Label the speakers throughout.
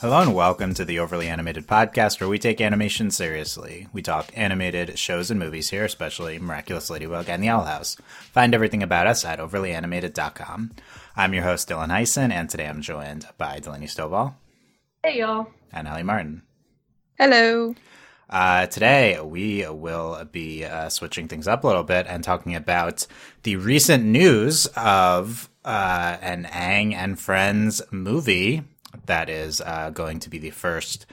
Speaker 1: Hello and welcome to the Overly Animated Podcast, where we take animation seriously. We talk animated shows and movies here, especially Miraculous Ladybug and The Owl House. Find everything about us at overlyanimated.com. I'm your host, Dylan Heisen, and today I'm joined by Delaney Stovall
Speaker 2: Hey y'all.
Speaker 1: and Ellie Martin.
Speaker 3: Hello.
Speaker 1: Uh, today, we will be uh, switching things up a little bit and talking about the recent news of uh, an Ang and Friends movie that is uh, going to be the first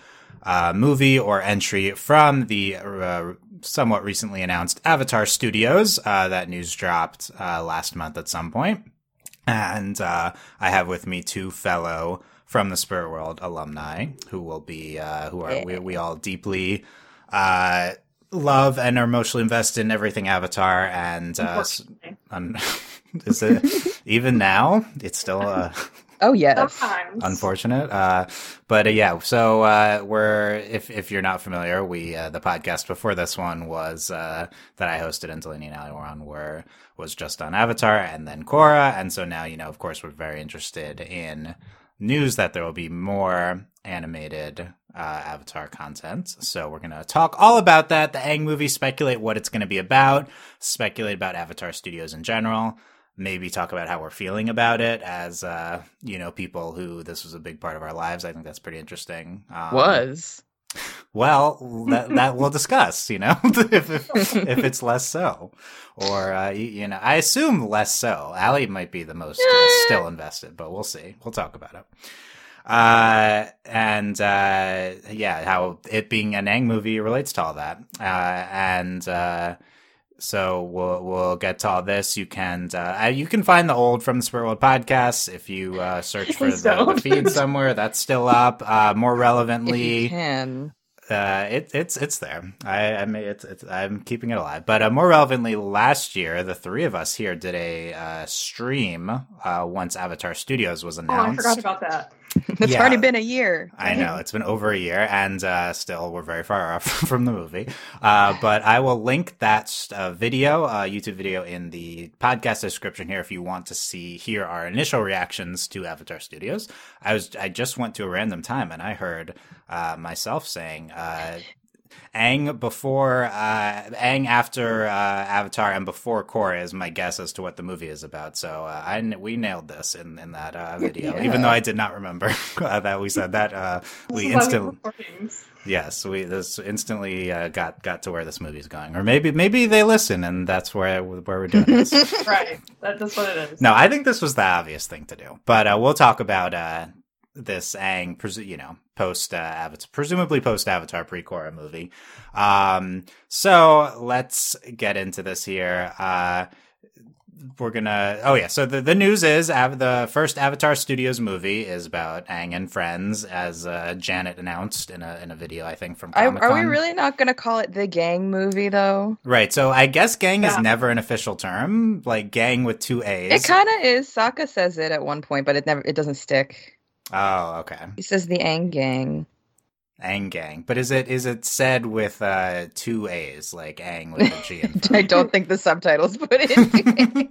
Speaker 1: uh, movie or entry from the uh, somewhat recently announced Avatar Studios. Uh, that news dropped uh, last month at some point. And uh, I have with me two fellow from the Spirit World alumni who will be uh, who are we, we all deeply uh, love and are emotionally invested in everything Avatar. And uh, s-
Speaker 2: Unfortunately.
Speaker 1: un- is it even now? It's still uh,
Speaker 3: Oh yes.
Speaker 2: Sometimes.
Speaker 1: unfortunate. Uh, but uh, yeah, so uh, we're if if you're not familiar, we uh, the podcast before this one was uh, that I hosted and Delaney and I were on were was just on Avatar and then Korra, and so now you know, of course, we're very interested in news that there will be more animated. Uh, Avatar content. So, we're going to talk all about that, the Aang movie, speculate what it's going to be about, speculate about Avatar Studios in general, maybe talk about how we're feeling about it as uh you know people who this was a big part of our lives i think that's pretty interesting um,
Speaker 3: Was.
Speaker 1: well that, that we'll discuss you know if, if, if it's less so or uh, y- you know i assume less so ali might be the most uh, still invested but we'll see we'll talk about it uh and uh yeah how it being an ang movie relates to all that uh and uh so we'll we'll get to all this. You can uh, uh, you can find the old from the Spirit World podcast if you uh, search for the,
Speaker 2: So-
Speaker 1: the feed somewhere. That's still up. Uh, more
Speaker 3: If you
Speaker 1: relevantly,
Speaker 3: can.
Speaker 1: uh, it, it's it's there. I, I mean, it's, it's I'm keeping it alive. But uh, more relevantly, last year the three of us here did a uh, stream uh, once Avatar Studios was
Speaker 2: Oh, I
Speaker 1: announced.
Speaker 2: forgot about that.
Speaker 3: It's
Speaker 1: Yeah.
Speaker 3: already been a year.
Speaker 1: I know it's been over a year, and uh, still we're very far off from the movie. Uh, but I will link that uh, video, uh, YouTube video, in the podcast description here if you want to see hear our initial reactions to Avatar Studios. I was I just went to a random time and I heard uh, myself saying. Uh, Aang before uh, Aang after uh, Avatar and before Korra is my guess as to what the movie is about. So uh, I kn- we nailed this in in that uh, video,
Speaker 3: Yeah.
Speaker 1: even though I did not remember uh, that we said that. Uh,
Speaker 2: This
Speaker 1: we
Speaker 2: is why
Speaker 1: instantly
Speaker 2: record things.
Speaker 1: yes we this instantly uh, got got to where this movie is going, or maybe maybe they listen and that's where where we're doing this.
Speaker 2: right. That, that's what it is.
Speaker 1: No, I think this was the obvious thing to do. But uh, we'll talk about uh, this Aang, presu- you know, post uh, Avatar, presumably post Avatar pre Korra movie. Um, so let's get into this here. Uh, we're gonna. Oh yeah. So the, the news is av- the first Avatar Studios movie is about Aang and friends, as uh, Janet announced in a in a video I think from.
Speaker 3: I,
Speaker 1: Comic-Con.
Speaker 3: are we really not going to call it the gang movie though?
Speaker 1: right? So I guess gang is
Speaker 2: Yeah.
Speaker 1: never an official term, like gang with two A's.
Speaker 3: It kind of is. Sokka says it at one point, but it never it doesn't stick.
Speaker 1: oh, okay.
Speaker 3: He says the Ang gang.
Speaker 1: Ang Gang. But is it is it said with uh two A's like Ang with a G? In front?
Speaker 3: I don't think the subtitles put it,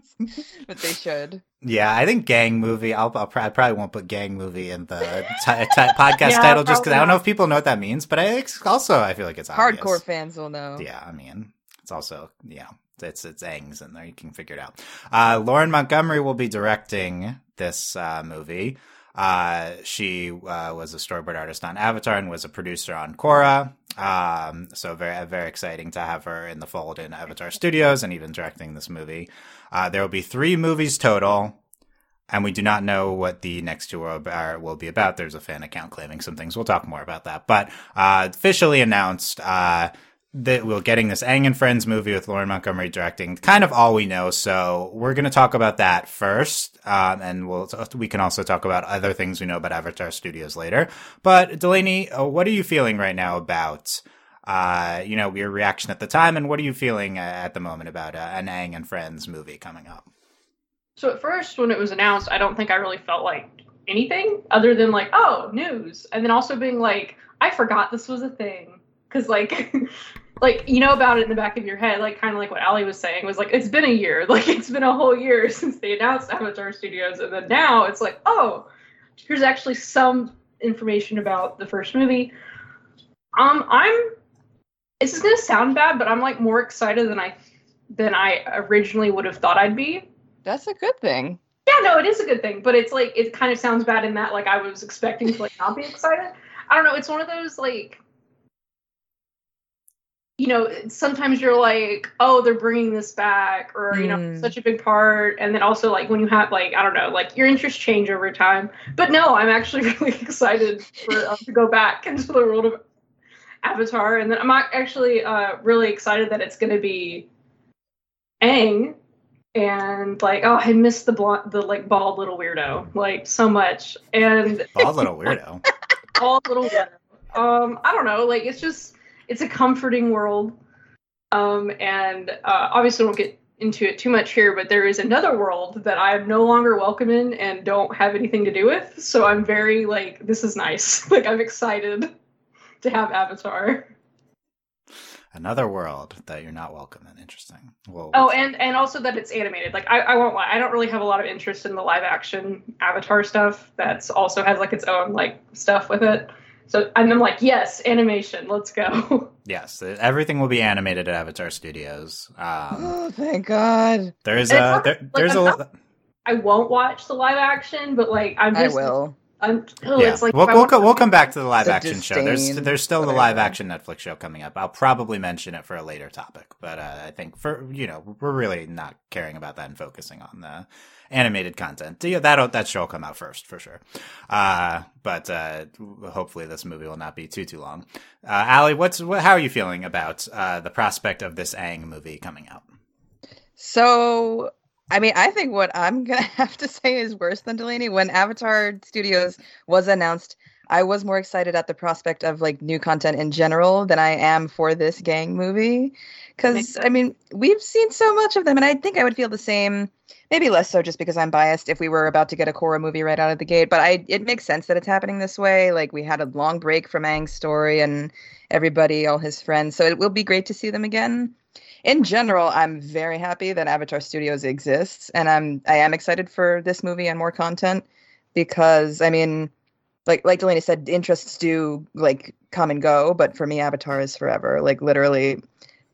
Speaker 3: but they should.
Speaker 1: yeah, I think Gang movie. I'll, I'll pro- I probably won't put Gang movie in the ti ti podcast
Speaker 2: Yeah,
Speaker 1: title just because
Speaker 2: probably
Speaker 1: I don't know
Speaker 2: not.
Speaker 1: if people know what that means. But I it's also I feel like it's obvious.
Speaker 3: Hardcore fans will know.
Speaker 1: Ah, Yeah, I mean it's also yeah it's it's Ang's in there. You can figure it out. Uh, Lauren Montgomery will be directing this uh, movie. Uh, she uh, was a storyboard artist on Avatar and was a producer on Korra. Um, so very, very exciting to have her in the fold in Avatar Studios and even directing this movie. Uh, there will be three movies total, and we do not know what the next two will- are, will be about. There's a fan account claiming some things. We'll talk more about that. But uh, officially announced uh, that we're getting this Ang and Friends movie with Lauren Montgomery directing. Kind of all we know, so we're going to talk about that first, um, and we'll we can also talk about other things we know about Avatar Studios later. But Delaney, uh, what are you feeling right now about? Uh, you know, your reaction at the time, and what are you feeling uh, at the moment about uh, an Ang and Friends movie coming up?
Speaker 2: So at first, when it was announced, I don't think I really felt like anything other than like, oh, news, and then also being like, I forgot this was a thing, because like, like you know about it in the back of your head, like kind of like what Ali was saying was like, it's been a year, like it's been a whole year since they announced Avatar Studios, and then now it's like, oh, here's actually some information about the first movie. Um, I'm. This is gonna sound bad, but I'm like more excited than I than I originally would have thought I'd be.
Speaker 3: That's a good thing.
Speaker 2: Yeah, no, it is a good thing, but it's like it kind of sounds bad in that like I was expecting to like not be excited. I don't know. It's one of those like. You know, sometimes you're like, oh, they're bringing this back, or, you know,
Speaker 3: Mm.
Speaker 2: such a big part. And then also, like, when you have, like, I don't know, like, your interests change over time. But no, I'm actually really excited for us to go back into the world of Avatar. And then I'm ac- actually uh, really excited that it's going to be Aang. And like, oh, I miss the blonde, the like bald little weirdo, like so much. And
Speaker 1: Bald little weirdo.
Speaker 2: all little weirdo. Um, I don't know. Like it's just it's a comforting world. Um, and uh, obviously won't get into it too much here, but there is another world that I am no longer welcome in and don't have anything to do with. So I'm very like this is nice. like I'm excited to have Avatar.
Speaker 1: Another world that you're not welcome in. Interesting. Well,
Speaker 2: Oh, and and also that it's animated. Like I, I won't lie, I don't really have a lot of interest in the live action Avatar stuff. That's also has like its own like stuff with it. So and I'm like, yes, animation, let's go.
Speaker 1: yes, everything will be animated at Avatar Studios. Um,
Speaker 3: oh, thank God.
Speaker 1: there is
Speaker 2: And it's
Speaker 1: a
Speaker 2: not-
Speaker 1: there,
Speaker 2: like,
Speaker 1: there's
Speaker 2: I'm
Speaker 1: a
Speaker 2: not- I won't watch the live action, but like I'm
Speaker 3: I
Speaker 2: just
Speaker 3: will.
Speaker 2: I'm oh,
Speaker 1: yeah.
Speaker 2: it's like
Speaker 1: we'll,
Speaker 2: if I
Speaker 1: we'll,
Speaker 2: want-
Speaker 1: co- we'll come back to the live
Speaker 3: The
Speaker 1: action show. There's
Speaker 3: disdain,
Speaker 1: there's still the
Speaker 3: whatever.
Speaker 1: live action Netflix show coming up. I'll probably mention it for a later topic, but uh, I think for you know we're really not caring about that and focusing on the animated content. Yeah, that that show will come out first for sure. Uh, but uh, hopefully this movie will not be too too long. Uh, Allie, what's what, how are you feeling about uh, the prospect of this Ang movie coming out?
Speaker 3: So, I mean, I think what I'm going to have to say is worse than Delaney. When Avatar Studios was announced, I was more excited at the prospect of like new content in general than I am for this gang movie.
Speaker 2: Makes
Speaker 3: Because, I mean, we've seen so much of them, and I think I would feel the same. Maybe less so just because I'm biased if we were about to get a Korra movie right out of the gate, but I it makes sense that it's happening this way. Like we had a long break from Aang's story and everybody, all his friends. So it will be great to see them again in general, I'm very happy that Avatar Studios exists, and I'm I am excited for this movie and more content because I mean, like like Delaney said, interests do like come and go, but for me, Avatar is forever. Like literally,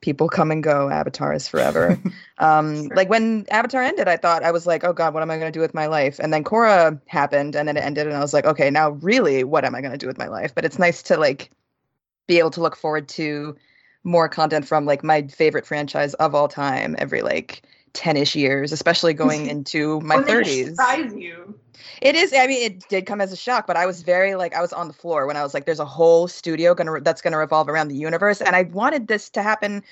Speaker 3: people come and go. Avatar is forever. um,
Speaker 2: Sure.
Speaker 3: Like when Avatar ended, I thought I was like, oh god, what am I going to do with my life? And then Korra happened, and then it ended, and I was like, okay, now really, what am I going to do with my life? But it's nice to like be able to look forward to more content from like my favorite franchise of all time every like 10ish years especially going into my
Speaker 2: when they
Speaker 3: 30s
Speaker 2: Surprise you.
Speaker 3: it is i mean it did come as a shock but i was very like i was on the floor when i was like there's a whole studio gonna that's gonna revolve around the universe and i wanted this to happen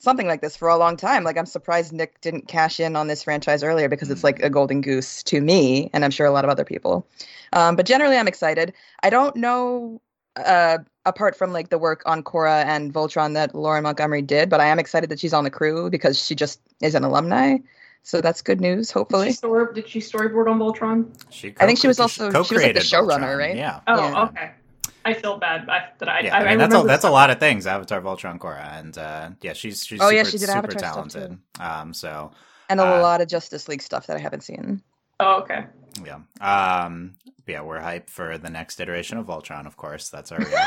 Speaker 3: something like this for a long time like i'm surprised nick didn't cash in on this franchise earlier because it's like a golden goose to me and i'm sure a lot of other people um, but generally i'm excited i don't know uh, apart from like the work on Korra and Voltron that Lauren Montgomery did, but I am excited that she's on the crew because she just is an alumni. So that's good news,
Speaker 2: Did she,
Speaker 3: hopefully.
Speaker 2: store, did she storyboard on Voltron?
Speaker 1: She
Speaker 3: I think she was
Speaker 1: co-
Speaker 3: also- she was like the
Speaker 1: co-created
Speaker 3: showrunner,
Speaker 1: Voltron.
Speaker 3: right?
Speaker 1: Yeah.
Speaker 2: Oh,
Speaker 3: Yeah.
Speaker 2: okay. I feel bad I, that I.
Speaker 1: yeah,
Speaker 2: I,
Speaker 1: I, mean that's
Speaker 2: remember
Speaker 1: a that's a lot of things. Avatar, Voltron, Korra, and uh, yeah, she's she's
Speaker 3: Oh,
Speaker 1: super,
Speaker 3: yeah, she did
Speaker 1: super
Speaker 3: Avatar stuff,
Speaker 1: talented. Um, so
Speaker 3: And a
Speaker 1: Uh,
Speaker 3: lot of Justice League stuff that I haven't seen.
Speaker 2: Oh, okay.
Speaker 1: yeah, um, yeah, we're hyped for the next iteration of Voltron. Of course, that's our reaction to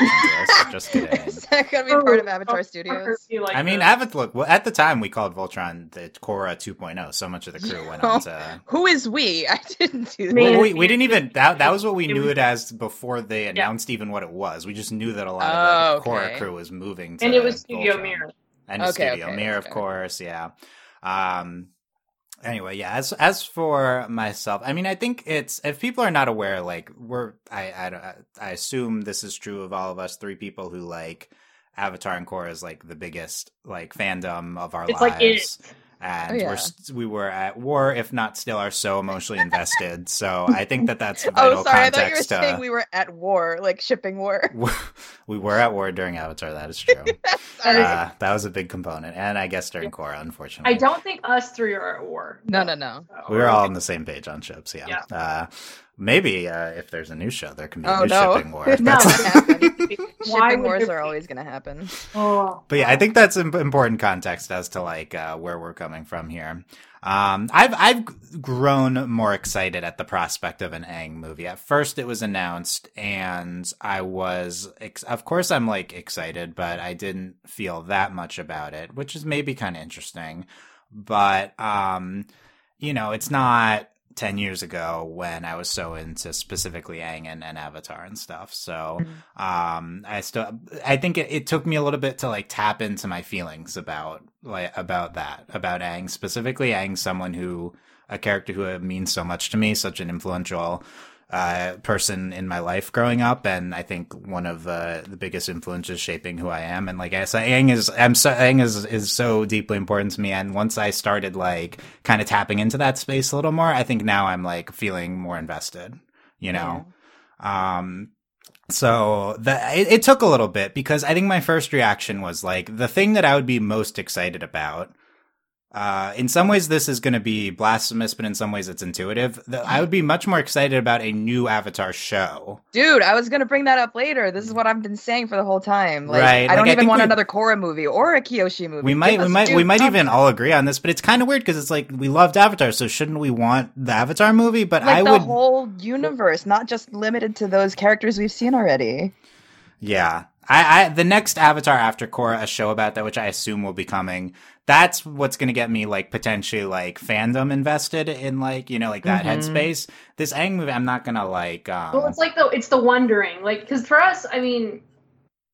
Speaker 1: this. Just kidding.
Speaker 3: Is that going to be part of
Speaker 2: Oh,
Speaker 3: Avatar
Speaker 2: oh,
Speaker 3: Studios?
Speaker 2: you like uh,
Speaker 1: I mean,
Speaker 2: the-
Speaker 1: Avatar. Look, well, at the time we called Voltron the Korra 2.0. So much of the crew went on to.
Speaker 3: Who is we? I didn't do
Speaker 2: Me.
Speaker 1: Well,
Speaker 3: that.
Speaker 1: we, we didn't even that that was what we
Speaker 2: It
Speaker 1: knew
Speaker 2: was-
Speaker 1: it as before they announced even what it was. We just knew that a lot
Speaker 3: Oh,
Speaker 1: of the
Speaker 3: okay.
Speaker 1: Korra crew was moving. To
Speaker 2: and it was Studio
Speaker 1: Voltron.
Speaker 2: Mirror.
Speaker 1: and
Speaker 3: Okay,
Speaker 1: Studio
Speaker 3: okay,
Speaker 1: Mirror, of
Speaker 3: okay.
Speaker 1: course. Yeah. Um. Anyway, yeah. As as for myself, I mean, I think it's if people are not aware, like we're I I don't I assume this is true of all of us three people who like Avatar and Korra is like the biggest like fandom of our lives
Speaker 2: It's like it.
Speaker 1: and
Speaker 3: Oh, yeah.
Speaker 1: we're st- we were at war, if not still, are so emotionally invested. so I think that that's vital
Speaker 3: Oh, sorry. I thought you were
Speaker 1: context. uh, to-
Speaker 3: saying we were at war, like shipping war.
Speaker 1: we were at war during Avatar. That is true.
Speaker 3: sorry.
Speaker 1: uh, that was a big component, and I guess during Korra, unfortunately,
Speaker 2: I don't think us three are at war.
Speaker 3: no, no, no.
Speaker 2: So-
Speaker 1: We were all on the same page on ships. Yeah. Uh, Maybe uh, if there's a new show, there can be a
Speaker 3: Oh,
Speaker 1: new
Speaker 3: no.
Speaker 1: shipping war. if
Speaker 3: No,
Speaker 1: that's-
Speaker 3: that happened.
Speaker 2: Why
Speaker 3: Shipping
Speaker 2: would
Speaker 3: wars
Speaker 2: there
Speaker 3: are
Speaker 2: be-
Speaker 3: always going to happen.
Speaker 2: Oh,
Speaker 1: But yeah, I think that's im- important context as to like uh, where we're coming from here. Um, I've I've g- grown more excited at the prospect of an Aang movie. At first, it was announced, and I was, ex- of course, I'm like excited, but I didn't feel that much about it, which is maybe kind of interesting. But um, you know, it's not ten years ago when I was so into specifically Aang and, and Avatar and stuff. So um i still i think it, it took me a little bit to like tap into my feelings about like about that about ang specifically ang someone who a character who means so much to me such an influential uh person in my life growing up and i think one of uh, the biggest influences shaping who i am and like i said ang is i'm so ang is is so deeply important to me and once i started like kind of tapping into that space a little more i think now i'm like feeling more invested you know um, so that it, it took a little bit because I think my first reaction was like the thing that I would be most excited about. Uh, in some ways, this is going to be blasphemous, but in some ways, it's intuitive. The, I would be much more excited about a new Avatar show.
Speaker 3: Dude, I was gonna bring that up later. This is what I've been saying for the whole time. Like,
Speaker 1: Right,
Speaker 3: I
Speaker 1: like,
Speaker 3: don't
Speaker 1: I
Speaker 3: even
Speaker 1: think
Speaker 3: want
Speaker 1: we-
Speaker 3: another Korra movie or a Kiyoshi movie.
Speaker 1: We
Speaker 3: Give
Speaker 1: might, we
Speaker 3: us
Speaker 1: might,
Speaker 3: new
Speaker 1: we might even
Speaker 3: content.
Speaker 1: all agree on this, but it's kind of weird because it's like we loved Avatar, so shouldn't we want the Avatar movie? But
Speaker 3: like
Speaker 1: I
Speaker 3: the
Speaker 1: would,
Speaker 3: whole universe, not just limited to those characters we've seen already.
Speaker 1: Yeah. I, I the next Avatar after Korra, a show about that, which I assume will be coming. That's what's going to get me like potentially like fandom invested in like you know like that
Speaker 3: Mhm.
Speaker 1: headspace. This Aang movie, I'm not gonna like. Um,
Speaker 2: Mm-hmm. Well, it's like the it's the wondering, like because for us, I mean,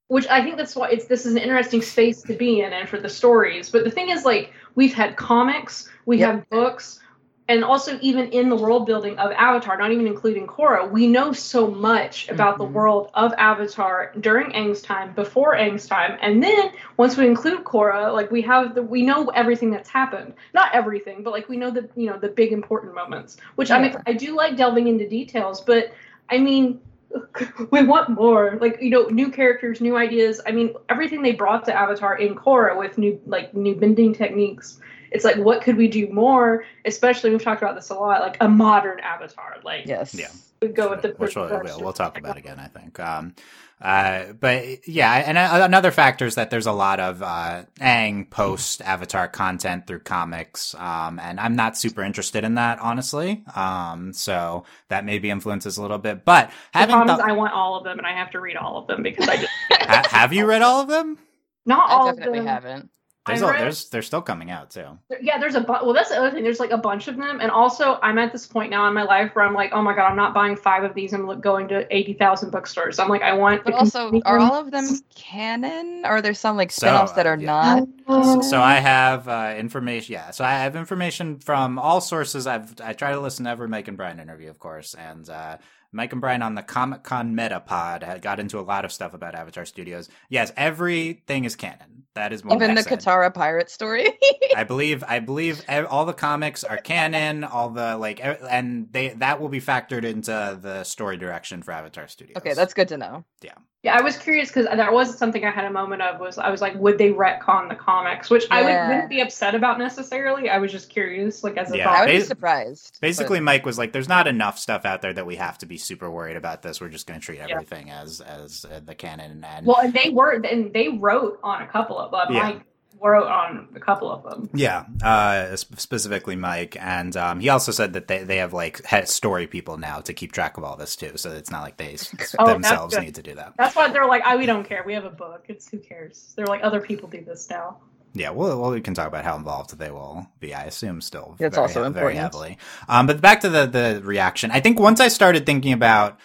Speaker 2: which I think that's why it's this is an interesting space to be in, and for the stories. But the thing is, like we've had comics, we
Speaker 3: Yep.
Speaker 2: have books, and also even in the world building of Avatar, not even including Korra, we know so much about the
Speaker 3: Mhm.
Speaker 2: world of Avatar during Aang's time, before Aang's time, and then once we include Korra, like we have the we know everything that's happened. Not everything, but like we know the you know the big important moments, which I'm ex-
Speaker 3: Yeah.
Speaker 2: I do like delving into details, but I mean, we want more. Like you know, new characters, new ideas. I mean, everything they brought to Avatar in Korra with new like new bending techniques. It's like, what could we do more? Especially we've talked about this a lot. Like a modern Avatar. Like
Speaker 3: Yes.
Speaker 1: Yeah.
Speaker 2: we go with the
Speaker 1: which we'll, we'll,
Speaker 2: progression.
Speaker 1: we'll talk about again, I think. Um, uh, but yeah, and a, another factor is that there's a lot of uh, Aang post Avatar content through comics, um, and I'm not super interested in that, honestly. Um, so that maybe influences a little bit. But
Speaker 2: The
Speaker 1: having
Speaker 2: problem is
Speaker 1: thought-
Speaker 2: I want all of them, and I have to read all of them because I just
Speaker 1: ha- have you read all of them?
Speaker 2: not all
Speaker 3: I
Speaker 2: of
Speaker 3: definitely
Speaker 2: them.
Speaker 3: haven't.
Speaker 2: I
Speaker 1: There's, a,
Speaker 2: read-
Speaker 1: there's they're still coming out too.
Speaker 2: yeah there's a bu- well that's the other thing there's like a bunch of them and also i'm at this point now in my life where i'm like oh my god i'm not buying five of these i'm look- going to 80000 bookstores i'm like i want
Speaker 3: But
Speaker 2: the
Speaker 3: also, are
Speaker 2: continuum.
Speaker 3: all of them canon? Or are there some like
Speaker 1: So,
Speaker 3: spin-offs that are
Speaker 1: yeah.
Speaker 2: Oh,
Speaker 3: not?
Speaker 1: So, so I have uh, information. Yeah, so I have information from all sources. I've I try to listen to every Mike and Brian interview, of course, and uh, Mike and Brian on the Comic Con Meta Pod had got into a lot of stuff about Avatar Studios. Yes, everything is canon. That is what
Speaker 3: Even the
Speaker 1: I've said.
Speaker 3: Katara pirate story.
Speaker 1: I believe I believe e- all the comics are canon. All the like, e- and they that will be factored into the story direction for Avatar Studios.
Speaker 3: okay, that's good to know.
Speaker 2: yeah i was curious because that was something i had a moment of was i was like would they retcon the comics which i would,
Speaker 3: Yeah.
Speaker 2: wouldn't be upset about necessarily i was just curious like as a
Speaker 1: Yeah.
Speaker 2: thought
Speaker 3: I would be
Speaker 1: bas-
Speaker 3: surprised. but-
Speaker 1: Basically, Mike was like, "There's not enough stuff out there that we have to be super worried about this. We're just going to treat
Speaker 2: Yeah.
Speaker 1: everything as as uh, the canon." And
Speaker 2: well and they were and they wrote on a couple of them
Speaker 1: Yeah.
Speaker 2: like wrote on a couple of them
Speaker 1: yeah, uh, sp- specifically Mike, and um, he also said that they they have like he- story people now to keep track of all this too. So it's not like they s-
Speaker 3: that's
Speaker 2: Oh, good.
Speaker 1: themselves need to do that.
Speaker 2: that's why they're like, I, we don't care. We have a book. It's who cares. They're like, other people do this now.
Speaker 1: Yeah, well, well, we can talk about how involved they will be. I assume still.
Speaker 3: That's also
Speaker 1: Very
Speaker 3: important.
Speaker 1: heavily. Um, but back to the the reaction. I think once I started thinking about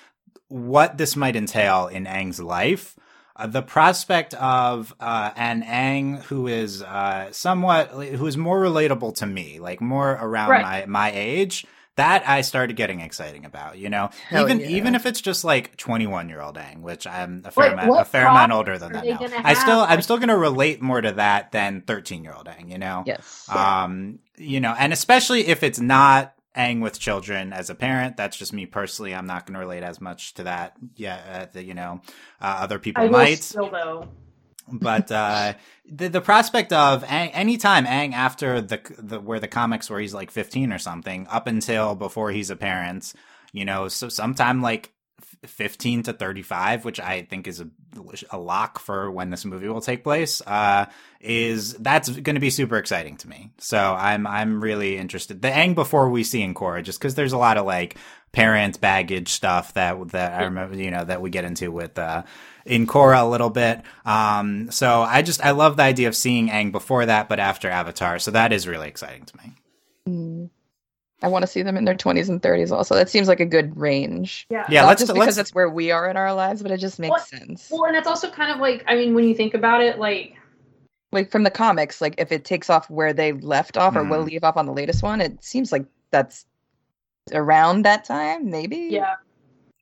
Speaker 1: what this might entail in Aang's life, uh, the prospect of uh, an Aang who is uh, somewhat who is more relatable to me, like more around
Speaker 2: Right.
Speaker 1: my my age. That I started getting exciting about, you know,
Speaker 3: Hell
Speaker 1: even
Speaker 3: yeah.
Speaker 1: even if it's just like twenty one year old Aang, which I'm a fair
Speaker 2: Like,
Speaker 1: amount a
Speaker 2: what
Speaker 1: fair amount
Speaker 2: problems
Speaker 1: older than
Speaker 2: are
Speaker 1: that
Speaker 2: they
Speaker 1: now.
Speaker 2: gonna
Speaker 1: I still
Speaker 2: have?
Speaker 1: I'm still going to relate more to that than thirteen year old Aang, you know.
Speaker 3: Yes.
Speaker 1: Um, you know, and especially if it's not Aang with children as a parent, that's just me personally. I'm not going to relate as much to that. Yeah, uh, that, you know, uh, other people
Speaker 2: I will
Speaker 1: might
Speaker 2: still though.
Speaker 1: but uh, the the prospect of Aang, any time Aang after the the where the comics where he's like fifteen or something up until before he's a parent, you know, so sometime like 15 to 35 which i think is a, a lock for when this movie will take place uh is that's going to be super exciting to me so i'm i'm really interested the ang before we see in Korra, just because there's a lot of like parent baggage stuff that that i remember you know that we get into with uh in Korra a little bit. Um, so I just I love the idea of seeing Ang before that, but after Avatar. So that is really exciting to me.
Speaker 3: Mm. I want to see them in their 20s and 30s also. That seems like a good range.
Speaker 2: Yeah.
Speaker 1: Yeah,
Speaker 3: Not
Speaker 1: let's
Speaker 3: just
Speaker 1: let's-
Speaker 3: because that's where we are in our lives, but it just makes
Speaker 2: Well-
Speaker 3: sense.
Speaker 2: Well, and it's also kind of like I mean, when you think about it, like
Speaker 3: like from the comics, like if it takes off where they left off or will
Speaker 1: Mhm.
Speaker 3: leave off on the latest one, it seems like that's around that time, maybe.
Speaker 2: yeah.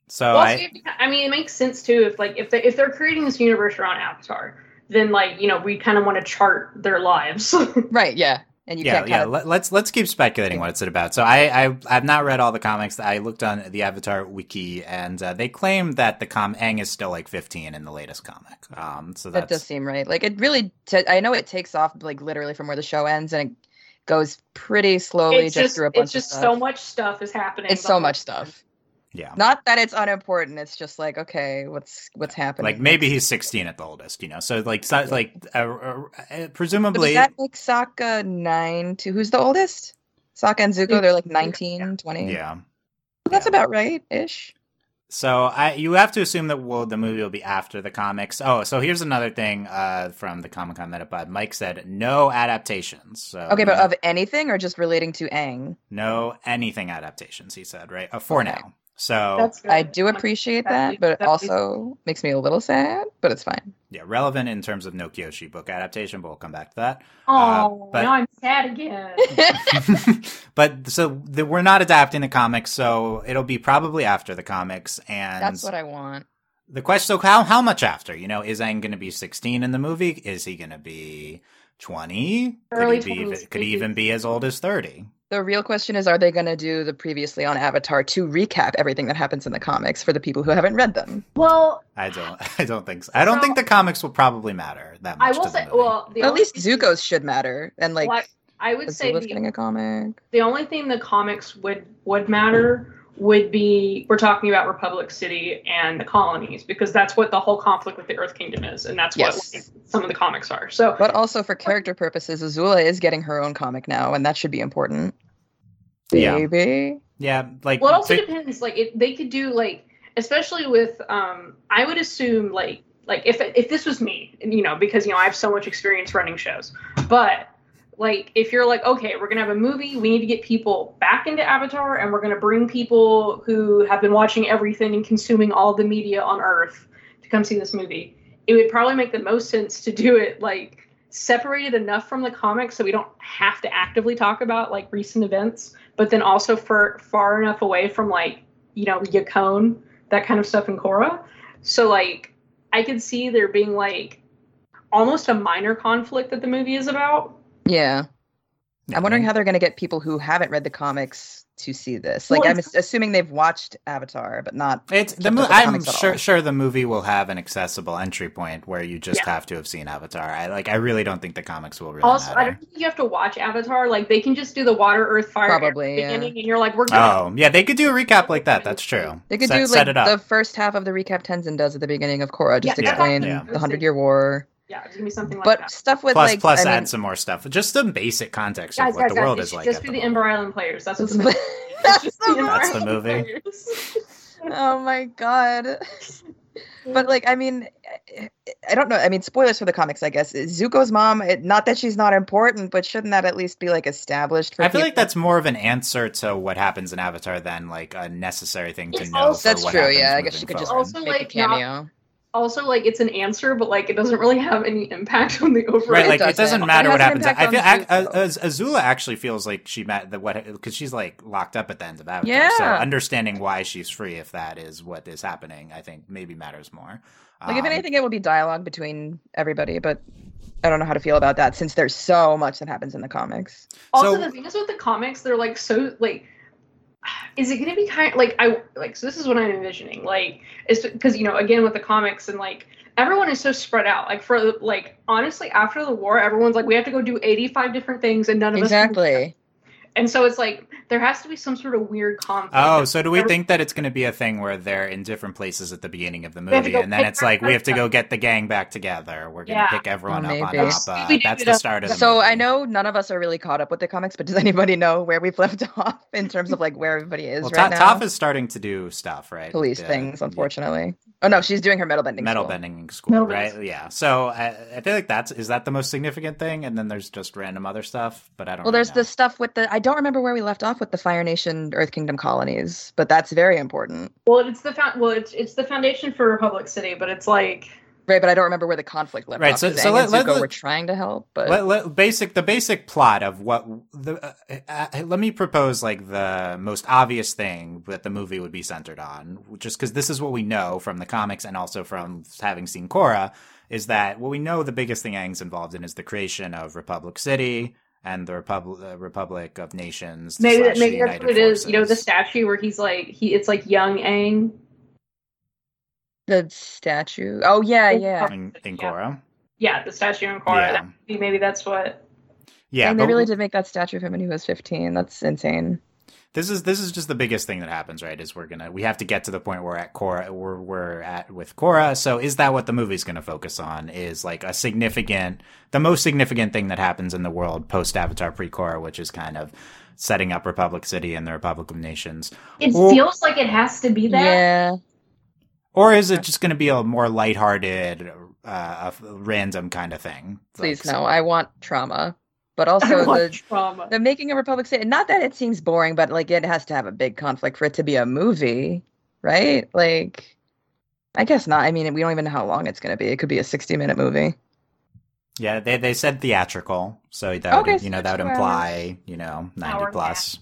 Speaker 1: So
Speaker 2: Well,
Speaker 1: Oh, I
Speaker 2: also, if- I mean, it makes sense too. If like if they if they're creating this universe around Avatar, then like you know we kind of want to chart their lives.
Speaker 3: Right. Yeah. And you
Speaker 1: yeah
Speaker 3: can't.
Speaker 1: yeah
Speaker 3: Kind
Speaker 1: let, let's let's keep speculating what it's about. So I I I've not read all the comics. I looked on the Avatar wiki, and uh, they claim that the com Ang is still like 15 in the latest comic. Um, so
Speaker 3: of,
Speaker 1: that's
Speaker 3: that does seem right. Like it really. T- I know it takes off like literally from where the show ends, and it goes pretty slowly
Speaker 2: it's
Speaker 3: just,
Speaker 2: just
Speaker 3: through a bunch
Speaker 2: it's just
Speaker 3: of
Speaker 2: so
Speaker 3: stuff.
Speaker 2: much stuff is happening.
Speaker 3: it's so much stuff.
Speaker 1: yeah.
Speaker 3: Not that it's unimportant. It's just like okay, what's what's happening?
Speaker 1: Like maybe he's 16 at the oldest, you know. So like so, like uh, uh, uh,
Speaker 3: But does
Speaker 1: presumably
Speaker 3: that make Sokka nine to who's the oldest? Sokka and Zuko, they're like 19, 20.
Speaker 1: yeah.
Speaker 3: That's
Speaker 1: yeah.
Speaker 3: about right ish.
Speaker 1: So I, you have to assume that well, the movie will be after the comics. Oh, so here's another thing uh, from the Comic Con Metapod. Mike said no adaptations. So
Speaker 3: Okay, but uh,
Speaker 1: no,
Speaker 3: of anything or just relating to Aang?
Speaker 1: no anything adaptations. He said right uh, for
Speaker 3: Okay.
Speaker 1: now. So
Speaker 2: That's
Speaker 3: I
Speaker 2: good.
Speaker 3: do
Speaker 2: Like,
Speaker 3: appreciate
Speaker 2: Exactly,
Speaker 3: that, but it
Speaker 2: exactly.
Speaker 3: also makes me a little sad, but it's fine.
Speaker 1: yeah, relevant in terms of no Kyoshi book adaptation, but we'll come back to that.
Speaker 2: Oh,
Speaker 1: uh, but-
Speaker 2: now I'm sad again.
Speaker 1: but so the, we're not adapting the comics, so it'll be probably after the comics. And
Speaker 3: That's what I want.
Speaker 1: the question so how how much after you know is Aang going to be 16 in the movie is he going to be 20
Speaker 2: Early
Speaker 1: could he, be,
Speaker 2: 20s,
Speaker 1: could he even be as old as 30
Speaker 3: The real question is are they going to do the previously on Avatar to recap everything that happens in the comics for the people who haven't read them?
Speaker 2: well,
Speaker 1: i don't i don't think so i don't
Speaker 2: So-
Speaker 1: think the comics will probably matter that
Speaker 2: I
Speaker 1: much
Speaker 2: will
Speaker 1: to the
Speaker 2: say,
Speaker 1: movie.
Speaker 2: well, the
Speaker 3: But at
Speaker 2: only
Speaker 3: least
Speaker 2: thing-
Speaker 3: Zuko's should matter. And like,
Speaker 2: Well, I, I would
Speaker 3: was
Speaker 2: say
Speaker 3: Zuko's
Speaker 2: the,
Speaker 3: getting a comic?
Speaker 2: the only thing the comics would would matter would be we're talking about Republic City and the colonies because that's what the whole conflict with the Earth Kingdom is, and that's
Speaker 3: Yes.
Speaker 2: what like, some of the comics are. So
Speaker 3: But also for character purposes, Azula is getting her own comic now, and that should be important.
Speaker 1: Yeah.
Speaker 3: Maybe.
Speaker 1: yeah like
Speaker 2: Well, it also
Speaker 1: fi-
Speaker 2: depends. Like, it, they could do like, especially with, um, I would assume like, like if if this was me, and, you know, because you know I have so much experience running shows, but like if you're like, okay, we're gonna have a movie, we need to get people back into Avatar, and we're gonna bring people who have been watching everything and consuming all the media on Earth to come see this movie. It would probably make the most sense to do it like separated enough from the comics so we don't have to actively talk about like recent events but then also for far enough away from like you know Yakone, that kind of stuff in Korra. So like I could see there being like almost a minor conflict that the movie is about.
Speaker 3: Yeah.
Speaker 1: yeah,
Speaker 3: I'm
Speaker 1: I
Speaker 3: wondering
Speaker 1: mean,
Speaker 3: how they're going to get people who haven't read the comics to see this. Like,
Speaker 2: Well,
Speaker 3: I'm assuming they've watched Avatar, but not.
Speaker 1: it's the
Speaker 3: kept
Speaker 1: mo-
Speaker 3: up with
Speaker 1: i'm
Speaker 3: comics at
Speaker 1: sure
Speaker 3: all.
Speaker 1: sure the movie will have an accessible entry point where you just have to have seen avatar i like i really don't think the comics will really
Speaker 2: also, I
Speaker 1: matter
Speaker 2: don't think you have to watch Avatar. Like they can just do the water, earth, fire air at
Speaker 3: Probably,
Speaker 2: the
Speaker 3: yeah.
Speaker 2: beginning, and you're like, we're good.
Speaker 1: Oh yeah, they could do a recap like that. That's true.
Speaker 3: They could
Speaker 1: set,
Speaker 3: do
Speaker 1: set
Speaker 3: like
Speaker 1: it up.
Speaker 3: the first half of the recap Tenzin does at the beginning of Korra, just
Speaker 2: Yeah,
Speaker 3: to
Speaker 1: that's
Speaker 3: explain
Speaker 1: awesome. Yeah.
Speaker 3: the Hundred Year War.
Speaker 2: Yeah, give me something like
Speaker 3: but
Speaker 2: that.
Speaker 3: stuff with
Speaker 1: Plus-
Speaker 3: like
Speaker 1: plus
Speaker 3: I
Speaker 1: add
Speaker 3: mean-
Speaker 1: some more stuff. Just the basic context of
Speaker 2: Guys,
Speaker 1: what
Speaker 2: guys,
Speaker 1: the
Speaker 2: guys,
Speaker 1: world
Speaker 2: it
Speaker 1: is
Speaker 2: should
Speaker 1: like.
Speaker 2: just
Speaker 1: at
Speaker 2: be
Speaker 1: the
Speaker 2: the
Speaker 1: moment.
Speaker 2: Ember Island players. That's what the movie.
Speaker 3: that's
Speaker 2: Just
Speaker 3: the
Speaker 2: Ember
Speaker 1: That's the
Speaker 3: movie.
Speaker 2: Island
Speaker 1: movie.
Speaker 2: players.
Speaker 3: Oh my god. But like, I mean, I- I don't know. I mean, spoilers for the comics, I guess. Zuko's mom. It, not that she's not important, but shouldn't that at least be like established? For
Speaker 1: I feel like
Speaker 3: people?
Speaker 1: that's more of an answer to what happens in Avatar than like a necessary thing to
Speaker 2: It's
Speaker 1: know.
Speaker 2: also-
Speaker 1: for
Speaker 3: That's
Speaker 1: what
Speaker 3: true.
Speaker 1: happens
Speaker 3: Yeah, I guess
Speaker 1: moving
Speaker 3: she could
Speaker 1: forward.
Speaker 3: just
Speaker 2: Also,
Speaker 3: make a
Speaker 2: like, not-
Speaker 3: cameo.
Speaker 2: also like it's an answer, but like it doesn't really have any impact on the overall.
Speaker 1: right,
Speaker 3: it
Speaker 1: like it
Speaker 3: doesn't.
Speaker 1: doesn't
Speaker 3: It
Speaker 1: matter
Speaker 3: has
Speaker 1: what
Speaker 3: an
Speaker 1: happens. I feel
Speaker 3: impact on
Speaker 1: ac- Az- Azula actually feels like she met the what because she's like locked up at the end of Avatar. So
Speaker 3: Yeah.
Speaker 1: understanding why she's free, if that is what is happening, I think maybe matters more.
Speaker 3: Like, if
Speaker 1: Um,
Speaker 3: anything, it will be dialogue between everybody, but I don't know how to feel about that since there's so much that happens in the comics.
Speaker 2: Also,
Speaker 1: So-
Speaker 2: the thing is with the comics, they're like so like. Is it going to be kind like I like? So this is what I'm envisioning. Like, it's because you know again with the comics and like everyone is so spread out. Like for like honestly, after the war, everyone's like we have to go do 85 different things and none of us. can do
Speaker 3: Exactly.
Speaker 2: that. And so it's like there has to be some sort of weird conflict.
Speaker 1: Oh, so do we think that it's going to be a thing where they're in different places at the beginning of the
Speaker 2: have to
Speaker 1: movie,
Speaker 2: go
Speaker 1: and then
Speaker 2: pick
Speaker 1: it's like we have to
Speaker 2: everyone
Speaker 1: go get the gang back together. We're going to
Speaker 2: Yeah.
Speaker 1: pick everyone up on
Speaker 3: Maybe.
Speaker 1: Appa.
Speaker 2: We do
Speaker 1: That's
Speaker 2: it
Speaker 1: the
Speaker 2: up.
Speaker 1: start of the
Speaker 3: So
Speaker 1: movie.
Speaker 3: I know none of us are really caught up with the comics, but does anybody know where we've left off in terms of like where everybody is
Speaker 1: Well,
Speaker 3: right
Speaker 1: Ta-
Speaker 3: now?
Speaker 1: Toph is starting to do stuff, right?
Speaker 3: Police
Speaker 1: The-
Speaker 3: things, unfortunately. Oh no, she's doing her metal bending.
Speaker 1: uh, Metal
Speaker 3: school.
Speaker 1: bending school,
Speaker 2: Metal
Speaker 1: right?
Speaker 2: bending.
Speaker 1: Yeah. So I, I feel like that's is that the most significant thing, and then there's just random other stuff, but I don't.
Speaker 3: Well,
Speaker 1: really
Speaker 3: there's
Speaker 1: know.
Speaker 3: the stuff with the. I don't remember where we left off with the Fire Nation, Earth Kingdom colonies, but that's very important,
Speaker 2: Well, it's the found. Well, it's it's the foundation for Republic City, but it's like
Speaker 3: right? But I don't remember where the conflict left
Speaker 1: Right,
Speaker 3: off.
Speaker 1: so-
Speaker 3: 'cause
Speaker 1: so
Speaker 3: Aang
Speaker 1: let-
Speaker 3: and
Speaker 1: let-
Speaker 3: Zuko
Speaker 1: let-
Speaker 3: were trying to help, but
Speaker 1: let, let- basic the basic plot of what the uh, uh, uh, let me propose like the most obvious thing that the movie would be centered on just because this is what we know from the comics and also from having seen Korra is that what we know the biggest thing Aang's involved in is the creation of Republic City and the Republic uh, Republic of Nations
Speaker 2: maybe
Speaker 1: slash
Speaker 2: that,
Speaker 1: the
Speaker 2: maybe that's
Speaker 1: United
Speaker 2: what it is. You know, the
Speaker 1: Forces.
Speaker 2: statue where he's like he it's like young Aang.
Speaker 3: the statue. Oh yeah, yeah.
Speaker 1: in, in
Speaker 2: Yeah.
Speaker 1: Korra
Speaker 2: Yeah, the statue in Korra.
Speaker 1: yeah
Speaker 2: Maybe, maybe that's what.
Speaker 1: yeah
Speaker 3: and they
Speaker 1: but-
Speaker 3: really did make that statue of him when he was 15. That's insane.
Speaker 1: This is this is just the biggest thing that happens, right? Is we're gonna we have to get to the point where at Cora we're we're at with Cora. So is that what the movie's gonna focus on? Is like a significant, the most significant thing that happens in the world post Avatar pre Cora, which is kind of setting up Republic City and the Republic of Nations,
Speaker 2: It
Speaker 1: Well-
Speaker 2: feels like it has to be that.
Speaker 3: Yeah.
Speaker 1: or is it just gonna be a more lighthearted, uh, uh, random kind of thing?
Speaker 3: Please
Speaker 1: Like,
Speaker 3: no. I want trauma, but
Speaker 2: I
Speaker 3: also
Speaker 2: want
Speaker 3: the
Speaker 2: trauma.
Speaker 3: the making a republic state. Not that it seems boring, but like it has to have a big conflict for it to be a movie, right? Like, I guess not. I mean, we don't even know how long it's going to be. It could be a sixty-minute movie.
Speaker 1: Yeah, they they said theatrical, so that
Speaker 3: Okay,
Speaker 1: would,
Speaker 3: so
Speaker 1: you know
Speaker 3: that's
Speaker 1: that would
Speaker 3: two
Speaker 1: imply you know ninety
Speaker 2: Hour and a
Speaker 1: plus.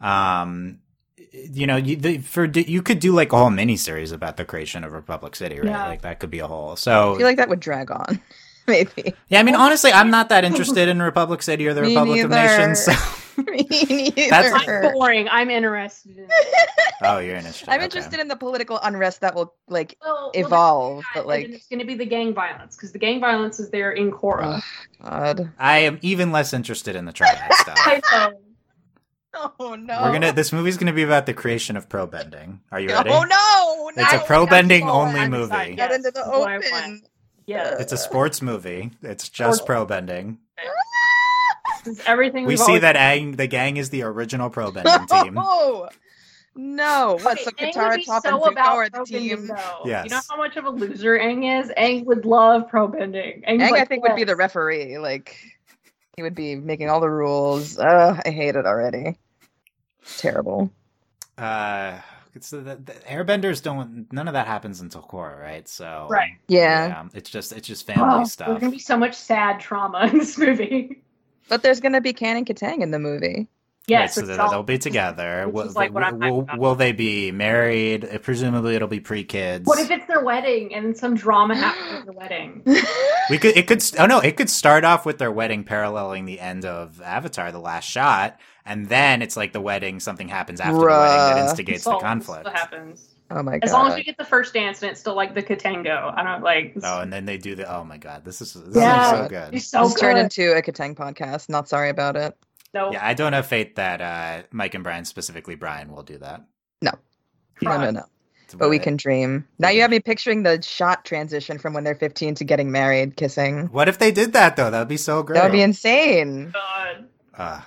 Speaker 2: half.
Speaker 1: um you know you the, for you could do like a whole mini series about the creation of republic city right
Speaker 2: Yeah.
Speaker 1: like that could be a whole
Speaker 3: I
Speaker 1: so
Speaker 3: feel like that would drag on, maybe.
Speaker 1: yeah i mean honestly i'm not that interested in republic city or the
Speaker 3: Me
Speaker 1: republic of nations so.
Speaker 3: neither. Me neither.
Speaker 2: I'm boring. I'm interested. In it.
Speaker 1: oh you're interested
Speaker 3: I'm
Speaker 1: okay.
Speaker 3: interested in the political unrest that will like
Speaker 2: Well, well, that's
Speaker 3: evolve,
Speaker 2: that,
Speaker 3: but
Speaker 2: and then
Speaker 3: like,
Speaker 2: it's going to be the gang violence because the gang violence is there in Korra.
Speaker 3: Ugh. God,
Speaker 1: i am even less interested in the triad stuff
Speaker 2: I know.
Speaker 3: oh no.
Speaker 1: we're gonna this movie's gonna be about the creation of pro bending are you ready
Speaker 3: Oh no!
Speaker 1: It's a
Speaker 3: no,
Speaker 1: pro
Speaker 3: that's
Speaker 1: bending
Speaker 3: all
Speaker 1: only
Speaker 3: I'm
Speaker 1: movie.
Speaker 3: excited.
Speaker 2: Yes,
Speaker 3: Get into the
Speaker 2: that's what I want.
Speaker 3: open.
Speaker 2: Yes,
Speaker 1: it's a sports movie it's just pro bending
Speaker 2: it's everything
Speaker 1: we
Speaker 2: we've
Speaker 1: see
Speaker 2: always-
Speaker 1: that Aang, the gang is the original pro bending team
Speaker 3: Oh, no! What? So
Speaker 2: Aang would
Speaker 3: Katara
Speaker 2: be
Speaker 3: Top
Speaker 2: so
Speaker 3: and Zuko
Speaker 2: about
Speaker 3: are the
Speaker 2: pro-bending,
Speaker 3: team.
Speaker 2: though. You know
Speaker 1: Yes.
Speaker 2: how much of a loser Aang is? Aang would love pro bending. Aang,
Speaker 3: Aang, I think, would be the referee. Like, he would be making all the rules. Ugh, I hate it already. It's terrible.
Speaker 1: uh it's the, the airbenders don't none of that happens until Korra, right so
Speaker 2: Right.
Speaker 3: Yeah.
Speaker 1: it's just it's just family
Speaker 2: oh, There's
Speaker 1: stuff
Speaker 2: going to be so much sad trauma in this movie.
Speaker 3: But there's going to be Can and Katang in the movie.
Speaker 1: Right,
Speaker 2: Yes,
Speaker 1: so "Oh,
Speaker 2: it's
Speaker 1: they'll,
Speaker 2: all-
Speaker 1: they'll be together
Speaker 2: which
Speaker 1: will,
Speaker 2: is like what I'm
Speaker 1: will,
Speaker 2: talking about.
Speaker 1: will they be married Uh, presumably it'll be pre-kids
Speaker 2: What if it's their wedding and then some drama happens at the wedding?
Speaker 1: we could it could st- oh no it could start off with their wedding paralleling the end of avatar the last shot and then it's like the wedding something happens after the wedding that
Speaker 3: Bruh.
Speaker 1: instigates
Speaker 2: So,
Speaker 1: the conflict
Speaker 2: What happens?
Speaker 3: oh my god!
Speaker 2: As long as you get the first dance and it's still like the Katango. I don't like.
Speaker 1: oh and then they do the oh my god this is this
Speaker 2: Yeah.
Speaker 1: is so good
Speaker 2: He's so
Speaker 3: this turned
Speaker 2: good.
Speaker 3: into a Katang podcast. Not sorry about it.
Speaker 2: No,
Speaker 1: yeah i don't have faith that uh mike and brian specifically brian will do that
Speaker 3: No.
Speaker 1: Yeah.
Speaker 3: No,
Speaker 2: Oh
Speaker 3: no, no.
Speaker 1: It's
Speaker 3: But we
Speaker 1: what-
Speaker 3: can dream. Now you have me picturing the shot transition from when they're 15 to getting married, kissing.
Speaker 1: What if they did that though? That would be so great.
Speaker 3: That would be insane.
Speaker 2: God.
Speaker 1: uh,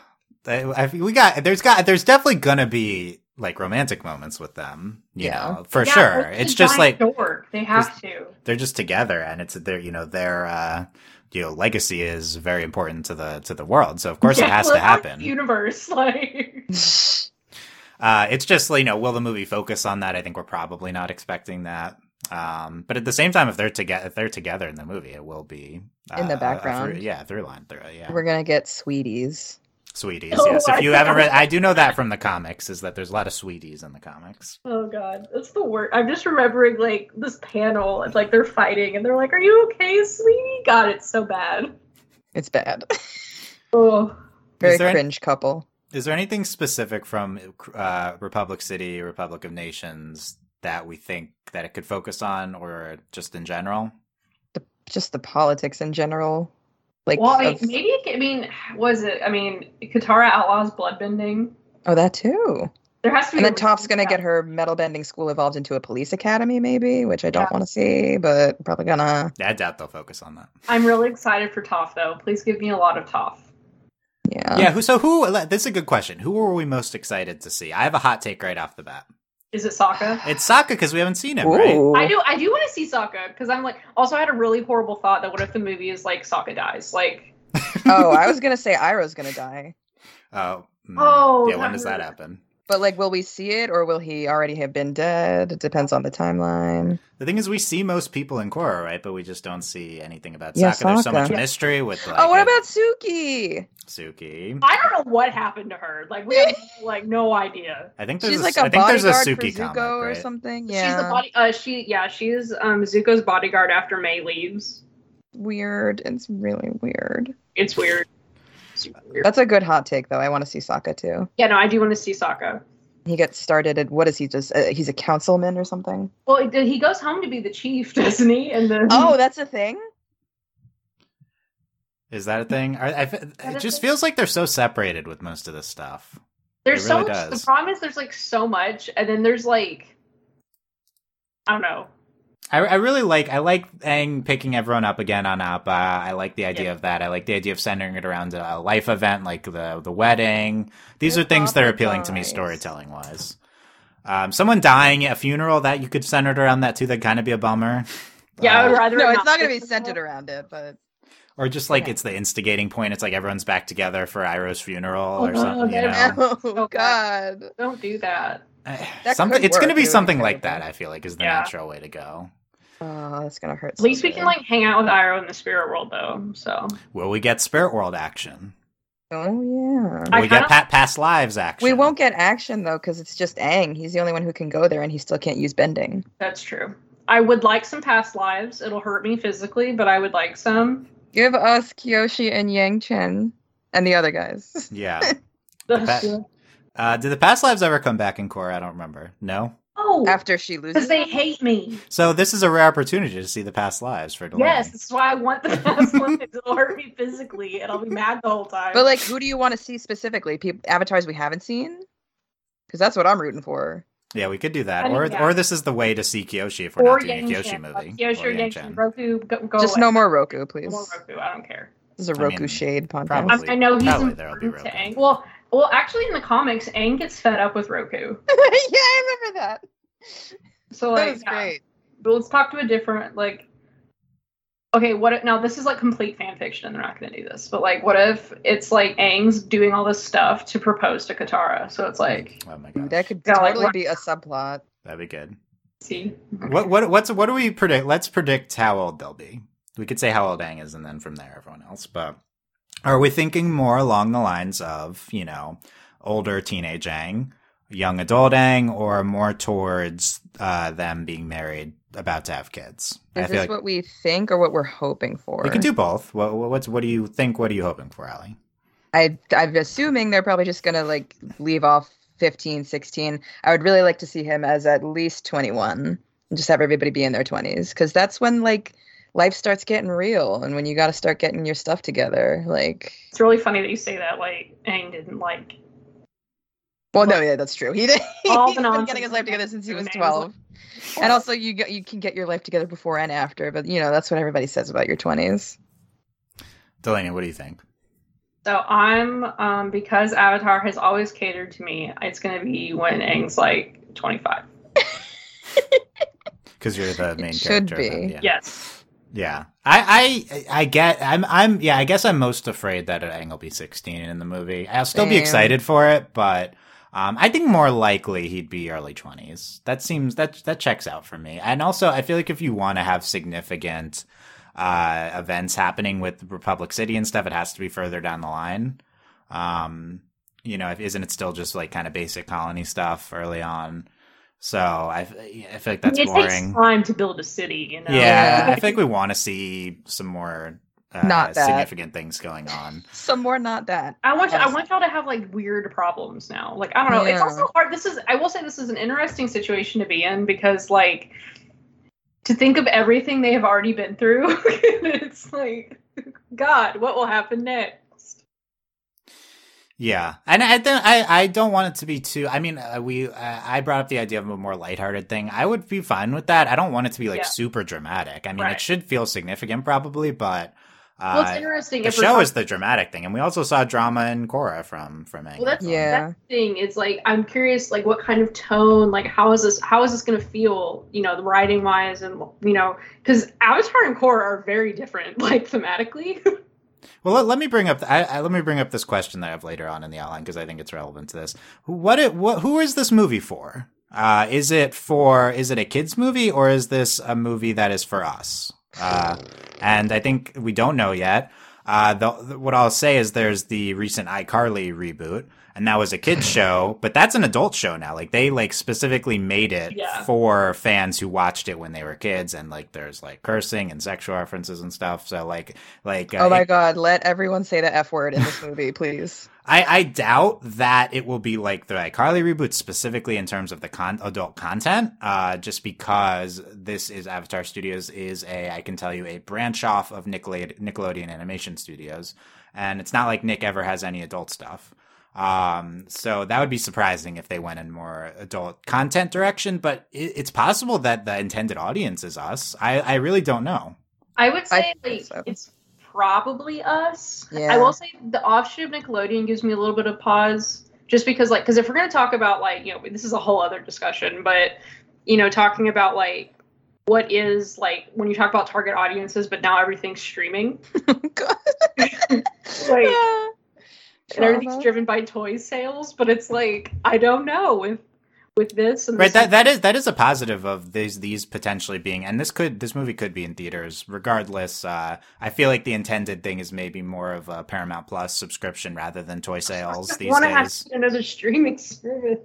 Speaker 1: I, I, we got there's got there's definitely gonna be like romantic moments with them. You
Speaker 3: Yeah.
Speaker 1: know, for
Speaker 2: Yeah,
Speaker 1: sure.
Speaker 2: it's a
Speaker 1: It's just like
Speaker 2: giant dork. they have to.
Speaker 1: they're just together, and it's their you know their uh, you know legacy is very important to the to the world. So of course it
Speaker 2: Yeah,
Speaker 1: has
Speaker 2: well,
Speaker 1: to
Speaker 2: it's not
Speaker 1: happen.
Speaker 2: the universe, like
Speaker 1: Uh, it's just you know, will the movie focus on that? I think we're probably not expecting that. Um, but at the same time, if they're together, if they're together in the movie, it will be uh,
Speaker 3: In the
Speaker 1: a- a
Speaker 3: background.
Speaker 1: through- yeah, through line through. Yeah,
Speaker 3: We're gonna get sweeties.
Speaker 1: sweeties.
Speaker 2: Oh
Speaker 1: yes, if
Speaker 2: my
Speaker 1: you haven't
Speaker 2: God.
Speaker 1: read, I do know that from the comics is that there's a lot of sweeties in the comics.
Speaker 2: Oh god, that's the worst. I'm just remembering like this panel and like they're fighting and they're like, "Are you okay, sweetie?" God, it's so bad.
Speaker 3: It's bad.
Speaker 2: Oh,
Speaker 3: Very
Speaker 1: there an-
Speaker 3: cringe couple.
Speaker 1: Is there anything specific from uh, Republic City, Republic of Nations that we think that it could focus on, or just in general?
Speaker 3: Just the politics in general. Like
Speaker 2: well, I,
Speaker 3: of-
Speaker 2: maybe it, I mean, was it? I mean, Katara outlaws bloodbending.
Speaker 3: Oh, that too.
Speaker 2: There has to be.
Speaker 3: And
Speaker 2: a
Speaker 3: then Toph's
Speaker 2: reason
Speaker 3: gonna
Speaker 2: for
Speaker 3: get
Speaker 2: that.
Speaker 3: her metal bending school evolved into a police academy, maybe, which I don't
Speaker 2: Yeah.
Speaker 3: want to see, but probably gonna.
Speaker 1: I doubt they'll focus on that.
Speaker 2: I'm really excited for Toph though. Please give me a lot of Toph.
Speaker 3: Yeah.
Speaker 1: yeah. Who? So who? This is a good question. Who were we most excited to see? I have a hot take right off the bat.
Speaker 2: Is it Sokka?
Speaker 1: It's Sokka because we haven't seen him, right?
Speaker 3: Ooh.
Speaker 2: I do. I do want to see Sokka because I'm like. Also, I had a really horrible thought that what if the movie is like Sokka dies? Like,
Speaker 3: oh, I was gonna say Iroh's gonna die,
Speaker 1: Oh. mm.
Speaker 2: Oh,
Speaker 1: Yeah. When
Speaker 2: that
Speaker 1: does that
Speaker 2: hurt.
Speaker 1: happen?
Speaker 3: but like, will we see it or will he already have been dead? It depends on the timeline.
Speaker 1: The thing is, we see most people in Korra, right? But we just don't see anything about Sokka.
Speaker 3: Yeah,
Speaker 1: There's so
Speaker 3: Sokka.
Speaker 1: much
Speaker 3: Yeah.
Speaker 1: mystery with. Like,
Speaker 3: oh, what
Speaker 1: it-
Speaker 3: about Suki?
Speaker 1: Suki?
Speaker 2: I don't know what happened to her. Like, we have like no idea.
Speaker 1: I think there's
Speaker 3: She's
Speaker 1: a,
Speaker 3: like
Speaker 1: I
Speaker 3: a
Speaker 1: think there's
Speaker 3: bodyguard
Speaker 1: a
Speaker 3: for
Speaker 1: Suki
Speaker 3: Zuko
Speaker 1: comic, right?
Speaker 3: or something.
Speaker 2: She's the
Speaker 3: Yeah,
Speaker 2: body. Uh, she yeah. She is um, Zuko's bodyguard after May leaves.
Speaker 3: weird. It's really weird.
Speaker 2: It's weird. Super weird.
Speaker 3: That's a good hot take, though. I want to see Sokka too.
Speaker 2: Yeah, no, I do want to see Sokka.
Speaker 3: He gets started at what is he just? Uh, he's a councilman or something.
Speaker 2: Well, it- he goes home to be the chief, doesn't he? And then
Speaker 3: Oh, that's a thing.
Speaker 1: Is that a thing? Are- I, fe-
Speaker 2: that
Speaker 1: it
Speaker 2: a
Speaker 1: just
Speaker 2: thing?
Speaker 1: feels like they're so separated with most of this stuff.
Speaker 2: there's
Speaker 1: it
Speaker 2: so
Speaker 1: really
Speaker 2: much.
Speaker 1: does.
Speaker 2: The problem is there's like so much, and then there's like I don't know.
Speaker 1: I, I really like I like Aang picking everyone up again on Appa. I like the idea of that. I like the idea of centering it around a, a life event like the the wedding. These
Speaker 3: If
Speaker 1: are things that are
Speaker 3: Appa
Speaker 1: appealing to me
Speaker 3: dies.
Speaker 1: storytelling wise. Um, someone dying at a funeral that you could center it around that too. That'd kind of be a bummer.
Speaker 2: Yeah, I
Speaker 1: Uh,
Speaker 2: would rather.
Speaker 3: No,
Speaker 2: it
Speaker 3: it's not going to
Speaker 2: be
Speaker 3: be centered around it, but
Speaker 1: or just like
Speaker 3: Okay.
Speaker 1: it's the instigating point. It's like everyone's back together for Iroh's funeral
Speaker 2: Oh,
Speaker 1: or something. You
Speaker 2: that-
Speaker 1: know?
Speaker 3: oh god,
Speaker 2: Don't do that.
Speaker 1: Eh,
Speaker 3: that
Speaker 1: something.
Speaker 3: could
Speaker 1: It's going to
Speaker 3: work.
Speaker 1: be
Speaker 3: It would
Speaker 1: something
Speaker 3: be
Speaker 1: like that.
Speaker 3: terrible.
Speaker 1: I feel like is the
Speaker 2: Yeah.
Speaker 1: natural way to go.
Speaker 3: oh, that's going to hurt.
Speaker 2: At least
Speaker 3: so
Speaker 2: we can
Speaker 3: bad.
Speaker 2: like hang out with Iroh in the spirit world, though. So
Speaker 1: Will we get Spirit World action?
Speaker 3: Oh yeah.
Speaker 1: Will
Speaker 2: I
Speaker 1: we get
Speaker 2: kinda-
Speaker 1: pa- past lives action?
Speaker 3: We won't get action though, because it's just Aang. He's the only one who can go there, and he still can't use bending.
Speaker 2: that's true. I would like some past lives. It'll hurt me physically, but I would like some.
Speaker 3: Give us Kyoshi and Yang Chen and the other guys.
Speaker 1: Yeah. The Uh, did the past lives ever come back in Korra? I don't remember. No.
Speaker 2: oh,
Speaker 3: After she loses,
Speaker 2: because they hate me.
Speaker 1: So this is a rare opportunity to see the past lives for Delaney.
Speaker 2: Yes, that's why I want the past lives. It'll hurt me physically, and I'll be mad the whole time.
Speaker 3: But like, who do you want to see specifically? People, avatars we haven't seen, because that's what I'm rooting for.
Speaker 1: Yeah, we could do that.
Speaker 2: I mean,
Speaker 1: or
Speaker 2: yeah.
Speaker 1: or this is the way to see Kyoshi if we're
Speaker 2: or
Speaker 1: not doing a Kyoshi movie.
Speaker 2: Kyoshi
Speaker 1: Or
Speaker 2: or
Speaker 1: Yang
Speaker 2: Yankshin.
Speaker 1: Chen.
Speaker 2: Roku, go, go
Speaker 3: just
Speaker 2: away.
Speaker 3: no more Roku, please.
Speaker 2: No more Roku. I don't care.
Speaker 3: This is a
Speaker 1: I
Speaker 3: Roku
Speaker 1: mean,
Speaker 3: shade podcast.
Speaker 1: probably.
Speaker 2: I'm- I know he's
Speaker 1: Probably
Speaker 2: important
Speaker 1: there'll be
Speaker 2: to
Speaker 1: Roku.
Speaker 2: Aang. Well, well, actually, in the comics, Aang gets fed up with Roku.
Speaker 3: yeah, I remember that.
Speaker 2: So
Speaker 3: That
Speaker 2: like,
Speaker 3: was
Speaker 2: yeah.
Speaker 3: great.
Speaker 2: But let's talk to a different like. Okay, what if now this is like complete fan fiction and they're not gonna do this, but like what if it's like Aang's doing all this stuff to propose to Katara? So it's like
Speaker 1: Oh my
Speaker 3: That
Speaker 1: god.
Speaker 3: could
Speaker 2: Yeah, like,
Speaker 3: totally
Speaker 2: what-
Speaker 3: be a subplot.
Speaker 1: That'd be good.
Speaker 2: see.
Speaker 1: What what what's what do we predict? Let's predict how old they'll be. We could say how old Aang is, and then from there, everyone else. But are we thinking more along the lines of you know older teenage Aang, young adult Aang, or more towards uh, them being married, about to have kids?
Speaker 3: Is this
Speaker 1: like
Speaker 3: what we think or what we're hoping for?
Speaker 1: we could do both. What what- what's what do you think? What are you hoping for, Allie?
Speaker 3: I, I'm assuming they're probably just gonna like leave off 15, 16. I would really like to see him as at least 21 and just have everybody be in their 20s because that's when like life starts getting real and when you got to start getting your stuff together. Like,
Speaker 2: It's really funny that you say that. Like Aang didn't like
Speaker 3: well, no, yeah, that's true. He,
Speaker 2: All
Speaker 3: he's
Speaker 2: the
Speaker 3: been
Speaker 2: nonsense
Speaker 3: getting his life together since he was
Speaker 2: and Aang's
Speaker 3: 12. And also, you get, you can get your life together before and after, but you know that's what everybody says about your 20s.
Speaker 1: Delaney, what do you think?
Speaker 2: So I'm um because Avatar has always catered to me. It's gonna be when Aang's like 25.
Speaker 1: Because you're the main
Speaker 3: should
Speaker 1: character.
Speaker 3: be.
Speaker 1: then, yeah.
Speaker 2: Yes.
Speaker 1: Yeah, I, I I get I'm I'm yeah I guess I'm most afraid that Aang will be 16 in the movie. I'll still be
Speaker 3: Same.
Speaker 1: excited for it, but um, I think more likely he'd be early 20s. That seems that that checks out for me. And also, I feel like if you want to have significant uh, events happening with Republic City and stuff, it has to be further down the line. Um, you know, if, isn't it still just like kind of basic colony stuff early on? So I, I feel like that's
Speaker 2: it
Speaker 1: boring.
Speaker 2: takes time to build a city, you know.
Speaker 1: Yeah,
Speaker 3: Yeah.
Speaker 1: I think we want to see some more uh,
Speaker 3: Not that.
Speaker 1: significant things going on.
Speaker 3: Some more, not that.
Speaker 2: I want I want y'all to have like weird problems now. Like I don't know. It's
Speaker 3: Yeah.
Speaker 2: also hard. This is I will say this is an interesting situation to be in because like to think of everything they have already been through, it's like God, what will happen next?
Speaker 1: Yeah, and I think I I don't want it to be too. I mean, uh, we uh, I brought up the idea of a more lighthearted thing. I would be fine with that. I don't want it to be like
Speaker 2: Yeah.
Speaker 1: super dramatic. I mean, it
Speaker 2: Right.
Speaker 1: should feel significant probably, but uh,
Speaker 2: well, it's interesting.
Speaker 1: the
Speaker 2: if we're
Speaker 1: show
Speaker 2: talking-
Speaker 1: is the dramatic thing, and we also saw drama in Cora from from Aang.
Speaker 2: Well, that's
Speaker 3: Yeah.
Speaker 2: that's the thing. It's like I'm curious, like what kind of tone, like how is this, how is this going to feel, you know, the writing wise, and you know, because Avatar and Korra are very different, like thematically.
Speaker 1: Well, let, let me bring up I, I, let me bring up this question that I have later on in the outline because I think it's relevant to this. What it what who is this movie for? Uh, is it for is it a kids movie or is this a movie that is for us? Uh, and I think we don't know yet. Uh, the, the- what I'll say is there's the recent iCarly reboot, and that was a kids show, but that's an adult show now. Like they like specifically made it
Speaker 2: Yeah.
Speaker 1: for fans who watched it when they were kids, and like there's like cursing and sexual references and stuff. So like like uh,
Speaker 3: oh my
Speaker 1: it-
Speaker 3: god, let everyone say the F word in this movie, please.
Speaker 1: I, I doubt that it will be like the iCarly reboot specifically in terms of the con- adult content, uh, just because this is Avatar Studios is a I can tell you a branch off of Nickelode- Nickelodeon Animation Studios, and it's not like Nick ever has any adult stuff. Um, so that would be surprising if they went in more adult content direction, but it, it's possible that the intended audience is us. I, I really don't know.
Speaker 2: I would
Speaker 3: I
Speaker 2: say
Speaker 3: think
Speaker 2: like
Speaker 3: so.
Speaker 2: it's probably us.
Speaker 3: Yeah.
Speaker 2: I will say the offshoot of Nickelodeon gives me a little bit of pause, just because like because if we're gonna talk about like you know this is a whole other discussion, but you know talking about like what is like when you talk about target audiences, but now everything's streaming
Speaker 3: Oh God.
Speaker 2: Wait.
Speaker 3: Yeah.
Speaker 2: and everything's
Speaker 3: Ah. Trauma.
Speaker 2: driven by toy sales, but it's like I don't know with with this and
Speaker 1: right
Speaker 2: this
Speaker 1: that that is that is a positive of these these potentially being and this could this movie could be in theaters regardless uh i feel like the intended thing is maybe more of a paramount plus subscription rather than toy sales these
Speaker 2: want to have
Speaker 1: days
Speaker 2: another streaming service,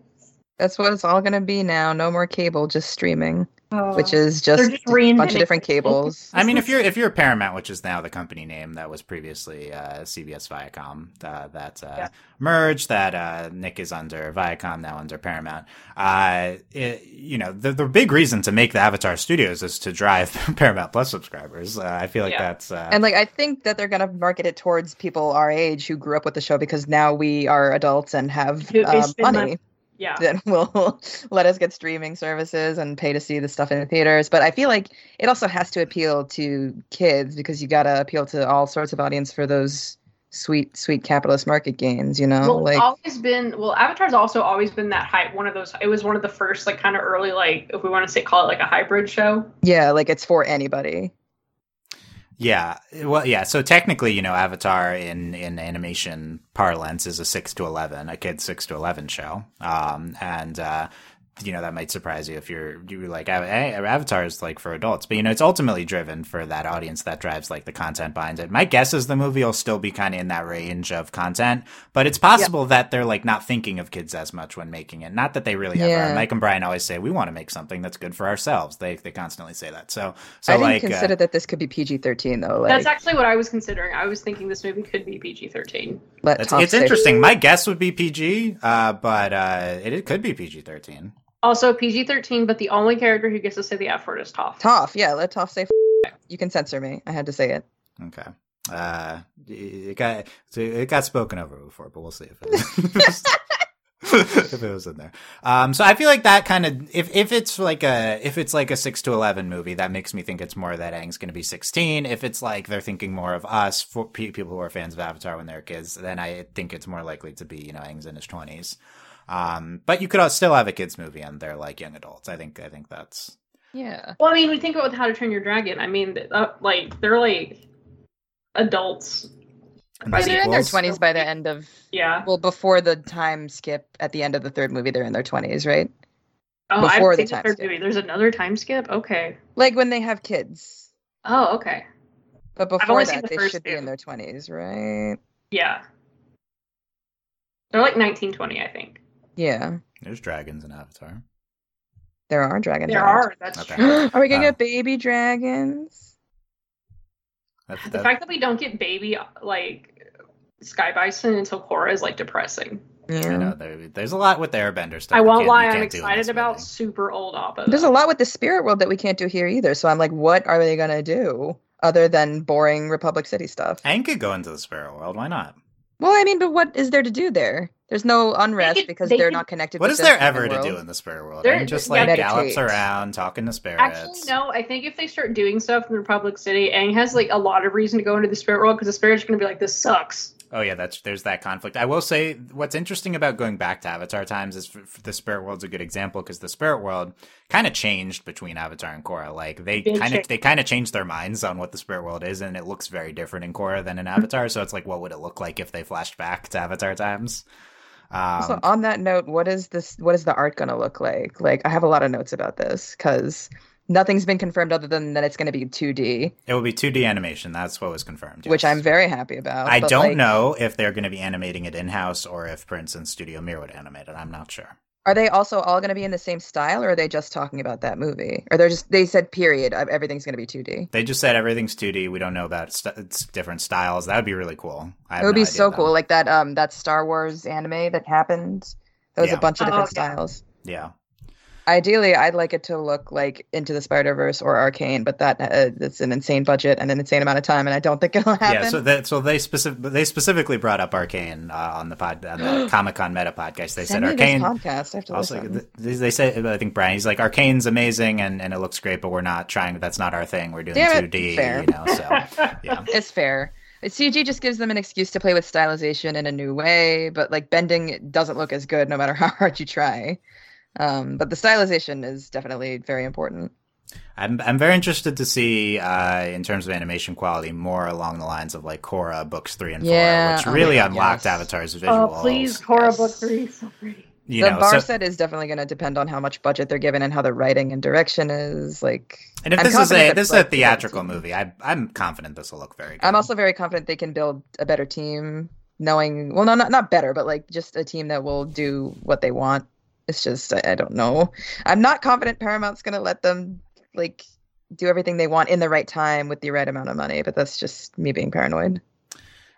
Speaker 3: That's what it's all gonna be now. No more cable, just streaming, which
Speaker 2: Uh,
Speaker 3: is just,
Speaker 2: just
Speaker 3: a bunch
Speaker 2: reinventing
Speaker 3: of different
Speaker 2: it.
Speaker 3: cables.
Speaker 1: I mean, if you're if you're Paramount, which is now the company name that was previously uh, CBS Viacom, uh, that uh,
Speaker 2: Yeah.
Speaker 1: merge that uh, Nick is under Viacom now under Paramount. Uh, it, you know, the the big reason to make the Avatar Studios is to drive Paramount Plus subscribers. Uh, I feel like
Speaker 2: Yeah.
Speaker 1: that's uh,
Speaker 3: And like I think that they're gonna market it towards people our age who grew up with the show because now we are adults and have
Speaker 2: Who- they
Speaker 3: uh,
Speaker 2: spend
Speaker 3: money
Speaker 2: money. yeah.
Speaker 3: that will let us get streaming services and pay to see the stuff in the theaters. But I feel like it also has to appeal to kids because you gotta appeal to all sorts of audience for those sweet, sweet capitalist market gains. You know,
Speaker 2: well,
Speaker 3: like
Speaker 2: it's always been well. Avatar's also always been that hype. One of those. It was one of the first, like, kind of early, like, if we want to say, call it like a hybrid show.
Speaker 3: yeah, like it's for anybody.
Speaker 1: Yeah. Well, yeah. So technically, you know, Avatar in, in animation parlance is a 6 to 11, a kid's 6 to 11 show. Um, and, uh, you know, that might surprise you if you're, you're like, "Av- eh, Avatar is like for adults, but, you know, it's ultimately driven for that audience that drives like the content behind it. My guess is the movie will still be kind of in that range of content, but it's possible that they're like not thinking of kids as much when making it. Not that they really
Speaker 3: Yeah.
Speaker 1: ever. Mike and Brian always say, we want to make something that's good for ourselves. They, they constantly say that. So, so
Speaker 3: I didn't
Speaker 1: like, uh,
Speaker 3: consider that this could be PG thirteen though. Like,
Speaker 2: That's actually what I was considering. I was thinking this movie could be PG thirteen.
Speaker 3: let
Speaker 1: It's,
Speaker 3: Tom
Speaker 1: it's
Speaker 3: say-
Speaker 1: interesting. My guess would be PG, uh, but uh, it, it could be PG thirteen.
Speaker 2: Also PG thirteen, but the only character who gets to say the F word is Toph.
Speaker 3: Toph, yeah, let Toph say. F- you can censor me. I had to say it.
Speaker 1: Okay. Uh, it got so it got spoken over before, but we'll see if it was, if it was in there. Um, so I feel like that kind of if if it's like a if it's like a six to eleven movie, that makes me think it's more that Aang's going to be sixteen. If it's like they're thinking more of us for pe- people who are fans of Avatar when they're kids, then I think it's more likely to be you know Aang's in his twenties. Um, but you could al- still have a kids movie and they're like young adults. I think I think that's
Speaker 3: Yeah.
Speaker 2: Well, I mean, we think about How to Train Your Dragon. I mean, th- uh, like they're like adults.
Speaker 1: and
Speaker 2: By
Speaker 1: the
Speaker 2: the
Speaker 3: they're in their
Speaker 1: sequels.
Speaker 3: twenties by the end of.
Speaker 2: Yeah.
Speaker 3: Well, before the time skip at the end of the third movie, they're in their twenties, right?
Speaker 2: Oh,
Speaker 3: Before
Speaker 2: I've
Speaker 3: the
Speaker 2: seen
Speaker 3: time
Speaker 2: third
Speaker 3: skip.
Speaker 2: movie. There's another time skip. Okay.
Speaker 3: Like when they have kids.
Speaker 2: Oh, okay.
Speaker 3: But
Speaker 2: only
Speaker 3: before
Speaker 2: seen
Speaker 3: that,
Speaker 2: the
Speaker 3: they
Speaker 2: first
Speaker 3: should be
Speaker 2: two.
Speaker 3: in their twenties, right?
Speaker 2: Yeah. They're like 1920, I think.
Speaker 3: Yeah,
Speaker 1: There's dragons in Avatar.
Speaker 3: there are dragon.
Speaker 2: There
Speaker 3: dragons.
Speaker 2: are. That's
Speaker 1: Okay.
Speaker 2: true.
Speaker 3: are we gonna
Speaker 1: Uh,
Speaker 3: get baby dragons?
Speaker 1: That-
Speaker 2: The
Speaker 1: that-
Speaker 2: fact that we don't get baby like Sky Bison until Korra is like depressing.
Speaker 1: I
Speaker 3: Yeah.
Speaker 1: know there, there's a lot with the Airbender stuff.
Speaker 2: I
Speaker 1: you
Speaker 2: won't
Speaker 1: can't-
Speaker 2: lie,
Speaker 1: you
Speaker 2: I'm
Speaker 1: can't do in
Speaker 2: excited
Speaker 1: this
Speaker 2: about
Speaker 1: movie.
Speaker 2: super old Appa.
Speaker 3: There's a
Speaker 2: though.
Speaker 3: lot with the spirit world that we can't do here either. So I'm like, what are they gonna do other than boring Republic City stuff?
Speaker 1: Aang could go into the spirit world. Why not?
Speaker 3: Well, I mean, but what is there to do there? There's no unrest
Speaker 2: They could-
Speaker 3: because
Speaker 2: they
Speaker 3: they are
Speaker 2: could-
Speaker 3: not connected.
Speaker 1: What
Speaker 3: with
Speaker 1: is
Speaker 3: the
Speaker 1: there
Speaker 3: human
Speaker 1: ever to
Speaker 3: world.
Speaker 1: do in the spirit world?
Speaker 2: There-
Speaker 1: Everyone just
Speaker 2: yeah,
Speaker 1: like gallops
Speaker 3: meditate.
Speaker 1: around talking to spirits.
Speaker 2: Actually, no. I think if they start doing stuff in Republic City, Aang has like a lot of reason to go into the spirit world because the spirits are going to be like, "This sucks."
Speaker 1: Oh yeah, that's there's that conflict. I will say what's interesting about going back to Avatar times is f f- the spirit world's a good example because the spirit world kind of changed between Avatar and Korra. Like they
Speaker 2: Big
Speaker 1: kind of
Speaker 2: change.
Speaker 1: they kind of changed their minds on what the spirit world is, and it looks very different in Korra than in
Speaker 2: Mm-hmm.
Speaker 1: Avatar. So it's like, what would it look like if they flashed back to Avatar times?
Speaker 3: Also,
Speaker 1: Um,
Speaker 3: on that note, what is this? What is the art going to look like? Like, I have a lot of notes about this because nothing's been confirmed other than that it's going to be 2D,
Speaker 1: it will be 2D animation. That's what was confirmed.
Speaker 3: which
Speaker 1: yes.
Speaker 3: I'm very happy about.
Speaker 1: I
Speaker 3: but,
Speaker 1: don't
Speaker 3: like,
Speaker 1: know if they're going to be animating it in house or if Prince and Studio Mir would animate it. I'm not sure.
Speaker 3: Are they also all going to be in the same style, or are they just talking about that movie? Or they're just they said period. uh, Everything's going to be 2D.
Speaker 1: They just said everything's 2D. We don't know about st- it's different styles. That would be really cool. I have
Speaker 3: It would
Speaker 1: no
Speaker 3: be
Speaker 1: idea
Speaker 3: so
Speaker 1: though.
Speaker 3: cool, like that um that Star Wars anime that happened. That was
Speaker 1: Yeah.
Speaker 3: a bunch of
Speaker 2: Oh,
Speaker 3: different
Speaker 2: yeah.
Speaker 3: styles.
Speaker 1: Yeah.
Speaker 3: Ideally, I'd like it to look like Into the Spider Verse or Arcane, but that uh, that's an insane budget and an insane amount of time, and I don't think it'll happen.
Speaker 1: Yeah. So that so they specific they specifically brought up Arcane uh, on the pod on the Comic Con Meta podcast. They
Speaker 3: Send
Speaker 1: said
Speaker 3: me this
Speaker 1: Arcane.
Speaker 3: podcast. I have to
Speaker 1: Also,
Speaker 3: listen.
Speaker 1: th- they they said I think Brian. He's like Arcane's amazing and, and it looks great, but we're not trying. That's not our thing. We're doing
Speaker 3: Damn it.
Speaker 1: 2D.
Speaker 3: Fair.
Speaker 1: You know. So yeah.
Speaker 3: it's fair. CG just gives them an excuse to play with stylization in a new way, but like bending doesn't look as good no matter how hard you try. Um, but the stylization is definitely very important.
Speaker 1: I'm I'm very interested to see uh, in terms of animation quality more along the lines of like Korra books three and
Speaker 3: Yeah,
Speaker 1: four,
Speaker 3: oh
Speaker 1: which
Speaker 3: my
Speaker 1: really
Speaker 3: God,
Speaker 1: unlocked
Speaker 3: yes.
Speaker 1: Avatar's
Speaker 2: Oh,
Speaker 1: visuals.
Speaker 2: please, horror
Speaker 3: yes.
Speaker 2: book three, so pretty.
Speaker 1: You
Speaker 3: the
Speaker 1: know,
Speaker 3: bar
Speaker 1: so-
Speaker 3: set is definitely going to depend on how much budget they're given and how the writing and direction is. Like,
Speaker 1: And if
Speaker 3: I'm
Speaker 1: this is
Speaker 3: confident
Speaker 1: a
Speaker 3: that
Speaker 1: this is a
Speaker 3: Blood Fever
Speaker 1: theatrical
Speaker 3: team-
Speaker 1: movie, I I'm confident this will look very good.
Speaker 3: I'm also very confident they can build a better team, knowing well, no, not not better, but like just a team that will do what they want. It's just I, I don't know. I'm not confident Paramount's gonna let them like do everything they want in the right time with the right amount of money, but that's just me being paranoid.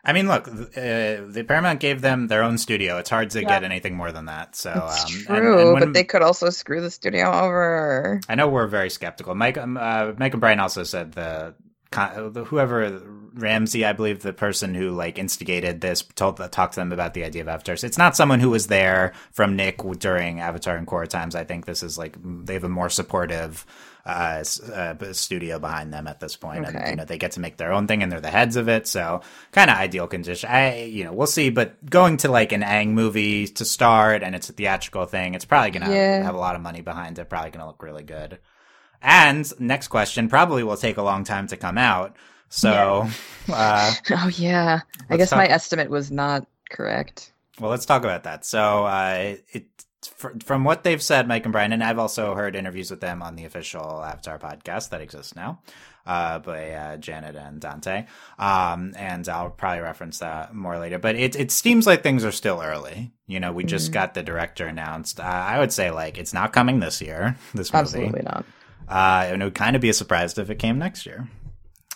Speaker 1: I mean, look, th- uh, the Paramount gave them their own studio. It's hard to
Speaker 2: Yeah.
Speaker 1: get anything more than that. So
Speaker 3: It's
Speaker 1: um, and-
Speaker 3: true,
Speaker 1: and when-
Speaker 3: but they could also screw the studio over.
Speaker 1: I know we're very skeptical. Mike, um, uh, Mike and Brian also said the, con- the whoever Ramsey, I believe the person who like instigated this, told talked to them about the idea of Avatar. So it's not someone who was there from Nick during Avatar and Korra times. I think this is like they have a more supportive uh, s- uh, b- studio behind them at this point, and
Speaker 3: Okay.
Speaker 1: you know they get to make their own thing, and they're the heads of it. So kind of ideal condition. I you know we'll see, but going to like an Ang movie to start, and it's a theatrical thing. It's probably gonna
Speaker 3: Yeah.
Speaker 1: have a lot of money behind it. Probably gonna look really good. And next question probably will take a long time to come out. So, uh,
Speaker 3: Oh yeah, I
Speaker 1: Let's
Speaker 3: guess
Speaker 1: talk-
Speaker 3: my estimate was not correct.
Speaker 1: well, let's talk about that. So, uh, it fr- from what they've said, Mike and Brian, and I've also heard interviews with them on the official Avatar podcast that exists now uh, by uh, Janet and Dante. Um, and I'll probably reference that more later. But it it seems like things are still early. You know, we just
Speaker 3: Mhm.
Speaker 1: got the director announced. Uh, I would say like it's not coming this year. This movie.
Speaker 3: Absolutely not.
Speaker 1: Uh, and it would kind of be a surprise if it came next year.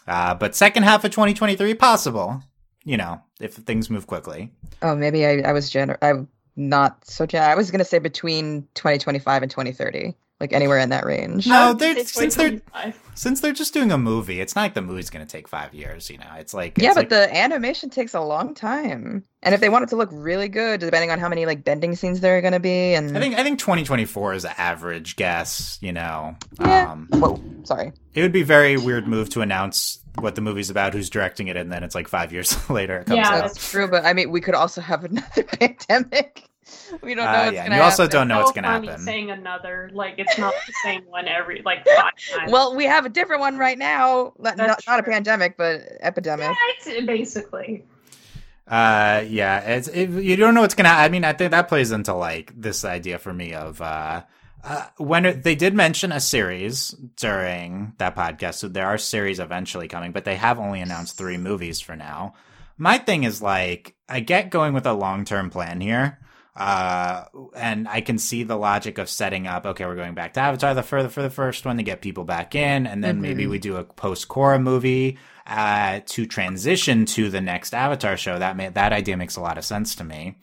Speaker 1: Uh, but second half of 2023, possible. You know, if things move quickly.
Speaker 3: Oh, maybe I, I was gener- I'm not so gen- I was gonna say between 2025 and 2030, like anywhere in that range.
Speaker 1: No,
Speaker 2: I would
Speaker 1: they're-
Speaker 2: say
Speaker 1: since they're-
Speaker 2: 2025.
Speaker 1: Since they're just doing a movie, it's not like the movie's going to take five years. You know, it's like
Speaker 3: yeah,
Speaker 1: it's
Speaker 3: but
Speaker 1: like-
Speaker 3: the animation takes a long time, and if they want it to look really good, depending on how many like bending scenes there are gonna be, and
Speaker 1: I think I think 2024 is an average guess. You know,
Speaker 3: Yeah.
Speaker 1: um,
Speaker 3: whoa, sorry,
Speaker 1: it would be very weird move to announce what the movie's about, who's directing it, and then it's like five years later it comes
Speaker 2: Yeah,
Speaker 1: out.
Speaker 2: that's
Speaker 3: true, but I mean we could also have another pandemic. We don't know.
Speaker 1: Uh,
Speaker 3: what's
Speaker 1: yeah, and
Speaker 3: gonna
Speaker 1: you also
Speaker 3: happen.
Speaker 1: don't know what's
Speaker 2: So
Speaker 1: going to
Speaker 2: funny
Speaker 1: happen.
Speaker 2: Saying another, like it's not the same one every like five times.
Speaker 3: Well, we have a different one right now. Not,
Speaker 2: That's
Speaker 3: not a
Speaker 2: true.
Speaker 3: pandemic, but epidemic.
Speaker 2: Right, basically.
Speaker 1: Uh, yeah, it's it, you don't know what's gonna. I mean, I think that plays into like this idea for me of uh, uh when it, they did mention a series during that podcast, so there are series eventually coming, but they have only announced three movies for now. My thing is like, I get going with a long term plan here. Uh, and I can see the logic of setting up. Okay, we're going back to Avatar the further for the first one to get people back in, and then maybe
Speaker 3: Mhm.
Speaker 1: we do a post Korra movie uh, to transition to the next Avatar show. That ma- that idea makes a lot of sense to me.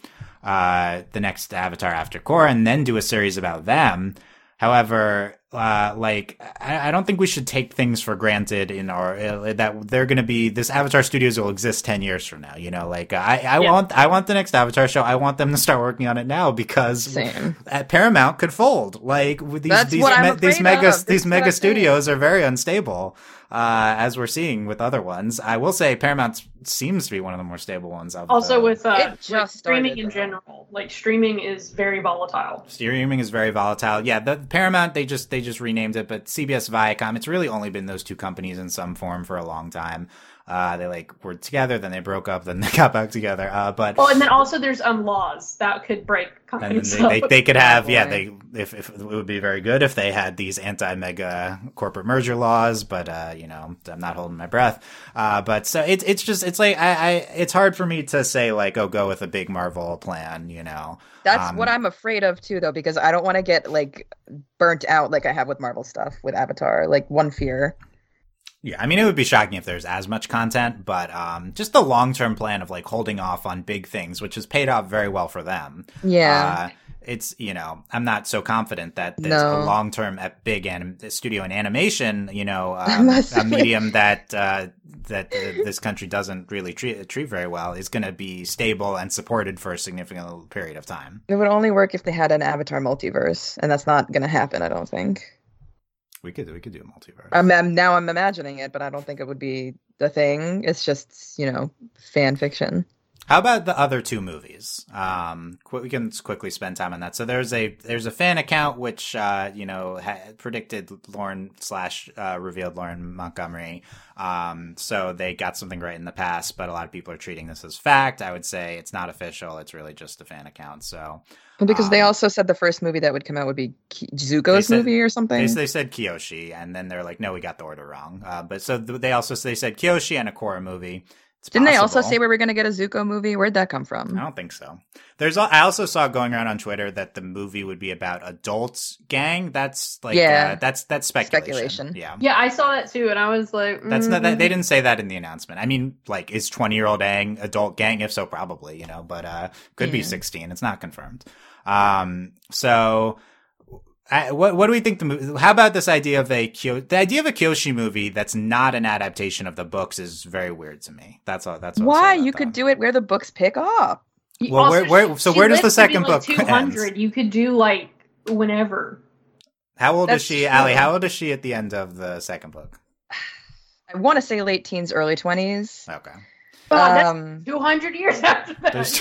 Speaker 1: Uh, the next Avatar after Korra, and then do a series about them. However, uh, like I, I don't think we should take things for granted in our uh, that they're going to be this Avatar Studios will exist ten years from now. You know, like uh, I I
Speaker 2: Yeah.
Speaker 1: want I want the next Avatar show. I want them to start working on it now because
Speaker 3: Same.
Speaker 1: at Paramount could fold. Like with these
Speaker 3: That's
Speaker 1: these,
Speaker 3: what I'm
Speaker 1: these
Speaker 3: afraid
Speaker 1: mega
Speaker 3: of. That's
Speaker 1: these
Speaker 3: what
Speaker 1: mega
Speaker 3: I'm saying.
Speaker 1: studios are very unstable, uh, as we're seeing with other ones. I will say Paramount seems to be one of the more stable ones. Of
Speaker 2: Also
Speaker 1: the,
Speaker 2: with uh,
Speaker 3: It just
Speaker 2: like, streaming
Speaker 3: started,
Speaker 2: in
Speaker 3: though.
Speaker 2: general, like streaming is very volatile.
Speaker 1: streaming is very volatile. Yeah, the Paramount they just they just renamed it, but CBS Viacom. It's really only been those two companies in some form for a long time. Uh, they like were together, then they broke up, then they got back together. Uh, but
Speaker 2: Well, and then also there's um laws that could break
Speaker 1: and
Speaker 2: companies.
Speaker 1: then they, they,
Speaker 2: up.
Speaker 1: they could
Speaker 3: Oh,
Speaker 1: have yeah
Speaker 3: boy.
Speaker 1: they if, if it would be very good if they had these anti-mega corporate merger laws but uh you know i'm not holding my breath uh but so it's it's just it's like i i it's hard for me to say like oh go with a big marvel plan you know
Speaker 3: That's
Speaker 1: Um,
Speaker 3: what I'm afraid of too, though, because I don't want to get like burnt out like I have with Marvel stuff with Avatar. Like one fear.
Speaker 1: yeah i mean it would be shocking if there's as much content but um just the long-term plan of like holding off on big things which has paid off very well for them
Speaker 3: Yeah.
Speaker 1: Uh, it's you know I'm not so confident that there's a
Speaker 3: No.
Speaker 1: long term at big anim- studio in animation you know
Speaker 3: I
Speaker 1: um,
Speaker 3: must
Speaker 1: a
Speaker 3: say.
Speaker 1: medium that uh, that uh, this country doesn't really treat, treat very well is going to be stable and supported for a significant period of time.
Speaker 3: it would only work if they had an Avatar multiverse, and that's not going to happen. I don't think.
Speaker 1: We could we could do a multiverse.
Speaker 3: I'm, I'm now I'm imagining it, but I don't think it would be the thing. It's just you know fan fiction.
Speaker 1: How about the other two movies? Um, qu- we can s- quickly spend time on that. So there's a there's a fan account which uh, you know ha- predicted Lauren slash uh, revealed Lauren Montgomery. Um, so they got something right in the past, but a lot of people are treating this as fact. I would say it's not official. It's really just a fan account. So
Speaker 3: Well, because they
Speaker 1: Um,
Speaker 3: also said the first movie that would come out would be Ki- Zuko's
Speaker 1: said-
Speaker 3: movie or
Speaker 1: they,
Speaker 3: something.
Speaker 1: s- they said Kyoshi, and then they're like, no, we got the order wrong. Uh, but so th- they also they said Kyoshi and a Korra movie. It's
Speaker 3: Didn't they also
Speaker 1: possible.
Speaker 3: say we were going to get a Zuko movie? Where'd that come from?
Speaker 1: I don't think so. There's. al- I also saw going around on Twitter that the movie would be about adults gang. That's like uh,
Speaker 3: Yeah.
Speaker 1: that's that's speculation.
Speaker 3: Speculation.
Speaker 1: Yeah.
Speaker 2: yeah, I saw that too, and I was like,
Speaker 1: That's not that they
Speaker 2: mm.
Speaker 1: didn't say that in the announcement. I mean, like, is twenty year old gang adult gang? If so, probably you know, but uh, could be
Speaker 3: Yeah.
Speaker 1: sixteen. It's not confirmed. Um, so, I, what what do we think the movie? How about this idea of a Kyo- the idea of a Kyoshi movie that's not an adaptation of the books is very weird to me. That's all. That's all I'll say
Speaker 3: Why
Speaker 1: about
Speaker 3: you
Speaker 1: that.
Speaker 3: could do it where the books pick up.
Speaker 2: You-
Speaker 1: Well,
Speaker 2: also,
Speaker 1: where- where- so
Speaker 2: she
Speaker 1: where does the
Speaker 2: lives to be,
Speaker 1: second
Speaker 2: like,
Speaker 1: book end?
Speaker 2: 200. You could do like whenever.
Speaker 1: How old is
Speaker 3: That's
Speaker 1: she,
Speaker 3: true.
Speaker 1: Allie? How old is she at the end of the second book?
Speaker 3: I want to say late teens, early twenties.
Speaker 1: Okay.
Speaker 2: God, that's
Speaker 3: um,
Speaker 2: 200 Uh, years after that.
Speaker 1: There's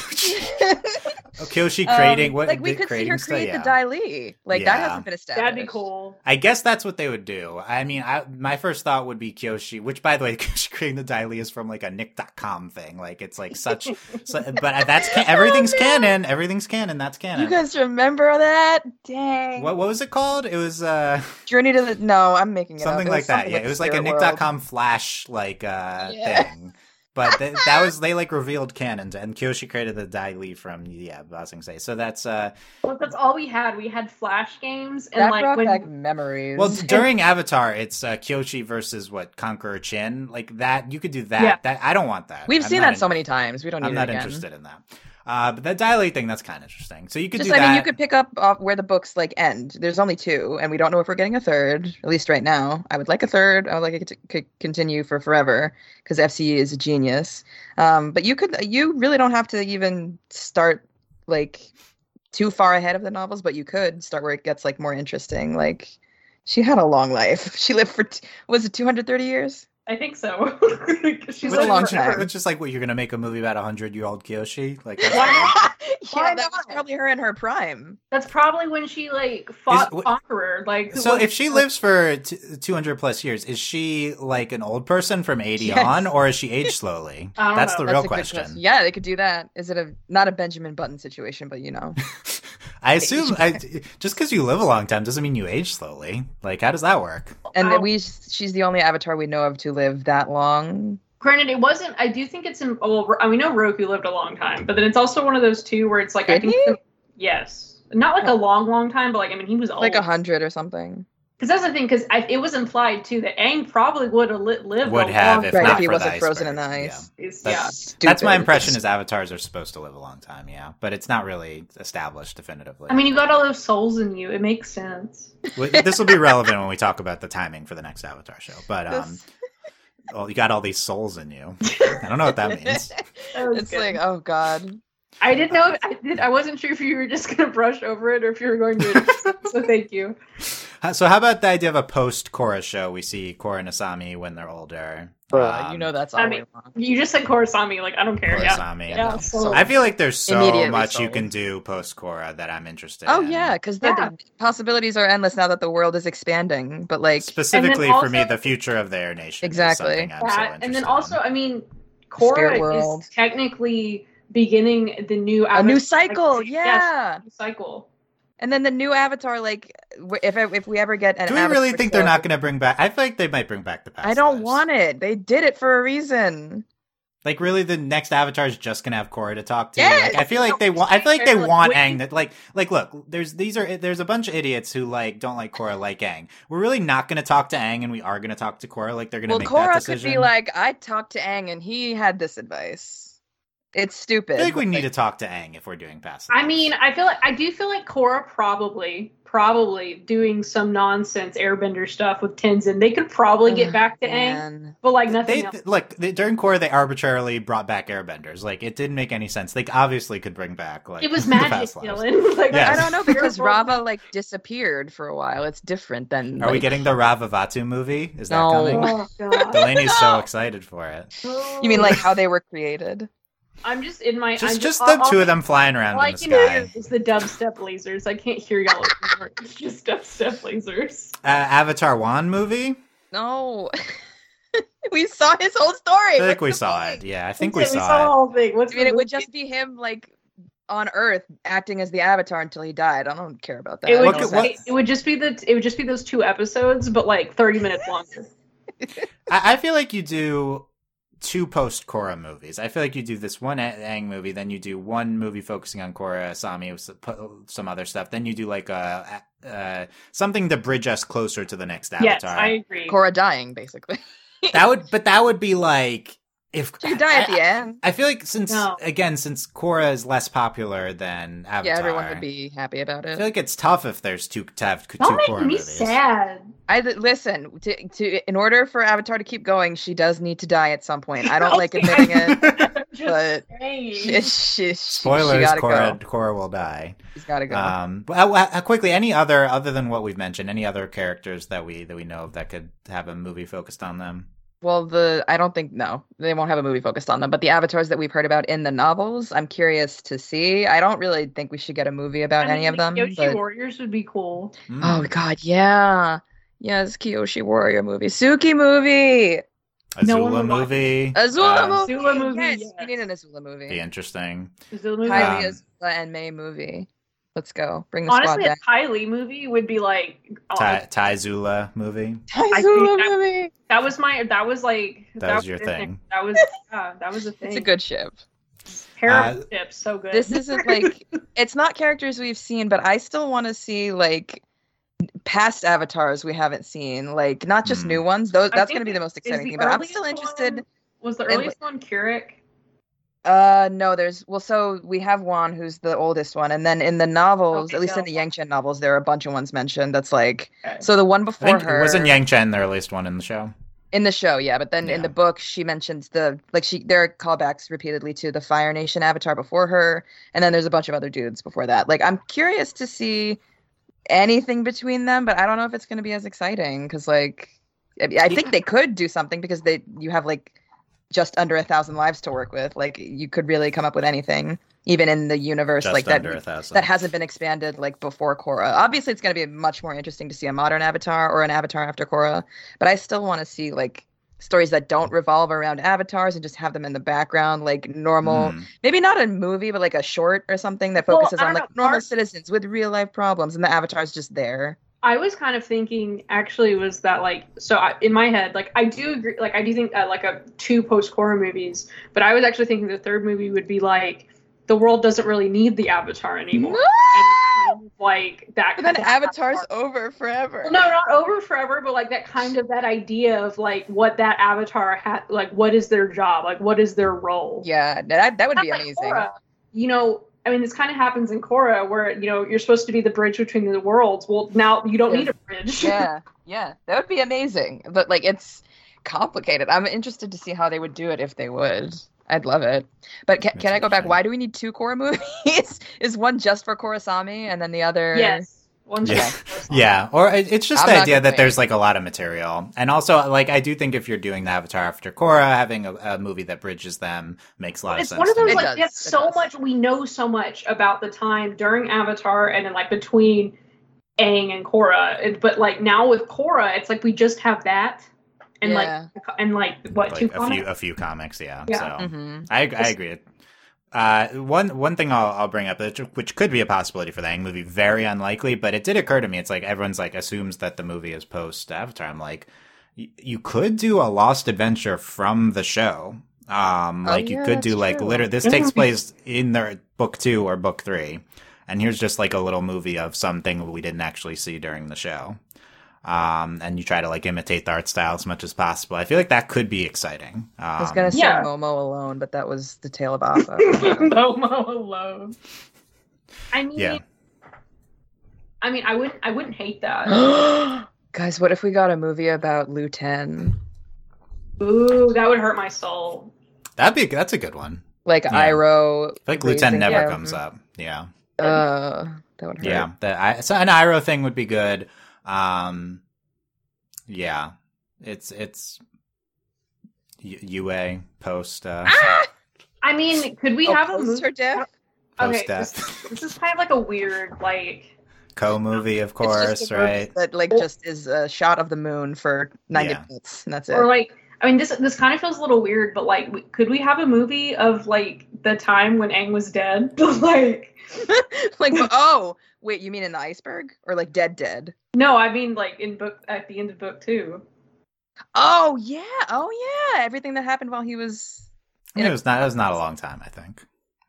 Speaker 1: Kyoshi
Speaker 3: Uh, um,
Speaker 1: creating what?
Speaker 3: like we
Speaker 1: did
Speaker 3: could see
Speaker 1: creating
Speaker 3: her
Speaker 1: stuff?
Speaker 3: create
Speaker 1: Yeah.
Speaker 3: the Dai Li. Like that
Speaker 1: Yeah.
Speaker 3: hasn't been established.
Speaker 2: That'd be cool.
Speaker 1: I guess that's what they would do. I mean, I, my first thought would be Kyoshi, which, by the way, Kyoshi creating the Daily is from like a Nick.com thing. Like it's like such, so, but that's ca-
Speaker 3: Oh,
Speaker 1: everything's
Speaker 3: no.
Speaker 1: canon. Everything's canon. That's
Speaker 3: You
Speaker 1: canon.
Speaker 3: guys remember that? Dang.
Speaker 1: what what was it called? It was uh
Speaker 3: Journey to the No, I'm making it up.
Speaker 1: something
Speaker 3: It was
Speaker 1: like that.
Speaker 3: something
Speaker 1: yeah,
Speaker 3: with
Speaker 1: it
Speaker 3: the
Speaker 1: was like a
Speaker 3: spirit world.
Speaker 1: Nick.com flash like uh
Speaker 3: Yeah.
Speaker 1: thing. But th- that was they like revealed canon and Kyoshi created the Dai Li from yeah, Bossing Say. So that's uh
Speaker 2: Well, that's all we had. We had Flash games and
Speaker 3: That
Speaker 2: like
Speaker 3: brought
Speaker 2: when
Speaker 3: back memories.
Speaker 1: Well, during Avatar, it's uh, Kyoshi versus what Conqueror Chin, like that. You could do that.
Speaker 2: Yeah.
Speaker 1: That I don't want that.
Speaker 3: We've
Speaker 1: I'm
Speaker 3: seen
Speaker 1: not
Speaker 3: that
Speaker 1: in-
Speaker 3: so many times. We don't need
Speaker 1: I'm
Speaker 3: it
Speaker 1: not
Speaker 3: again.
Speaker 1: interested in that. Uh, but that dilate thing, that's kind of interesting. So you could
Speaker 3: Just,
Speaker 1: do
Speaker 3: I
Speaker 1: that.
Speaker 3: mean, you could pick up off where the books like end. There's only two, and we don't know if we're getting a third. At least right now, I would like a third. I would like it to c- continue for forever because FCE E is a genius. Um, but you could, you really don't have to even start like too far ahead of the novels, but you could start where it gets like more interesting. Like she had a long life. She lived for t- was it 230 years?
Speaker 2: I think so. She's
Speaker 3: With a
Speaker 2: like,
Speaker 3: long
Speaker 2: forever.
Speaker 3: time.
Speaker 1: Which is like what you're gonna make a movie about a hundred year old Kyoshi. Like that's-
Speaker 2: Why not? Why
Speaker 3: yeah, that was
Speaker 2: not?
Speaker 3: probably her in her prime.
Speaker 2: That's probably when she like fought
Speaker 1: wh-
Speaker 2: Conqueror. Like who
Speaker 1: So
Speaker 2: was-
Speaker 1: if she lives for t- 200 plus years, is she like an old person from 80
Speaker 3: Yes.
Speaker 1: on, or is she aged slowly?
Speaker 2: I don't
Speaker 1: that's
Speaker 2: know.
Speaker 1: the
Speaker 3: That's
Speaker 1: real
Speaker 3: a good
Speaker 1: question.
Speaker 3: Yeah, they could do that. Is it a not a Benjamin Button situation, but you know.
Speaker 1: I assume I, just because you live a long time doesn't mean you age slowly. Like, how does that work?
Speaker 3: And
Speaker 2: Wow.
Speaker 3: we she's the only avatar we know of to live that long.
Speaker 2: granted it wasn't I do think it's in well Ro- we know Roku lived a long time, but then it's also one of those two where it's like I
Speaker 3: Did
Speaker 2: think yes. Not like a long, long time, but like I mean he was old.
Speaker 3: Like a hundred or something.
Speaker 2: Because that's the thing. Because it was implied too that Aang probably would have li- lived.
Speaker 1: Would
Speaker 2: a
Speaker 1: have
Speaker 2: long
Speaker 1: if
Speaker 3: Right,
Speaker 1: not
Speaker 3: if he
Speaker 1: for
Speaker 3: wasn't
Speaker 1: the
Speaker 3: frozen in the
Speaker 1: iceberg.
Speaker 3: ice.
Speaker 2: is-
Speaker 1: That's-
Speaker 2: yeah.
Speaker 3: Stupid.
Speaker 1: That's my impression is avatars are supposed to live a long time, yeah. But it's not really established definitively.
Speaker 2: I mean, you got all those souls in you. It makes sense.
Speaker 1: Well, this will be relevant when we talk about the timing for the next Avatar show. But um, well, you got all these souls in you. I don't know what that means.
Speaker 2: That was
Speaker 3: it's
Speaker 2: good.
Speaker 3: like, oh god.
Speaker 2: I didn't know. I did. I wasn't sure if you were just gonna brush over it or if you were going to. so thank you.
Speaker 1: Uh, So, how about the idea of a post Korra show? We see Korra and Asami when they're older.
Speaker 3: Bruh, you
Speaker 1: Um,
Speaker 3: know that's all
Speaker 2: I
Speaker 3: we want.
Speaker 2: You just said Korosami. Like I don't care.
Speaker 1: Korra
Speaker 2: yeah.
Speaker 1: Asami.
Speaker 2: Yeah, so-
Speaker 1: I feel like there's so
Speaker 3: Immediately
Speaker 1: much you
Speaker 3: sold.
Speaker 1: can do post Korra that I'm interested
Speaker 3: Oh
Speaker 1: in.
Speaker 3: yeah, because the,
Speaker 2: Yeah.
Speaker 3: the possibilities are endless now that the world is expanding. But like,
Speaker 1: Specifically for me,
Speaker 2: also-
Speaker 1: the future of their nation. is
Speaker 3: Exactly.
Speaker 1: something I'm so
Speaker 2: that, and then
Speaker 1: interested
Speaker 2: also,
Speaker 1: in.
Speaker 2: I mean,
Speaker 3: Spirit
Speaker 2: Korra
Speaker 3: world.
Speaker 2: is technically beginning the new
Speaker 3: a
Speaker 2: Avatar-
Speaker 3: new cycle,
Speaker 2: like,
Speaker 3: yeah.
Speaker 2: yes, new cycle.
Speaker 3: And then the new Avatar, like, w- if if we ever get an,
Speaker 1: Do we really
Speaker 3: Avatar
Speaker 1: think they're
Speaker 3: show-
Speaker 1: not going to bring back? I feel like they might bring back the past.
Speaker 3: I don't want it. They did it for a reason.
Speaker 1: Like really, the next Avatar is just gonna have Korra to talk to.
Speaker 3: Yes!
Speaker 1: Like, I feel like they want. I feel like they
Speaker 2: They're like,
Speaker 1: want
Speaker 2: wait.
Speaker 1: Aang. That like, like, look, there's these are there's a bunch of idiots who like don't like Korra, like Aang. We're really not gonna talk to Aang, and we are gonna talk to Korra. Like they're gonna
Speaker 3: Well,
Speaker 1: make
Speaker 3: Korra
Speaker 1: that
Speaker 3: could
Speaker 1: decision.
Speaker 3: be like, I talked to Aang and he had this advice. It's stupid.
Speaker 1: I think we
Speaker 3: but,
Speaker 1: need to
Speaker 3: like,
Speaker 1: talk to Aang if we're doing past.
Speaker 2: I
Speaker 1: lives.
Speaker 2: mean, I feel like I do feel like Korra probably, probably doing some nonsense Airbender stuff with Tenzin. They could probably get
Speaker 3: Ugh,
Speaker 2: back to Aang,
Speaker 3: man.
Speaker 2: but like nothing
Speaker 1: they
Speaker 2: else.
Speaker 1: look they, during Korra they arbitrarily brought back Airbenders. Like it didn't make any sense. They obviously could bring back like
Speaker 2: it was
Speaker 1: the
Speaker 2: magic,
Speaker 1: past lives.
Speaker 2: Dylan. like,
Speaker 1: Yes.
Speaker 3: I don't know because
Speaker 2: Airbender-
Speaker 3: Rava like disappeared for a while. It's different than.
Speaker 1: Are we
Speaker 3: like-
Speaker 1: getting the Ravavatu movie? Is that
Speaker 3: No.
Speaker 1: coming?
Speaker 2: Oh god.
Speaker 1: Delaney's so excited for it.
Speaker 3: You mean like how they
Speaker 2: Oh.
Speaker 3: were created?
Speaker 2: I'm just in my
Speaker 1: Just
Speaker 2: I'm
Speaker 1: just
Speaker 2: all-
Speaker 1: the
Speaker 2: all
Speaker 1: two of
Speaker 2: I-
Speaker 1: them flying around
Speaker 2: All I
Speaker 1: in the
Speaker 2: can hear
Speaker 1: sky.
Speaker 2: is the dubstep lasers. I can't hear y'all. anymore. It's just dubstep lasers.
Speaker 1: Uh, Avatar One movie?
Speaker 3: No. we saw his whole story.
Speaker 1: I think
Speaker 3: What's
Speaker 1: we
Speaker 3: the
Speaker 1: saw
Speaker 3: point?
Speaker 1: it. Yeah, I think
Speaker 2: That's
Speaker 1: we
Speaker 2: it, the
Speaker 1: saw it.
Speaker 2: whole thing. What's
Speaker 3: I mean,
Speaker 2: the
Speaker 3: it would
Speaker 2: movie?
Speaker 3: just be him like on Earth acting as the Avatar until he died. I don't care about that.
Speaker 2: It would,
Speaker 1: What-
Speaker 2: just,
Speaker 1: what-
Speaker 2: It, it would just be the it would just be those two episodes, but like thirty minutes longer.
Speaker 1: I, I feel like you do two post Korra movies. I feel like you do this one A- Aang movie, then you do one movie focusing on Korra, Asami, s- pu- some other stuff. Then you do like a, a- uh, something to bridge us closer to the next Avatar.
Speaker 2: Yes, I agree.
Speaker 3: Korra dying basically.
Speaker 1: that would, but that would be like if
Speaker 3: She died at
Speaker 1: I-
Speaker 3: the end.
Speaker 1: I feel like since
Speaker 2: No.
Speaker 1: again, since Korra is less popular than Avatar,
Speaker 3: Yeah, everyone would be happy about
Speaker 1: I
Speaker 3: it.
Speaker 1: feel like it's tough if there's two to have two
Speaker 2: Don't make
Speaker 1: Korra
Speaker 2: me
Speaker 1: movies.
Speaker 2: sad.
Speaker 3: I listen to, to in order for Avatar to keep going, she does need to die at some point. I don't like admitting it,
Speaker 2: Just
Speaker 3: but-
Speaker 2: saying.
Speaker 3: she, she, she, she
Speaker 1: Spoilers:
Speaker 3: gotta
Speaker 1: Korra,
Speaker 3: go.
Speaker 1: Korra will die.
Speaker 3: She's gotta go.
Speaker 1: Um, but, uh, uh, quickly, any other other than what we've mentioned, any other characters that we that we know of that could have a movie focused on them?
Speaker 3: well, the I don't think no, they won't have a movie focused on them. But the avatars that we've heard about in the novels, I'm curious to see. I don't really think we should get a movie
Speaker 2: I
Speaker 3: about
Speaker 2: mean,
Speaker 3: any of
Speaker 2: like,
Speaker 3: them.
Speaker 2: Yoshi
Speaker 3: but-
Speaker 2: Warriors would be cool.
Speaker 1: Mm.
Speaker 3: Oh God, yeah. Yes, Kyoshi Warrior movie, Suki movie,
Speaker 2: no one
Speaker 1: Azula
Speaker 2: would watch
Speaker 1: movie,
Speaker 3: Azula
Speaker 1: uh,
Speaker 3: movie.
Speaker 2: Azula movie,
Speaker 3: Yes,
Speaker 2: yes.
Speaker 3: we need an Azula movie.
Speaker 1: Be interesting.
Speaker 2: Is it a movie?
Speaker 1: Hi-
Speaker 3: Kylie
Speaker 1: Um,
Speaker 3: Azula and May movie. Let's go. Bring the
Speaker 2: Honestly,
Speaker 3: squad
Speaker 2: a
Speaker 3: back.
Speaker 2: Kylie movie would be like oh,
Speaker 1: Ty, Ty Zula movie.
Speaker 2: I
Speaker 3: Azula
Speaker 2: think that-
Speaker 3: movie.
Speaker 2: that was my that was like
Speaker 1: That was your
Speaker 2: the
Speaker 1: thing.
Speaker 2: That was yeah, that was a thing.
Speaker 3: It's a good ship.
Speaker 1: Uh,
Speaker 2: terrible tip. So good.
Speaker 3: This isn't like it's not characters we've seen, but I still want to see like past avatars we haven't seen, like not just
Speaker 1: Hmm.
Speaker 3: new ones. Those
Speaker 2: I
Speaker 3: that's
Speaker 2: think
Speaker 3: going to be the
Speaker 2: Is
Speaker 3: most exciting
Speaker 2: the
Speaker 3: thing. But I'm
Speaker 2: earliest
Speaker 3: still interested.
Speaker 2: one- was the
Speaker 3: in,
Speaker 2: earliest one Keurig?
Speaker 3: Uh, no, there's well, so we have Juan, who's the oldest one, and then in the novels,
Speaker 2: Okay,
Speaker 3: at least in
Speaker 2: so-
Speaker 3: the Yangchen novels, there are a bunch of ones mentioned. That's like
Speaker 2: Okay.
Speaker 3: so the one
Speaker 1: I
Speaker 3: before
Speaker 1: think
Speaker 3: her
Speaker 1: wasn't Yang Chen the earliest one in the show?
Speaker 3: in the show, yeah, but then
Speaker 1: Yeah.
Speaker 3: in the book, she mentions the like she there are callbacks repeatedly to the Fire Nation avatar before her, and then there's a bunch of other dudes before that. Like, I'm curious to see anything between them, but I don't know if it's going to be as exciting because like I, I think they could do something because they you have like just under a thousand lives to work with. Like, you could really come up with anything, even in the universe
Speaker 1: Just
Speaker 3: like that
Speaker 1: under a thousand.
Speaker 3: that hasn't been expanded like before Korra. Obviously, it's going to be much more interesting to see a modern Avatar or an Avatar after Korra, but I still want to see like stories that don't revolve around avatars and just have them in the background, like normal,
Speaker 1: Mm.
Speaker 3: maybe not a movie, but like a short or something that
Speaker 2: Well,
Speaker 3: focuses
Speaker 2: I
Speaker 3: on
Speaker 2: don't
Speaker 3: like
Speaker 2: know,
Speaker 3: normal
Speaker 2: Mars-
Speaker 3: citizens with real life problems, and the avatar's just there.
Speaker 2: I was kind of thinking actually was that like so I, in my head like I do agree like I do think uh, like a two post horror movies but I was actually thinking the third movie would be like the world doesn't really need the avatar anymore. kind of, like that.
Speaker 3: But
Speaker 2: kind
Speaker 3: then
Speaker 2: of
Speaker 3: Avatar's
Speaker 2: avatar.
Speaker 3: over forever.
Speaker 2: Well, no, not over forever, but like that kind of that idea of like what that avatar had, like what is their job, like what is their role.
Speaker 3: Yeah, that that would be
Speaker 2: That's like
Speaker 3: amazing.
Speaker 2: Korra. You know, I mean, this kind of happens in Korra, where you know you're supposed to be the bridge between the worlds. Well, now you don't
Speaker 3: Yeah.
Speaker 2: need a bridge.
Speaker 3: yeah, yeah, that would be amazing. But like, it's complicated. I'm interested to see how they would do it if they would. I'd love it. But can,
Speaker 1: That's
Speaker 3: can I go back?
Speaker 1: interesting.
Speaker 3: Why do we need two Korra movies? Is one just for Korasami and then the other?
Speaker 2: Yes. One
Speaker 1: Yeah.
Speaker 2: shot.
Speaker 1: Yeah, or it- it's just
Speaker 3: I'm
Speaker 1: the
Speaker 3: not
Speaker 1: idea that
Speaker 3: complaining.
Speaker 1: there's like a lot of material, and also like I do think if you're doing the Avatar after Korra, having a, a movie that bridges them makes a lot
Speaker 2: It's
Speaker 1: of sense.
Speaker 2: one of
Speaker 1: to
Speaker 2: those
Speaker 1: me.
Speaker 3: It
Speaker 2: like
Speaker 3: does,
Speaker 2: there's
Speaker 3: it
Speaker 2: so
Speaker 3: does.
Speaker 2: much we know so much about the time during Avatar and then like between Aang and Korra, It- but like now with Korra, it's like we just have that and
Speaker 3: Yeah.
Speaker 2: like and like what
Speaker 1: Like,
Speaker 2: two
Speaker 1: a few
Speaker 2: comics?
Speaker 1: a few comics, yeah.
Speaker 2: Yeah.
Speaker 1: So
Speaker 3: hmm
Speaker 1: I I agree. Uh, one one thing I'll, I'll bring up, which, which could be a possibility for the Ang movie, very unlikely, but it did occur to me. It's like everyone's like assumes that the movie is post Avatar. I'm like, y- you could do a Lost Adventure from the show. Um,
Speaker 3: Oh,
Speaker 1: like you
Speaker 3: yeah,
Speaker 1: could do
Speaker 3: that's
Speaker 1: like
Speaker 3: true.
Speaker 1: literally this
Speaker 2: Yeah.
Speaker 1: takes place in their book two or book three, and here's just like a little movie of something we didn't actually see during the show. Um, and you try to like imitate the art style as much as possible. I feel like that could be exciting. Um,
Speaker 3: I was gonna say
Speaker 2: Yeah.
Speaker 3: Momo alone, but that was the tale of Appa.
Speaker 2: Momo alone. I mean,
Speaker 1: Yeah.
Speaker 2: I mean, I wouldn't, I wouldn't hate that.
Speaker 3: Guys, what if we got a movie about Lu Ten?
Speaker 2: Ooh, that would hurt my soul.
Speaker 1: that'd be that's a good one.
Speaker 3: Like
Speaker 1: Yeah.
Speaker 3: Iroh.
Speaker 1: I think
Speaker 3: raising
Speaker 1: Lutan never
Speaker 3: him.
Speaker 1: comes up. Yeah,
Speaker 3: Uh, that would hurt.
Speaker 1: yeah. The, I, so an Iro thing would be good. Um, yeah, it's it's U- UA post uh,
Speaker 3: Ah!
Speaker 2: I mean, could we
Speaker 3: Oh,
Speaker 2: have a
Speaker 3: post
Speaker 2: movie?
Speaker 3: her death?
Speaker 1: post
Speaker 2: Okay, this,
Speaker 1: death
Speaker 2: this is kind of like a weird, like,
Speaker 1: co movie, of
Speaker 3: it's
Speaker 1: course,
Speaker 3: just a movie
Speaker 1: right?
Speaker 3: That like just is a shot of the moon for ninety
Speaker 1: Yeah.
Speaker 3: minutes, and that's it.
Speaker 2: or like, I mean, this this kind of feels a little weird, but like, w- could we have a movie of like the time when Aang was dead? like,
Speaker 3: like, oh wait, you mean in the iceberg or like dead, dead?
Speaker 2: no, I mean, like in book at the end of book two.
Speaker 3: Oh yeah, oh yeah, everything that happened while he was.
Speaker 1: I mean, it was not. It was not a long time, I think.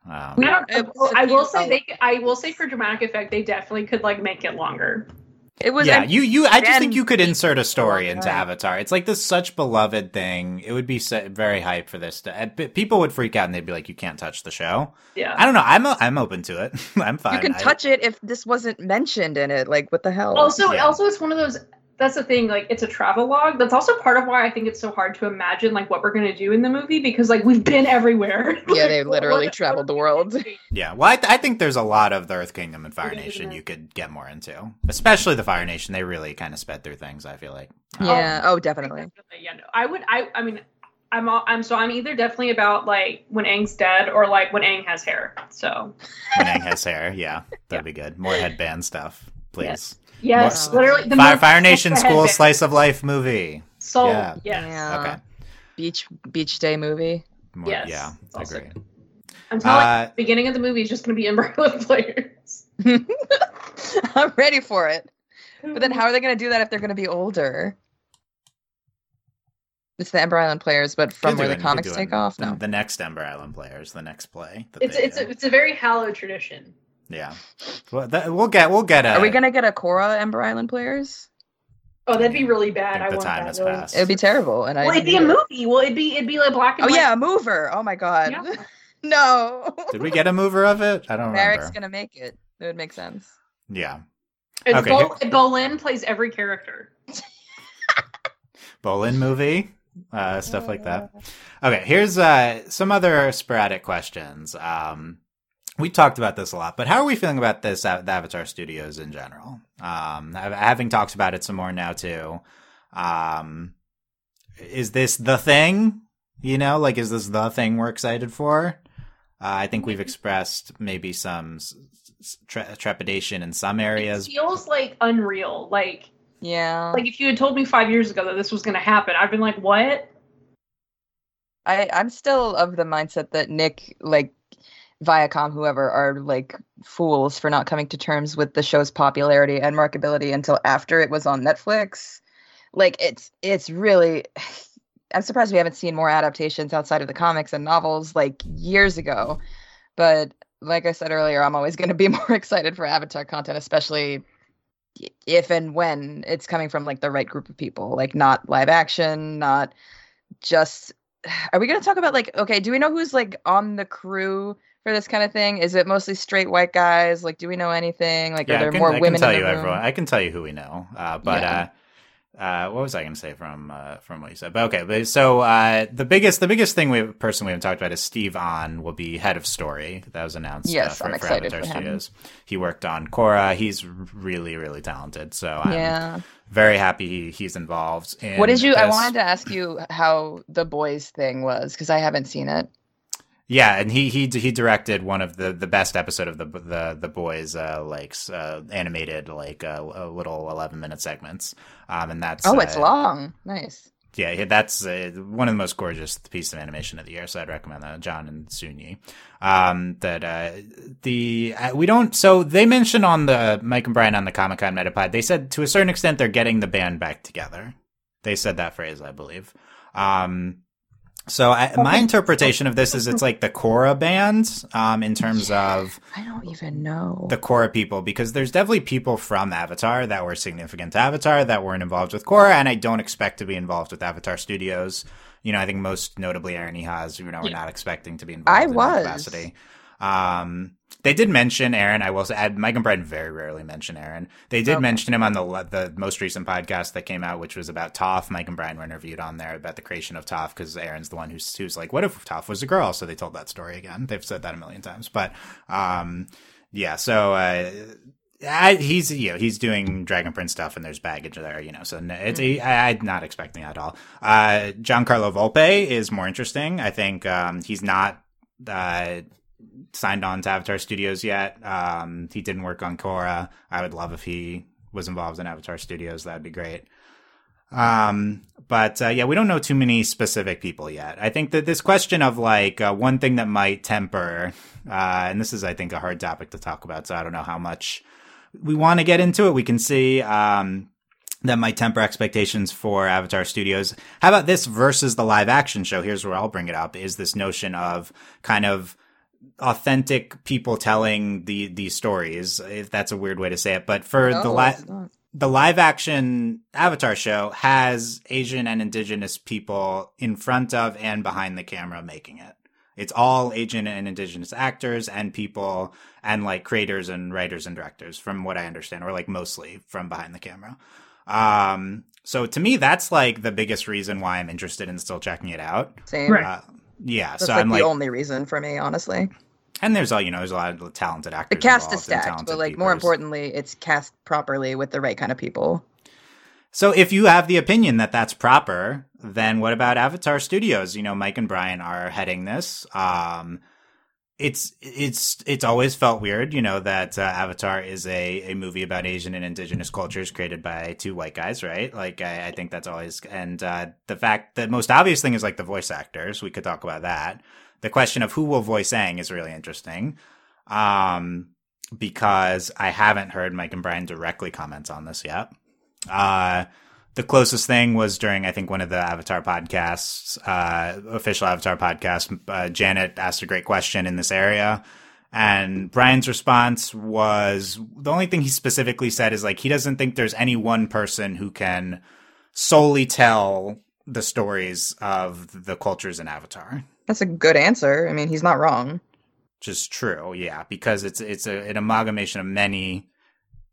Speaker 1: Um,
Speaker 2: I, don't,
Speaker 3: It was a
Speaker 2: I will
Speaker 3: few
Speaker 2: say they, I will say for dramatic effect, they definitely could like make it longer.
Speaker 3: It was.
Speaker 1: yeah,
Speaker 3: I'm-
Speaker 1: you, you. I just think
Speaker 3: Ben
Speaker 1: you could insert a story
Speaker 3: long
Speaker 1: into
Speaker 3: time.
Speaker 1: Avatar. It's like this such beloved thing. It would be so, very hype for this. To, uh, p- people would freak out and they'd be like, "You can't touch the show."
Speaker 2: Yeah.
Speaker 1: I don't know. I'm o- I'm open to it. I'm fine.
Speaker 3: you can
Speaker 1: I-
Speaker 3: touch it if this wasn't mentioned in it. Like, what the hell?
Speaker 2: also
Speaker 1: Yeah.
Speaker 2: also it's one of those that's the thing like it's a travel log that's also part of why i think it's so hard to imagine like what we're going to do in the movie because like we've been everywhere
Speaker 3: Yeah, they
Speaker 2: Like,
Speaker 3: literally
Speaker 2: what-
Speaker 3: traveled
Speaker 2: what-
Speaker 3: the world.
Speaker 1: Yeah, well, I, th- I think there's a lot of the Earth Kingdom and Fire
Speaker 2: Yeah,
Speaker 1: Nation
Speaker 2: yeah.
Speaker 1: you could get more into, especially the Fire Nation. They really kind of sped through things. I feel like. Um,
Speaker 3: Yeah. Oh, definitely.
Speaker 2: yeah no i would i i mean i'm all, i'm so i'm either definitely about like when ang's dead or like when ang has hair so
Speaker 1: when Aang has hair, yeah, that'd be good. More headband stuff, please.
Speaker 2: yes
Speaker 3: Yes.
Speaker 2: literally the
Speaker 1: Fire,
Speaker 2: most-
Speaker 1: Fire Nation
Speaker 2: the
Speaker 1: school
Speaker 2: headband.
Speaker 1: slice of life movie.
Speaker 2: so
Speaker 1: Yeah.
Speaker 2: yes.
Speaker 3: Yeah.
Speaker 1: Okay.
Speaker 3: Beach Beach Day movie.
Speaker 1: More,
Speaker 2: Yes,
Speaker 1: yeah,
Speaker 2: it's also
Speaker 1: agree.
Speaker 2: i'm telling you,
Speaker 1: Uh,
Speaker 2: the beginning of the movie is just going to be Umbrella players
Speaker 3: I'm ready for it. But then how are they going to do that if they're going to be older? It's the Ember Island players, but from
Speaker 1: could
Speaker 3: where
Speaker 1: do
Speaker 3: the
Speaker 1: it, could
Speaker 3: comics
Speaker 1: do
Speaker 3: take
Speaker 1: it.
Speaker 3: off? No.
Speaker 1: the next Ember Island players, the next play. that
Speaker 2: it's
Speaker 1: they
Speaker 2: it's
Speaker 1: do.
Speaker 2: a, it's a very hallowed tradition
Speaker 1: yeah. Well, that, we'll get we'll get. A,
Speaker 3: Are we going to get a Korra Ember Island players?
Speaker 2: Oh, that'd be really bad.
Speaker 1: think
Speaker 2: I
Speaker 1: the
Speaker 2: want
Speaker 1: time
Speaker 2: that
Speaker 1: has
Speaker 2: really.
Speaker 1: passed.
Speaker 3: It would be terrible. And
Speaker 2: Well,
Speaker 3: I
Speaker 2: it'd be a movie. Well, it'd be it'd be like black
Speaker 3: Oh
Speaker 2: and white.
Speaker 3: yeah, a mover. Oh my god.
Speaker 2: Yeah.
Speaker 3: no.
Speaker 1: Did we get a mover of it? I don't
Speaker 3: Merrick's
Speaker 1: remember.
Speaker 3: going to make it. It would make sense.
Speaker 1: Yeah,
Speaker 2: And
Speaker 1: Okay,
Speaker 2: Bol- Bolin plays every character.
Speaker 1: Bolin movie, uh, stuff like that. Okay, here's uh, some other sporadic questions. Um, we talked about this a lot, but how are we feeling about this uh, the Avatar Studios in general? Um, ha- having talked about it some more now too, um, is this the thing? You know, like is this the thing we're excited for? Uh, I think we've expressed maybe some s- s- tre- trepidation in some
Speaker 2: It
Speaker 1: areas.
Speaker 2: feels like unreal. Like
Speaker 3: Yeah.
Speaker 2: like if you had told me five years ago that this was going to happen, I've been like, what?
Speaker 3: Mm-hmm. I I'm still of the mindset that Nick like Viacom whoever are like fools for not coming to terms with the show's popularity and marketability until after it was on Netflix. Like it's it's really I'm surprised we haven't seen more adaptations outside of the comics and novels like years ago. But like I said earlier, I'm always going to be more excited for Avatar content, especially if and when it's coming from like the right group of people, like not live action, not just. Are we going to talk about like okay, do we know who's like on the crew for this kind of thing? Is it mostly straight white guys? Like, do we know anything? Like, are
Speaker 1: Yeah,
Speaker 3: there
Speaker 1: I can,
Speaker 3: more
Speaker 1: I
Speaker 3: women?
Speaker 1: can tell
Speaker 3: in
Speaker 1: you
Speaker 3: the room?
Speaker 1: everyone. I can tell you who we know. Uh, but
Speaker 3: Yeah.
Speaker 1: uh, uh, what was I going to say from uh, from what you said? But okay, but so uh, the biggest the biggest thing we person we haven't talked about is Steve On will be head of story. That was announced.
Speaker 3: Yes,
Speaker 1: uh, for,
Speaker 3: I'm excited
Speaker 1: Avatar
Speaker 3: for him.
Speaker 1: Studios. He worked on Korra. He's really really talented. So I'm
Speaker 3: Yeah.
Speaker 1: very happy he, he's involved. In
Speaker 3: What did you? I
Speaker 1: this.
Speaker 3: wanted to ask you how the boys thing was because I haven't seen it.
Speaker 1: Yeah, and he he he directed one of the, the best episode of the the the boys uh, like uh, animated like uh, little eleven minute segments, um, and that's
Speaker 3: Oh, it's
Speaker 1: uh,
Speaker 3: long. Nice.
Speaker 1: Yeah, yeah, that's uh, one of the most gorgeous pieces of animation of the year. So I'd recommend that John and Sunyi. Um, that uh, the uh, we don't. So they mentioned on the Mike and Brian on the Comic Con Metapod. They said to a certain extent they're getting the band back together. They said that phrase, I believe. Um, so I, my interpretation of this is it's like the Korra band um, in terms of
Speaker 3: I don't even know.
Speaker 1: the Korra people because there's definitely people from Avatar that were significant to Avatar that weren't involved with Korra, and I don't expect to be involved with Avatar Studios. You know, I think most notably Aaron Ehaz, you know, we're
Speaker 2: Yeah.
Speaker 1: not expecting to be involved
Speaker 3: I
Speaker 1: in that
Speaker 3: was.
Speaker 1: capacity. Um, they did mention Aaron. I will say, and Mike and Brent very rarely mention Aaron. They did
Speaker 3: Okay.
Speaker 1: mention him on the le- the most recent podcast that came out, which was about Toph. Mike and Brian were interviewed on there about the creation of Toph because Aaron's the one who's who's like, "What if Toph was a girl?" So they told that story again. They've said that a million times, but um, yeah. So uh, I, he's you know he's doing Dragon Prince stuff, and there's baggage there, you know. So no, it's I, I'm not expecting that at all. Uh, Giancarlo Volpe is more interesting. I think um, he's not. Uh, signed on to Avatar Studios yet. Um, he didn't work on Korra. I would love if he was involved in Avatar Studios. That'd be great. Um, but uh, yeah, we don't know too many specific people yet. I think that this question of like uh, one thing that might temper, uh, and this is I think a hard topic to talk about, so I don't know how much we want to get into it. We can see. Um, that might temper expectations for Avatar Studios. How about this versus the live action show? Here's where I'll bring it up is this notion of kind of authentic people telling the these stories if that's a weird way to say it but for the
Speaker 3: No,
Speaker 1: la-
Speaker 3: Oh, it's not.
Speaker 1: the live action avatar show has asian and indigenous people in front of and behind the camera making it it's all asian and indigenous actors and people and like creators and writers and directors from what i understand or like mostly from behind the camera um so to me that's like the biggest reason why i'm interested in still checking it out
Speaker 3: Same.
Speaker 2: Right.
Speaker 1: uh, yeah
Speaker 3: That's
Speaker 1: so
Speaker 3: like
Speaker 1: i'm
Speaker 3: the
Speaker 1: like
Speaker 3: only reason for me, honestly.
Speaker 1: and there's all you know. There's a lot of talented
Speaker 3: The
Speaker 1: actors. involved
Speaker 3: cast is
Speaker 1: and
Speaker 3: stacked,
Speaker 1: talented
Speaker 3: but like more
Speaker 1: peepers.
Speaker 3: importantly, it's cast properly with the right kind of people.
Speaker 1: So if you have the opinion that that's proper, then what about Avatar Studios? You know, Mike and Brian are heading this. Um, it's it's it's always felt weird, you know, that uh, Avatar is a, a movie about Asian and Indigenous cultures created by two white guys, right? Like, I, I think that's always and uh, the fact the most obvious thing is like the voice actors. We could talk about that. The question of who will voice Aang is really interesting. Um, because I haven't heard Mike and Brian directly comment on this yet. Uh, the closest thing was during, I think, one of the Avatar podcasts, uh, official Avatar podcast. Uh, Janet asked a great question in this area. And Brian's response was the only thing he specifically said is like, he doesn't think there's any one person who can solely tell the stories of the cultures in Avatar
Speaker 3: That's a good answer. I mean, he's not wrong.
Speaker 1: which is true, yeah, because it's it's a, an amalgamation of many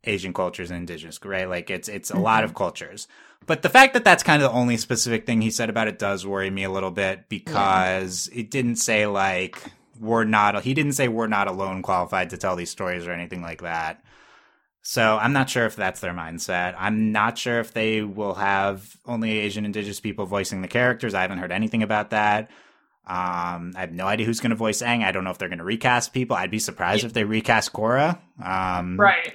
Speaker 1: Asian cultures and indigenous, right? Like it's it's a lot of cultures. But the fact that that's kind of the only specific thing he said about it does worry me a little bit because it didn't say like we're not he didn't say we're not alone qualified to tell these stories or anything like that. So I'm not sure if that's their mindset. I'm not sure if they will have only Asian indigenous people voicing the characters. I haven't heard anything about that. Um, I have no idea who's going to voice Aang. I don't know if they're going to recast people. I'd be surprised if they recast Korra. Um,
Speaker 2: Right.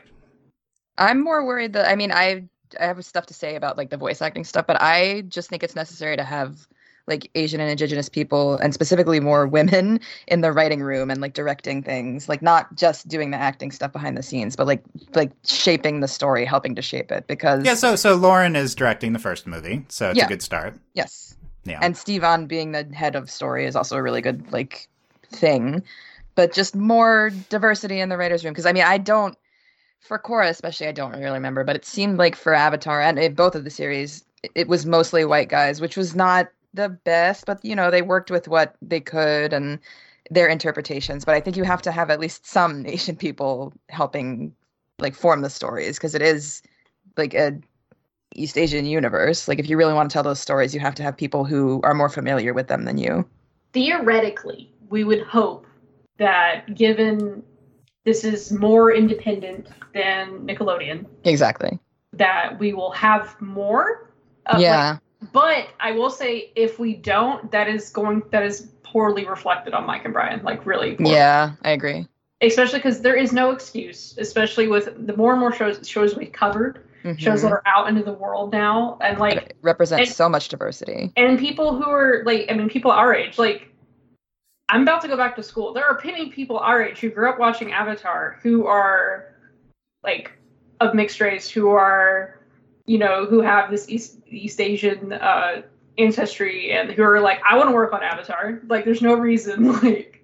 Speaker 3: I'm more worried that I mean, I I have stuff to say about like the voice acting stuff, but I just think it's necessary to have like Asian and indigenous people and specifically more women in the writing room and like directing things, like not just doing the acting stuff behind the scenes, but like like shaping the story, helping to shape it because
Speaker 1: Yeah. So so Lauren is directing the first movie, so it's
Speaker 3: Yeah.
Speaker 1: a good start.
Speaker 3: yes.
Speaker 1: Yeah.
Speaker 3: and Steve on being the head of story is also a really good like thing but just more diversity in the writers' room. Because I mean, I don't for Korra especially, I don't really remember, but it seemed like for Avatar and it, both of the series, it, it was mostly white guys, which was not the best, but you know they worked with what they could and their interpretations. But I think you have to have at least some nation people helping like form the stories because it is like a East Asian universe. Like if you really want to tell those stories, you have to have people who are more familiar with them than you.
Speaker 2: Theoretically, we would hope that given this is more independent than Nickelodeon,
Speaker 3: Exactly.
Speaker 2: that we will have more. of,
Speaker 3: yeah.
Speaker 2: Uh, like- but I will say, if we don't, that is going that is poorly reflected on Mike and Brian. Like really. poorly.
Speaker 3: yeah, I agree.
Speaker 2: Especially because there is no excuse. Especially with the more and more shows shows we covered, shows
Speaker 3: Mhm.
Speaker 2: that are out into the world now, and like
Speaker 3: it represents
Speaker 2: and-
Speaker 3: so much diversity.
Speaker 2: and people who are like i mean people our age like i'm about to go back to school there are many people our age who grew up watching avatar who are like of mixed race who are you know who have this east east asian uh ancestry and who are like i want to work on avatar like there's no reason like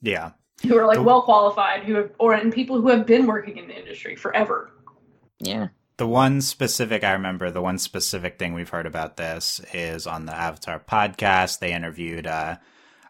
Speaker 1: Yeah.
Speaker 2: who are like
Speaker 1: The-
Speaker 2: well qualified who have or and people who have been working in the industry forever
Speaker 3: Yeah.
Speaker 1: The one specific I remember, the one specific thing we've heard about this is on the Avatar podcast. They interviewed uh,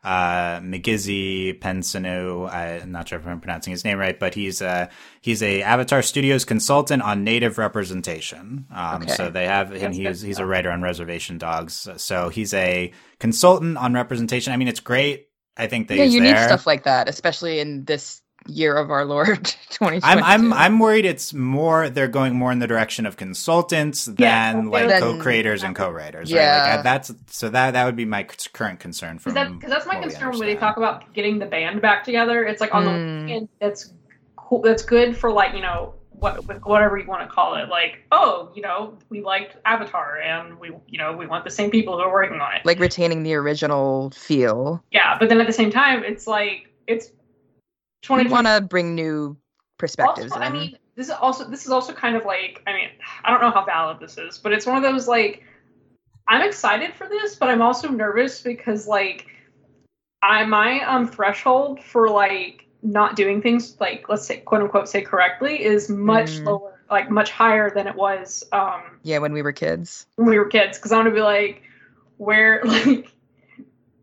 Speaker 1: uh, Migizi Pensanu. I'm not sure if I'm pronouncing his name right, but he's a he's a Avatar Studios consultant on native representation. Um,
Speaker 3: Okay.
Speaker 1: So they have, and
Speaker 2: That's
Speaker 1: he
Speaker 2: good
Speaker 1: was, he's
Speaker 2: to
Speaker 1: a
Speaker 2: know.
Speaker 1: writer on Reservation Dogs. So he's a consultant on representation. I mean, it's great. I think that
Speaker 3: yeah,
Speaker 1: he's
Speaker 3: you need
Speaker 1: there.
Speaker 3: stuff like that, especially in this year of our Lord 2022.
Speaker 1: I'm I'm I'm worried it's more they're going more in the direction of consultants
Speaker 2: Yeah,
Speaker 1: than
Speaker 2: they're-
Speaker 1: like
Speaker 3: Than-
Speaker 1: co-creators and co-writers. right?
Speaker 3: Yeah.
Speaker 1: like, I- that's so that that would be my c- current concern from
Speaker 2: because that, 'cause that's my
Speaker 1: what we
Speaker 2: concern when they
Speaker 1: understand.
Speaker 2: talk about getting the band back together. It's like on
Speaker 3: Mm.
Speaker 2: the and that's cool. That's good for like you know what whatever you want to call it. Like oh you know we liked Avatar and we you know we want the same people who are working on it.
Speaker 3: like retaining the original feel.
Speaker 2: yeah, but then at the same time it's like it's
Speaker 3: We
Speaker 2: twenty
Speaker 3: want to bring new perspectives
Speaker 2: Also, I
Speaker 3: in.
Speaker 2: mean, this is also this is also kind of like I mean, I don't know how valid this is, but it's one of those like I'm excited for this, but I'm also nervous because like I my um threshold for like not doing things like let's say quote unquote say correctly is much
Speaker 3: Mm.
Speaker 2: lower, like much higher than it was um
Speaker 3: yeah, when we were kids.
Speaker 2: when we were kids. Because I'm gonna be like, where like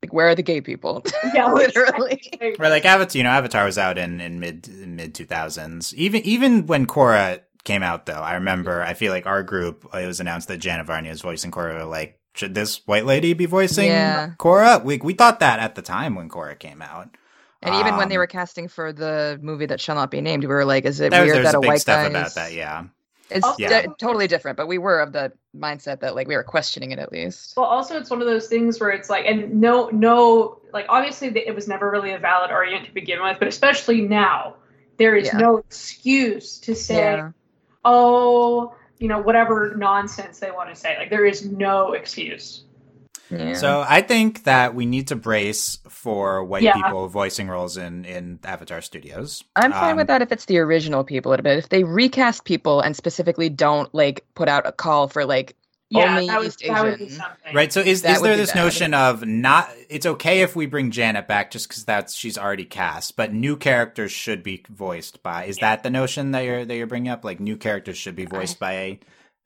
Speaker 3: Like where are the gay people?
Speaker 2: yeah, like,
Speaker 3: Literally.
Speaker 2: like,
Speaker 1: Right, like Avatar, you know, Avatar was out in, in mid mid two thousands. Even even when Korra came out, though, I remember. I feel like our group. It was announced that Janet Varney was voicing Korra. Like, should this white lady be voicing
Speaker 3: Yeah.
Speaker 1: Korra? We we thought that at the time when Korra came out.
Speaker 3: And even when they
Speaker 1: Um,
Speaker 3: were casting for the movie that shall not be named, we were like, is it
Speaker 1: there was,
Speaker 3: weird
Speaker 1: there was
Speaker 3: that a
Speaker 1: big
Speaker 3: white
Speaker 1: stuff
Speaker 3: guy
Speaker 1: about
Speaker 3: is-
Speaker 1: that. Yeah,
Speaker 3: It's
Speaker 2: Also-
Speaker 3: di- totally different, but we were of the mindset that like we were questioning it at least.
Speaker 2: Well, also it's one of those things where it's like, and no, no, like obviously th- it was never really a valid argument to begin with, but especially now, there is
Speaker 3: Yeah.
Speaker 2: no excuse to say,
Speaker 3: yeah.
Speaker 2: oh, you know, whatever nonsense they want to say. Like there is no excuse.
Speaker 3: Yeah.
Speaker 1: So I think that we need to brace for white
Speaker 2: Yeah.
Speaker 1: people voicing roles in in Avatar Studios.
Speaker 3: I'm fine
Speaker 1: Um,
Speaker 3: with that if it's the original people a little bit. If they recast people and specifically don't like put out a call for like
Speaker 2: Yeah,
Speaker 3: Only
Speaker 2: that, was,
Speaker 3: East
Speaker 2: that would be
Speaker 3: Asian.
Speaker 2: something.
Speaker 1: Right. So is
Speaker 3: That
Speaker 1: is
Speaker 3: would
Speaker 1: there
Speaker 3: be
Speaker 1: this
Speaker 3: bad.
Speaker 1: notion of not? It's okay if we bring Janet back just because that's she's already cast, but new characters should be voiced by. Is that the notion that you're that you're bringing up? Like new characters should be voiced by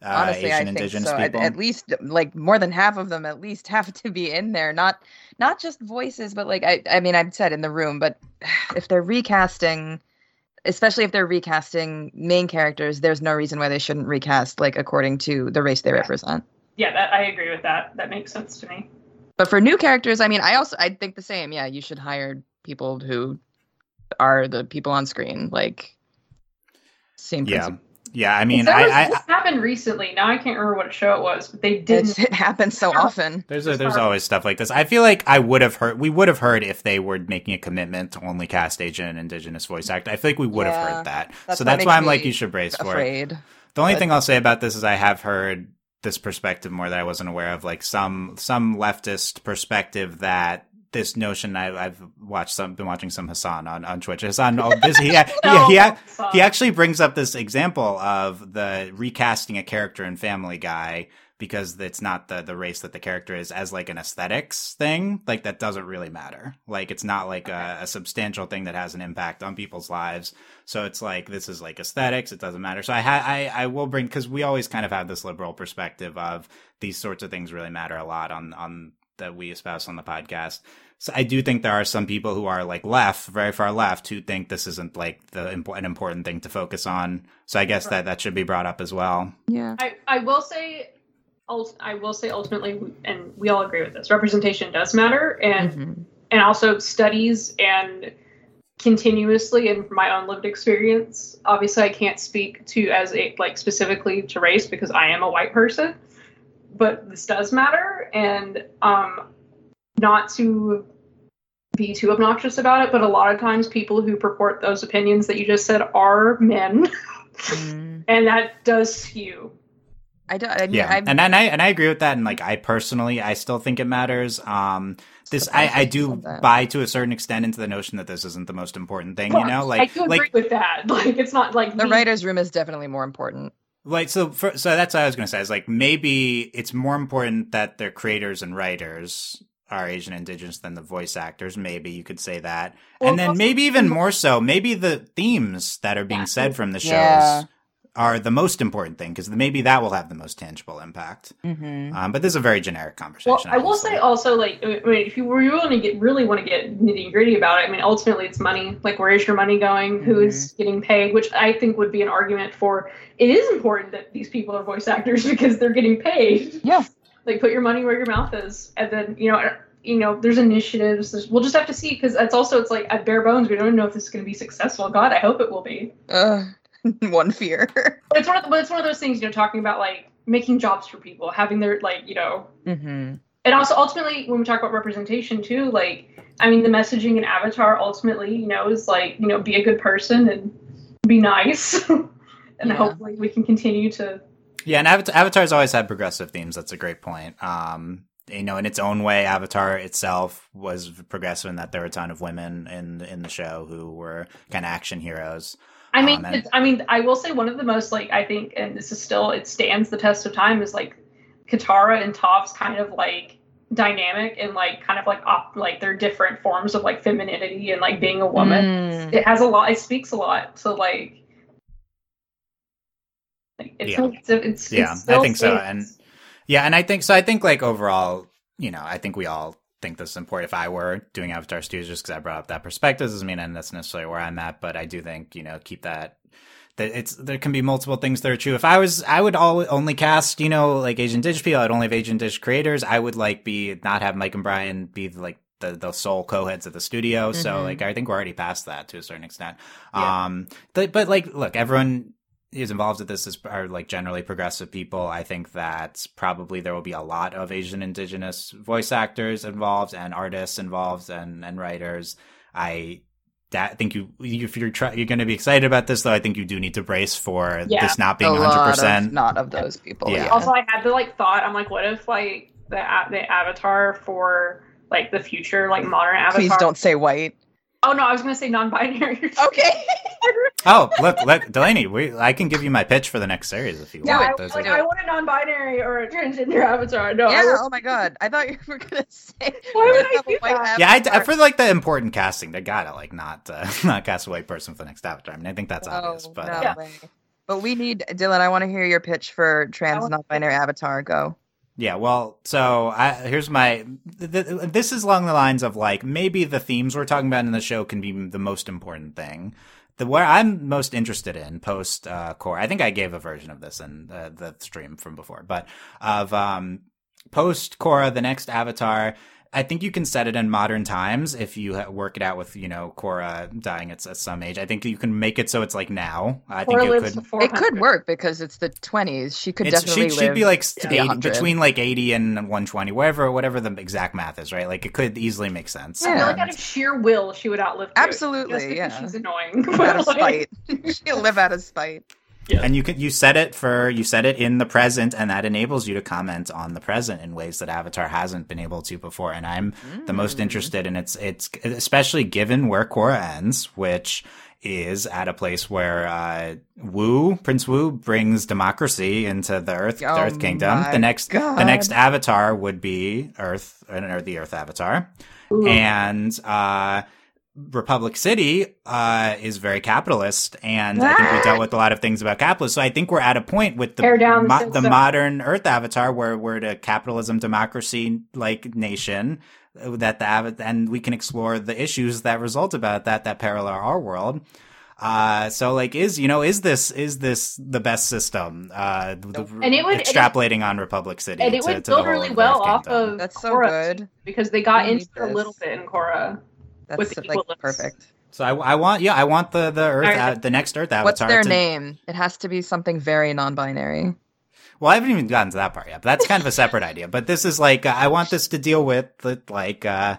Speaker 1: uh,
Speaker 3: honestly,
Speaker 1: Asian
Speaker 3: I think
Speaker 1: Indigenous
Speaker 3: so. At-
Speaker 1: people.
Speaker 3: At, least like more than half of them at least have to be in there. Not not just voices, but like I I mean I've said in the room, but if they're recasting especially if they're recasting main characters, there's no reason why they shouldn't recast like according to the race they represent.
Speaker 2: Yeah, that, I agree with that. That makes sense to me.
Speaker 3: But for new characters, I mean, I also I think the same. Yeah, you should hire people who are the people on screen, like same.
Speaker 1: yeah.
Speaker 3: principle.
Speaker 1: Yeah. I mean,
Speaker 2: There was-
Speaker 1: I. I
Speaker 2: this happened recently. Now I can't remember what show it was, but they didn't.
Speaker 3: It's, it happens so
Speaker 2: Yeah.
Speaker 3: often.
Speaker 1: there's
Speaker 2: Just
Speaker 1: there's
Speaker 2: our-
Speaker 1: always stuff like this. I feel like I would have heard we would have heard if they were making a commitment to only cast Asian and Indigenous voice act. I feel like we would have
Speaker 3: Yeah.
Speaker 1: heard that.
Speaker 3: That's
Speaker 1: so
Speaker 3: what
Speaker 1: that's
Speaker 3: makes
Speaker 1: why I'm like
Speaker 3: me
Speaker 1: you should brace for it.
Speaker 3: Afraid.
Speaker 1: The only
Speaker 3: But-
Speaker 1: thing I'll say about this is I have heard this perspective more that I wasn't aware of, like some some leftist perspective that this notion I, I've watched some been watching some Hassan on on Twitch. Hassan, oh, this he yeah
Speaker 2: No,
Speaker 1: he, he,
Speaker 2: it's, uh,
Speaker 1: he actually brings up this example of the recasting a character in Family Guy because it's not the the race that the character is as like an aesthetics thing like that doesn't really matter like it's not like a, a substantial thing that has an impact on people's lives so it's like this is like aesthetics it doesn't matter so i ha- I, I will bring because we always kind of have this liberal perspective of these sorts of things really matter a lot on on that we espouse on the podcast so I do think there are some people who are like left, very far left, who think this isn't like the an important thing to focus on. So I guess that that should be brought up as well.
Speaker 3: Yeah.
Speaker 2: I, I will say, ult- I will say ultimately, and we all agree with this, representation does matter, and
Speaker 3: Mhm.
Speaker 2: and also studies and continuously and from my own lived experience. Obviously, I can't speak to as a like specifically to race because I am a white person, but this does matter, and um, not to be too obnoxious about it, but a lot of times people who purport those opinions that you just said are men,
Speaker 3: Mm.
Speaker 2: and that does skew.
Speaker 3: I don't. I mean,
Speaker 1: Yeah,
Speaker 3: I've,
Speaker 1: and and I and I agree with that. And like I personally, I still think it matters. Um, this I I do
Speaker 3: Surprised I said that.
Speaker 1: buy to a certain extent into the notion that this isn't the most important thing. You know,
Speaker 2: I
Speaker 1: like
Speaker 2: do agree
Speaker 1: like
Speaker 2: with that. Like it's not like
Speaker 3: the
Speaker 2: the-
Speaker 3: writers' room is definitely more important.
Speaker 1: Like so, for, so that's what I was going to say. Is like maybe it's more important that their creators and writers are Asian indigenous than the voice actors. Maybe you could say that,
Speaker 2: Well,
Speaker 1: and then
Speaker 2: also-
Speaker 1: maybe even more so, maybe the themes that are being said from the shows
Speaker 3: Yeah.
Speaker 1: are the most important thing because maybe that will have the most tangible impact.
Speaker 3: Mm-hmm.
Speaker 1: Um, but this is a very generic conversation.
Speaker 2: Well, I will
Speaker 1: obviously.
Speaker 2: say also, like, I mean, if you really want to get really want to get nitty gritty about it, I mean, ultimately it's money. Like, where is your money going? Who
Speaker 1: Mm-hmm.
Speaker 2: is getting paid? Which I think would be an argument for. It is important that these people are voice actors because they're getting paid.
Speaker 3: Yeah.
Speaker 2: Like, put your money where your mouth is, and then you know, uh, you know, there's initiatives. There's, we'll just have to see because that's also it's like at bare bones. We don't even know if this is going to be successful. God, I hope it will be.
Speaker 3: one fear.
Speaker 2: But it's one of the, but it's one of those things you know, talking about like making jobs for people, having their like you know
Speaker 3: Mm-hmm.
Speaker 2: and also ultimately when we talk about representation too like i mean the messaging in avatar ultimately you know is like you know be a good person and be nice and
Speaker 3: Yeah.
Speaker 2: hopefully we can continue to
Speaker 1: Yeah, and Avatar, Avatar's always had progressive themes. That's a great point. Um, you know, in its own way, Avatar itself was progressive in that there were a ton of women in in the show who were kind of action heroes.
Speaker 2: i mean
Speaker 1: Amen.
Speaker 2: it's, i mean i will say one of the most like i think and this is still it stands the test of time is like katara and toph's kind of like dynamic and like kind of like op- like their different forms of like femininity and like being a woman
Speaker 3: Mm.
Speaker 1: Mm-hmm.
Speaker 2: it has a lot it speaks a lot to like like, it's,
Speaker 1: Yeah.
Speaker 2: it's, it's,
Speaker 1: Yeah,
Speaker 2: it's still
Speaker 1: I think so,
Speaker 2: safe.
Speaker 1: and- Yeah, and I think so. I think like overall, you know, I think we all think this is important. If I were doing Avatar Studios, just because I brought up that perspective, doesn't mean that's necessarily where I'm at. But I do think you know keep that that it's there can be multiple things that are true. If I was, I would all only cast you know like Asian Dish people. I'd only have Asian Dish creators. I would like be not have Mike and Brian be like. The, the sole co-heads of the studio so
Speaker 3: Mhm.
Speaker 1: like i think we're already past that to a certain extent
Speaker 3: Yeah.
Speaker 1: um but, but like look everyone is involved with this is are like generally progressive people. I think that probably there will be a lot of Asian indigenous voice actors involved and artists involved and and writers. I that think you if you're try, you're going to be excited about this though. I think you do need to brace for
Speaker 2: Yeah.
Speaker 1: this not
Speaker 3: a
Speaker 1: being 100.
Speaker 3: lot of
Speaker 1: percent
Speaker 3: not of those people.
Speaker 1: Yeah.
Speaker 3: Yeah.
Speaker 2: also i had the like thought i'm like what if like the a- the avatar for like the future like modern avatar
Speaker 3: Please don't say white.
Speaker 2: oh no i was gonna say non-binary
Speaker 3: Okay.
Speaker 1: Oh look look Delaney, we I can give you my pitch for the next series if you
Speaker 2: yeah,
Speaker 1: want.
Speaker 2: I,
Speaker 1: Those
Speaker 2: like,
Speaker 1: are-
Speaker 2: I want a non-binary or a transgender avatar no I
Speaker 3: yeah.
Speaker 2: want-
Speaker 3: Oh my god. I thought you were gonna say.
Speaker 2: Why would
Speaker 3: let's
Speaker 2: I
Speaker 3: have a
Speaker 2: do
Speaker 3: white
Speaker 2: that?
Speaker 1: yeah, I, I
Speaker 3: avatar.
Speaker 1: for like the important casting, they gotta like not uh, not cast a white person for the next avatar. I mean, I think that's obvious,
Speaker 3: No,
Speaker 1: but
Speaker 3: Oh, no
Speaker 1: uh,
Speaker 2: Yeah.
Speaker 3: way. But we need Dylan. I want to hear your pitch for trans
Speaker 2: want-
Speaker 3: non-binary avatar. Go.
Speaker 1: Yeah, well, so I, here's my. Th- th- this is along the lines of like maybe the themes we're talking about in the show can be the most important thing. The where I'm most interested in post uh, core, I think I gave a version of this in uh, the stream from before, but of um, post Korra, the next Avatar. I think you can set it in modern times if you ha- work it out with you know Korra dying at, s- at some age. I think you can make it so it's like now. I think
Speaker 2: Korra
Speaker 1: it
Speaker 2: lives
Speaker 1: could
Speaker 2: to
Speaker 3: It
Speaker 2: 400.
Speaker 3: could work because it's the 20s. She could
Speaker 1: It's-
Speaker 3: definitely
Speaker 1: she'd,
Speaker 3: live.
Speaker 1: she'd be like s-
Speaker 3: to
Speaker 1: 80
Speaker 3: 100.
Speaker 1: between like 80 and 120 wherever whatever the exact math is right like it could easily make sense
Speaker 2: I feel
Speaker 3: Yeah.
Speaker 2: like out of sheer will she would outlive Groot,
Speaker 3: Absolutely,
Speaker 2: just because
Speaker 3: yeah.
Speaker 2: she's annoying
Speaker 3: out of
Speaker 2: Like,
Speaker 3: spite. She'll live out of spite.
Speaker 1: and you can you set it for you set it in the present and that enables you to comment on the present in ways that avatar hasn't been able to before and i'm the most
Speaker 3: Mm.
Speaker 1: interested in it's it's especially given where Korra ends, which is at a place where uh, Wu Prince Wu brings democracy into the Earth, the
Speaker 3: Oh
Speaker 1: Earth Kingdom.
Speaker 3: my
Speaker 1: The next, the
Speaker 3: God.
Speaker 1: next Avatar would be Earth or the Earth Avatar,
Speaker 2: Ooh.
Speaker 1: and uh, Republic City uh, is very capitalist, and I think we dealt with a lot of things about capitalism. So I think we're at a point with the
Speaker 2: Tear down the
Speaker 1: mo- the
Speaker 2: system.
Speaker 1: modern Earth Avatar where we're at a capitalism democracy like nation uh, that the av- and we can explore the issues that result about that that parallel our world. Uh, so like is you know is this is this the best system? Uh, the,
Speaker 2: And it would-
Speaker 1: extrapolating on Republic City,
Speaker 2: and it
Speaker 1: to-
Speaker 2: would
Speaker 1: to the
Speaker 2: build
Speaker 1: whole
Speaker 2: really
Speaker 1: Earth
Speaker 2: well off
Speaker 1: Kingdom.
Speaker 2: of
Speaker 3: That's so
Speaker 2: Korra
Speaker 3: good.
Speaker 2: because they got
Speaker 3: We
Speaker 2: into
Speaker 3: need
Speaker 2: it a
Speaker 3: this.
Speaker 2: little bit in Korra. With
Speaker 3: That's
Speaker 2: the
Speaker 3: like
Speaker 2: equilibrium.
Speaker 3: perfect.
Speaker 1: So I, I want, yeah, I want the the Earth,
Speaker 2: Alright.
Speaker 1: av- the next Earth Avatar.
Speaker 3: What's their
Speaker 1: to-
Speaker 3: name? It has to be something very non-binary.
Speaker 1: Well, I haven't even gotten to that part yet. But that's kind of a separate idea. But this is like, uh, I want this to deal with the, like uh,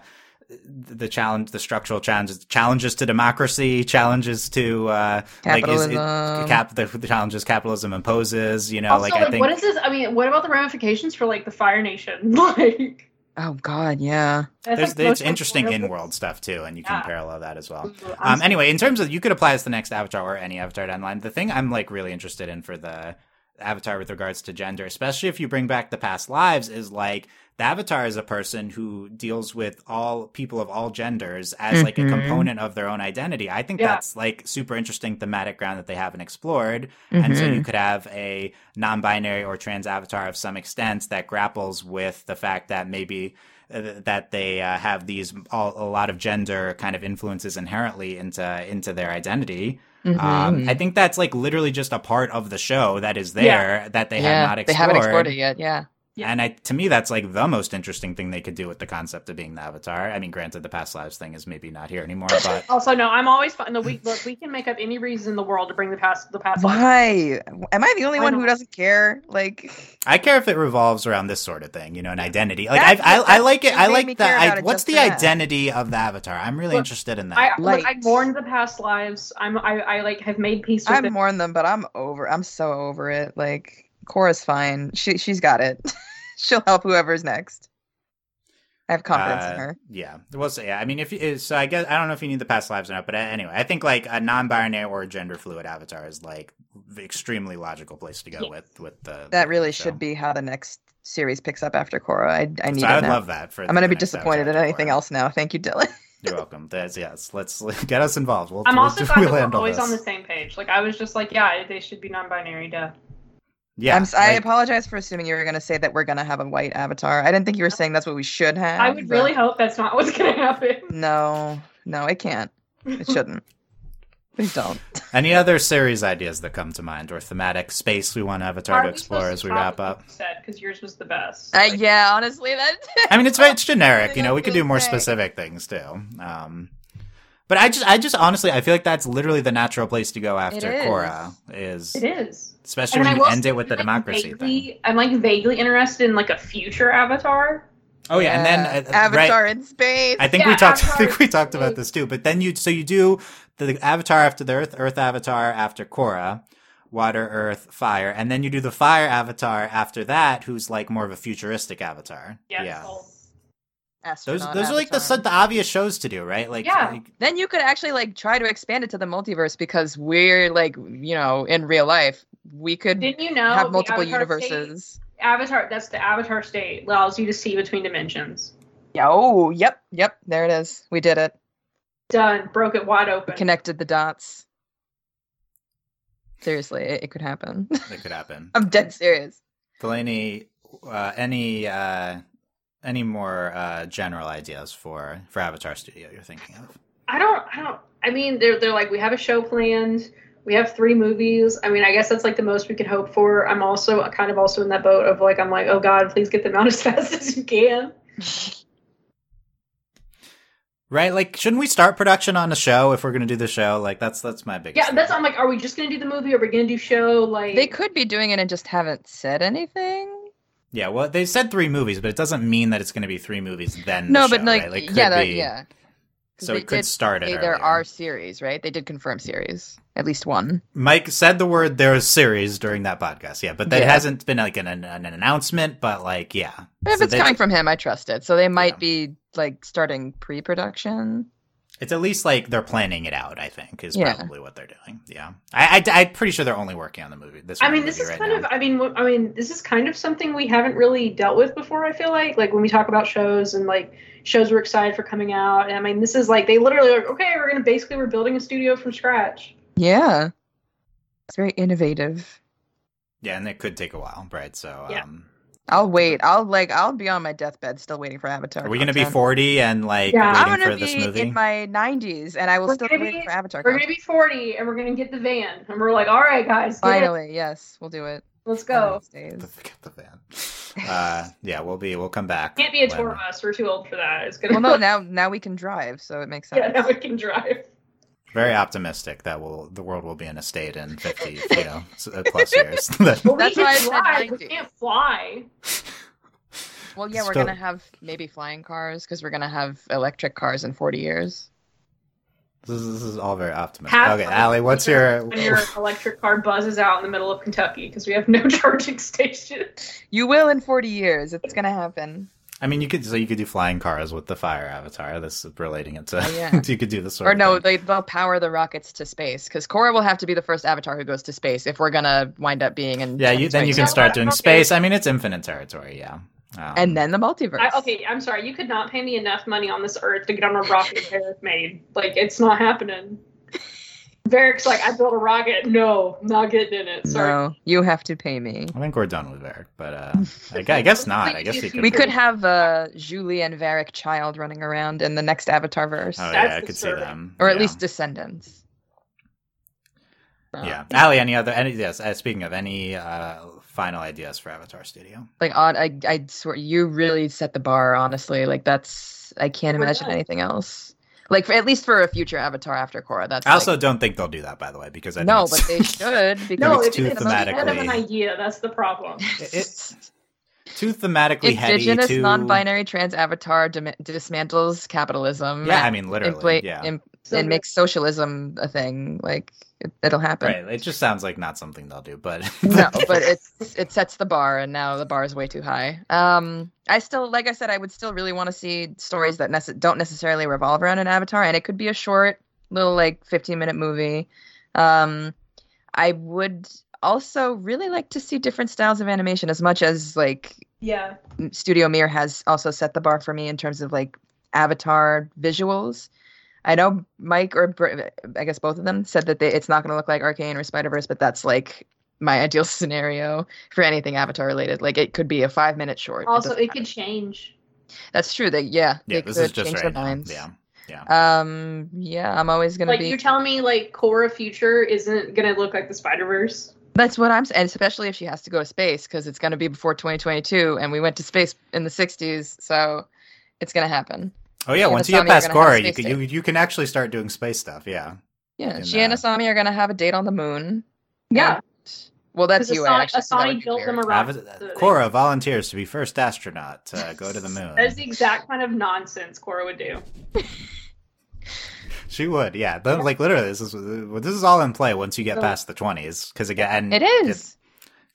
Speaker 1: the challenge, the structural challenges, challenges to democracy, challenges to uh, like is
Speaker 3: Capitalism.
Speaker 1: it-
Speaker 3: Um.
Speaker 1: cap the, the challenges capitalism imposes. You know,
Speaker 2: also,
Speaker 1: like
Speaker 2: like,
Speaker 1: I think
Speaker 2: what is this? I mean, what about the ramifications for like the Fire Nation? like,
Speaker 3: oh God, yeah.
Speaker 2: that's,
Speaker 1: there's
Speaker 2: like, the
Speaker 1: it's
Speaker 2: most
Speaker 1: interesting in
Speaker 2: important-
Speaker 1: world stuff too, and you
Speaker 2: Yeah.
Speaker 1: can parallel that as well.
Speaker 2: Ooh, I'm
Speaker 1: Um, anyway, in terms of you could apply as the next avatar or any avatar down the line. The thing I'm like really interested in for the avatar with regards to gender, especially if you bring back the past lives, is like the avatar is a person who deals with all people of all genders as like a
Speaker 3: Mhm.
Speaker 1: component of their own identity. I think
Speaker 2: Mm-hmm. Yeah.
Speaker 1: that's like super interesting thematic ground that they haven't explored. And so
Speaker 3: Mhm.
Speaker 1: you could have a non binary or trans avatar of some extent that grapples with the fact that maybe uh, that they uh, have these all, a lot of gender kind of influences inherently into into their identity. Um,
Speaker 3: Mhm.
Speaker 1: I think that's like literally just a part of the show that is
Speaker 2: Yeah.
Speaker 1: there that they
Speaker 3: yeah,
Speaker 1: have not
Speaker 3: they
Speaker 1: explored.
Speaker 3: haven't explored it yet. Yeah.
Speaker 2: Yeah.
Speaker 1: And I, to me, that's like the most interesting thing they could do with the concept of being the avatar. I mean, granted, the past lives thing is maybe not here anymore, but
Speaker 2: Also, no, I'm always fine. The we look, we can make up any reason in the world to bring the past the past.
Speaker 3: Why? Am I the only
Speaker 2: I
Speaker 3: one
Speaker 2: don't-
Speaker 3: who doesn't care? Like,
Speaker 1: I care if it revolves around this sort of thing, you know, an identity. Like
Speaker 3: That's
Speaker 1: I,
Speaker 3: what-
Speaker 1: I, I like it.
Speaker 3: you
Speaker 1: I
Speaker 3: made me
Speaker 1: like the.
Speaker 3: care about
Speaker 1: I,
Speaker 3: it
Speaker 1: what's
Speaker 3: just
Speaker 1: the
Speaker 3: for that.
Speaker 1: identity of the avatar? I'm really
Speaker 2: Look,
Speaker 1: interested in that.
Speaker 2: I look, I
Speaker 3: Light.
Speaker 2: mourned the past lives. I'm I, I like have made peace with
Speaker 3: I
Speaker 2: it.
Speaker 3: mourn them, but I'm over. I'm so over it. Like, Cora's fine. She she's got it. She'll help whoever's next. I have confidence in
Speaker 1: Uh,
Speaker 3: her.
Speaker 1: Yeah, we'll say. Yeah. I mean, if you, so, I guess I don't know if you need the past lives or not, but uh, anyway, I think like a non-binary or gender fluid avatar is like the extremely logical place to go
Speaker 2: Yes.
Speaker 1: with with the.
Speaker 3: That really
Speaker 1: so-
Speaker 3: should be how the next series picks up after Cora. I I need
Speaker 1: So
Speaker 3: it
Speaker 1: I would
Speaker 3: now.
Speaker 1: love that. For
Speaker 3: I'm gonna
Speaker 1: the
Speaker 3: be
Speaker 1: next Avatar
Speaker 3: disappointed in
Speaker 1: to
Speaker 3: anything
Speaker 1: work.
Speaker 3: else now. Thank you, Dylan.
Speaker 1: You're welcome. That's yes. Let's get us involved. We'll,
Speaker 2: I'm
Speaker 1: we'll-
Speaker 2: also glad
Speaker 1: we'll
Speaker 2: that we're
Speaker 1: handle
Speaker 2: always
Speaker 1: this.
Speaker 2: on the same page. Like I was just like, yeah, they should be non-binary. Duh.
Speaker 1: Yeah,
Speaker 3: I'm, s- I
Speaker 1: like-
Speaker 3: apologize for assuming you were gonna say that we're gonna have a white avatar. I didn't think you were saying that's what we should have.
Speaker 2: I would
Speaker 3: but-
Speaker 2: really hope that's not what's gonna happen.
Speaker 3: No, no, it can't. It shouldn't. Please don't.
Speaker 1: Any other series ideas that come to mind or thematic space we want Avatar
Speaker 2: Are
Speaker 1: to
Speaker 2: we
Speaker 1: explore
Speaker 2: supposed
Speaker 1: as
Speaker 2: to
Speaker 1: we
Speaker 2: top
Speaker 1: wrap
Speaker 2: what
Speaker 1: up?
Speaker 2: you Said because yours was the best.
Speaker 3: Uh,
Speaker 2: Like,
Speaker 3: yeah, honestly, that.
Speaker 1: I mean, it's very it's generic. You know, we could do more
Speaker 3: That's what I'm saying.
Speaker 1: specific things too. Um, but I just, I just honestly, I feel like that's literally the natural place to go after
Speaker 3: is.
Speaker 1: Korra is,
Speaker 2: It is.
Speaker 1: especially when
Speaker 2: I
Speaker 1: you
Speaker 2: will
Speaker 1: end
Speaker 2: say
Speaker 1: it with the
Speaker 2: I'm, like,
Speaker 1: democracy
Speaker 2: vaguely-
Speaker 1: thing.
Speaker 2: I'm like vaguely interested in like a future Avatar.
Speaker 1: Oh yeah, and then uh, right-
Speaker 3: Avatar in space.
Speaker 1: I think we
Speaker 2: Yeah,
Speaker 1: talked. I
Speaker 2: Avatar
Speaker 1: think we
Speaker 2: is
Speaker 1: talked about
Speaker 2: like-
Speaker 1: this too. But then you, so you do the Avatar after the Earth, Earth Avatar after Korra, Water, Earth, Fire, and then you do the Fire Avatar after that, who's like more of a futuristic Avatar.
Speaker 2: Yes.
Speaker 1: Yeah. Those
Speaker 3: Astronaut
Speaker 1: those are like the
Speaker 3: Avatar.
Speaker 1: su- the obvious shows to do, right? Like
Speaker 2: Yeah.
Speaker 1: like-
Speaker 3: Then you could actually like try to expand it to the multiverse because we're like you know in real life we could
Speaker 2: Didn't you know
Speaker 3: have
Speaker 2: the
Speaker 3: multiple
Speaker 2: Avatar state-
Speaker 3: universes.
Speaker 2: Avatar. That's the Avatar state allows you to see between dimensions.
Speaker 3: Yeah. Oh, yep, yep. There it is. We did it.
Speaker 2: Done. Broke it wide open.
Speaker 3: Connected the dots. Seriously, it, it could happen.
Speaker 1: that could happen.
Speaker 3: I'm dead serious.
Speaker 1: Delaney, uh, any uh, any more uh, general ideas for for Avatar Studio you're thinking of?
Speaker 2: I don't. I don't. I mean, they're they're like we have a show planned. We have three movies. I mean, I guess that's like the most we could hope for. I'm also uh, kind of also in that boat of like I'm like, oh God, please get them out as fast as you can.
Speaker 1: Right, like shouldn't we start production on a show if we're going to do the show? Like that's that's my biggest.
Speaker 2: Yeah,
Speaker 1: thing.
Speaker 2: that's. I'm like, are we just gonna do the movie? Are we gonna do show? Like
Speaker 3: They could be doing it and just haven't said anything.
Speaker 1: Yeah, well, they said three movies, but it doesn't mean that it's going to be three movies. Then
Speaker 3: no,
Speaker 1: the
Speaker 3: but
Speaker 1: show,
Speaker 3: like,
Speaker 1: right? Like, could
Speaker 3: yeah, that,
Speaker 1: be-
Speaker 3: yeah. 'Cause
Speaker 1: So
Speaker 3: they
Speaker 1: it could
Speaker 3: did
Speaker 1: start it.
Speaker 3: say
Speaker 1: earlier.
Speaker 3: there are series, right? They did confirm series, at least one.
Speaker 1: Mike said the word "there is series" during that podcast. Yeah, but that
Speaker 3: Yeah.
Speaker 1: hasn't been like an, an, an announcement. But like, yeah,
Speaker 3: But if
Speaker 1: So
Speaker 3: it's
Speaker 1: they-
Speaker 3: coming from him, I trust it. So they might
Speaker 1: Yeah.
Speaker 3: be like starting pre-production.
Speaker 1: It's at least like they're planning it out. I think is
Speaker 3: Yeah.
Speaker 1: probably what they're doing. Yeah, I, I am pretty sure they're only working on the movie. This
Speaker 2: I
Speaker 1: one
Speaker 2: mean, this
Speaker 1: movie
Speaker 2: is
Speaker 1: right
Speaker 2: kind
Speaker 1: now.
Speaker 2: of. I mean, wh- I mean, this is kind of something we haven't really dealt with before. I feel like, like when we talk about shows and like shows we're excited for coming out. And I mean, this is like they literally are like, okay, we're gonna basically we're building a studio from scratch.
Speaker 3: Yeah. It's very innovative.
Speaker 1: yeah, and it could take a while, right? So
Speaker 2: Yeah.
Speaker 1: um,
Speaker 3: I'll wait. I'll like I'll be on my deathbed still waiting for Avatar.
Speaker 1: are we going to be
Speaker 3: content.
Speaker 1: 40 and like
Speaker 2: Yeah.
Speaker 1: waiting
Speaker 3: I'm
Speaker 1: for
Speaker 3: gonna
Speaker 1: this
Speaker 3: be
Speaker 1: movie?
Speaker 3: in my 90s, and I will
Speaker 2: We're
Speaker 3: still be
Speaker 2: gonna
Speaker 3: waiting
Speaker 2: be-
Speaker 3: for Avatar.
Speaker 2: We're gonna
Speaker 3: content.
Speaker 2: be 40 and we're gonna get the van and we're like, all right, guys, get it.
Speaker 3: Finally, yes, we'll do it.
Speaker 2: let's
Speaker 3: one of
Speaker 2: go.
Speaker 3: these days.
Speaker 1: The- get the van. Uh, yeah, we'll be we'll come back.
Speaker 2: Can't be a tour
Speaker 1: when-
Speaker 2: bus. We're too old for that. It's gonna.
Speaker 3: Well, no, now now we can drive, so it makes sense.
Speaker 2: yeah, now we can drive.
Speaker 1: Very optimistic that will the world will be in a state in 50 you know s- uh, plus years.
Speaker 2: Well,
Speaker 3: That's
Speaker 2: we
Speaker 3: why I
Speaker 2: can
Speaker 3: said
Speaker 2: fly. We
Speaker 3: 90.
Speaker 2: can't fly.
Speaker 3: Well, yeah, we're
Speaker 1: Still-
Speaker 3: gonna have maybe flying cars because we're gonna have electric cars in 40 years.
Speaker 1: This is, this is all very optimistic.
Speaker 2: Have
Speaker 1: okay,
Speaker 2: fun
Speaker 1: Allie, what's your?
Speaker 2: When your electric car buzzes out in the middle of Kentucky because we have no charging station.
Speaker 3: You will in 40 years. It's gonna happen.
Speaker 1: I mean, you could so you could do flying cars with the fire avatar. This is relating it to.
Speaker 3: Oh, yeah.
Speaker 1: you could do this sort
Speaker 3: Or
Speaker 1: of
Speaker 3: no,
Speaker 1: thing.
Speaker 3: they, they'll power the rockets to space because Korra will have to be the first Avatar who goes to space if we're gonna wind up being in.
Speaker 1: yeah, you, then you can
Speaker 3: 2022.
Speaker 1: start doing
Speaker 2: Okay.
Speaker 1: space. I mean, it's infinite territory. Yeah. Um,
Speaker 3: And then the multiverse.
Speaker 2: I, okay, I'm sorry. You could not pay me enough money on this earth to get on a rocket Varric made. Like, it's not happening. Varric's like, I built a rocket. No, not getting in it. Sorry.
Speaker 3: No, you have to pay me.
Speaker 1: I think we're done with Eric, but uh, I, gu- I guess not. I guess you could.
Speaker 3: We could have uh, Julie and Varric child running around in the next Avatar verse,
Speaker 1: Oh
Speaker 2: That's
Speaker 1: yeah, I could see
Speaker 2: disturbing.
Speaker 1: them.
Speaker 3: or at
Speaker 1: Yeah.
Speaker 3: least descendants. So,
Speaker 1: Yeah. Ali, any other? Any? Yes. Uh, speaking of any uh, final ideas for Avatar Studio?
Speaker 3: Like odd, I I swear you really set the bar. Honestly, like that's I can't
Speaker 2: We're
Speaker 3: imagine
Speaker 2: done.
Speaker 3: anything else. Like for, at least for a future Avatar after Korra. That's
Speaker 1: I also
Speaker 3: like,
Speaker 1: don't think they'll do that, by the way, because I think
Speaker 3: no,
Speaker 1: it's-
Speaker 3: but they should because
Speaker 2: No,
Speaker 1: it's
Speaker 2: it's,
Speaker 1: too
Speaker 2: it's kind of
Speaker 1: thematically-
Speaker 2: an idea. That's the problem.
Speaker 1: It- too thematically
Speaker 3: Indigenous
Speaker 1: heady. Too
Speaker 3: non-binary trans Avatar dim- dismantles capitalism.
Speaker 1: Yeah, I
Speaker 3: and
Speaker 1: mean literally.
Speaker 3: impla-
Speaker 1: yeah.
Speaker 3: im-
Speaker 2: So
Speaker 3: and makes socialism a thing. Like it, it'll happen.
Speaker 1: right. It just sounds like not something they'll do, but
Speaker 3: no, but it's it sets the bar, and now the bar is way too high. Um, I still, like I said, I would still really want to see stories that nece- don't necessarily revolve around an avatar, and it could be a short, little like fifteen minute movie. Um, I would also really like to see different styles of animation, as much as like
Speaker 2: yeah.
Speaker 3: Studio Mir has also set the bar for me in terms of like avatar visuals. I know Mike or Br- I guess both of them said that they, it's not going to look like Arcane or Spider Verse, but that's like my ideal scenario for anything avatar related. Like it could be a five minute short. It
Speaker 2: Also,
Speaker 3: doesn't
Speaker 2: it could change.
Speaker 3: matter. that's true. That yeah,
Speaker 1: yeah,
Speaker 3: they
Speaker 1: this
Speaker 3: could
Speaker 1: is just
Speaker 3: change
Speaker 1: right
Speaker 3: their
Speaker 1: now.
Speaker 3: minds.
Speaker 1: Yeah.
Speaker 3: Um. Yeah, I'm always going to
Speaker 2: Like,
Speaker 3: be.
Speaker 2: you're telling me, like, Korra Future isn't going to look like the Spider Verse?
Speaker 3: that's what I'm saying, especially if she has to go to space because it's going to be before 2022, and we went to space in the 60s, so it's going to happen.
Speaker 1: Oh yeah,
Speaker 3: She
Speaker 1: once
Speaker 3: and
Speaker 1: you get
Speaker 3: Asami are
Speaker 1: past
Speaker 3: gonna have
Speaker 1: Korra, you
Speaker 3: space
Speaker 1: can you, you can actually start doing space stuff. Yeah.
Speaker 3: Yeah,
Speaker 1: in
Speaker 3: she and
Speaker 1: that.
Speaker 3: Asami are gonna have a date on the moon.
Speaker 2: Yeah.
Speaker 3: Well, that's
Speaker 2: Because
Speaker 3: you.
Speaker 2: Asani-
Speaker 3: actually, so that
Speaker 2: Asani
Speaker 3: would be
Speaker 2: built them
Speaker 3: weird.
Speaker 2: around- Right.
Speaker 1: Ava- Korra volunteers to be first astronaut to go to the moon.
Speaker 2: That's the exact kind of nonsense Korra would do.
Speaker 1: She would, yeah. But, like literally, this is this is all in play once you get
Speaker 2: So-
Speaker 1: past the twenties, because again, and
Speaker 3: It is.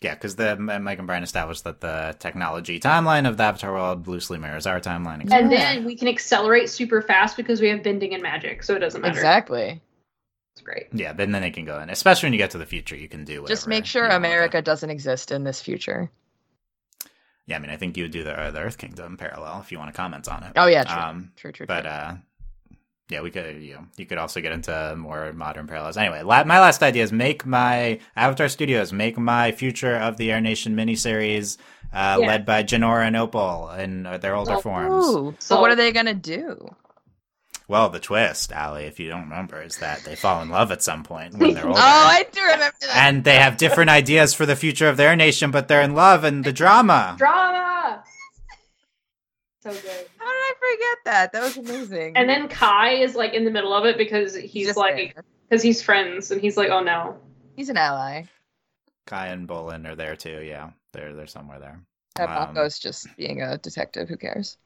Speaker 1: yeah, because the M- Mike and Brian established that the technology timeline of the Avatar world loosely mirrors our timeline.
Speaker 3: Yeah.
Speaker 2: And then we can accelerate super fast because we have bending and magic, so it doesn't matter.
Speaker 3: exactly.
Speaker 2: It's great.
Speaker 1: Yeah, but then they can go in, especially when you get to the future. You can do whatever.
Speaker 3: Just make sure
Speaker 1: you want with
Speaker 3: America
Speaker 1: it.
Speaker 3: doesn't exist in this future.
Speaker 1: Yeah, I mean, I think you would do the, uh, the Earth Kingdom parallel if you want to comment on it.
Speaker 3: Oh yeah, true,
Speaker 1: um,
Speaker 3: true, true.
Speaker 1: but
Speaker 3: true.
Speaker 1: uh, yeah, we could you know, you could also get into more modern parallels. Anyway, la- my last idea is make my Avatar Studios make my Future of the Air Nation miniseries uh,
Speaker 2: Yeah.
Speaker 1: led by Janora and Opal in uh, their older
Speaker 2: Oh,
Speaker 1: forms.
Speaker 3: Ooh,
Speaker 2: So-
Speaker 3: but what are they gonna do?
Speaker 1: Well, the twist, Allie, if you don't remember, is that they fall in love at some point when they're
Speaker 2: Oh,
Speaker 1: older.
Speaker 3: Oh, I do remember that.
Speaker 1: and they have different ideas for the future of their nation, but they're in love and the drama.
Speaker 2: Drama. So good.
Speaker 3: How did I forget that? That was amazing.
Speaker 2: And then Kai is like in the middle of it because he's
Speaker 3: just
Speaker 2: like
Speaker 3: there.
Speaker 2: because he's friends and he's like, oh no.
Speaker 3: he's an ally.
Speaker 1: Kai and Bolin are there too. Yeah, they're they're somewhere there.
Speaker 3: And
Speaker 1: Um,
Speaker 3: Mako's just being a detective. Who cares?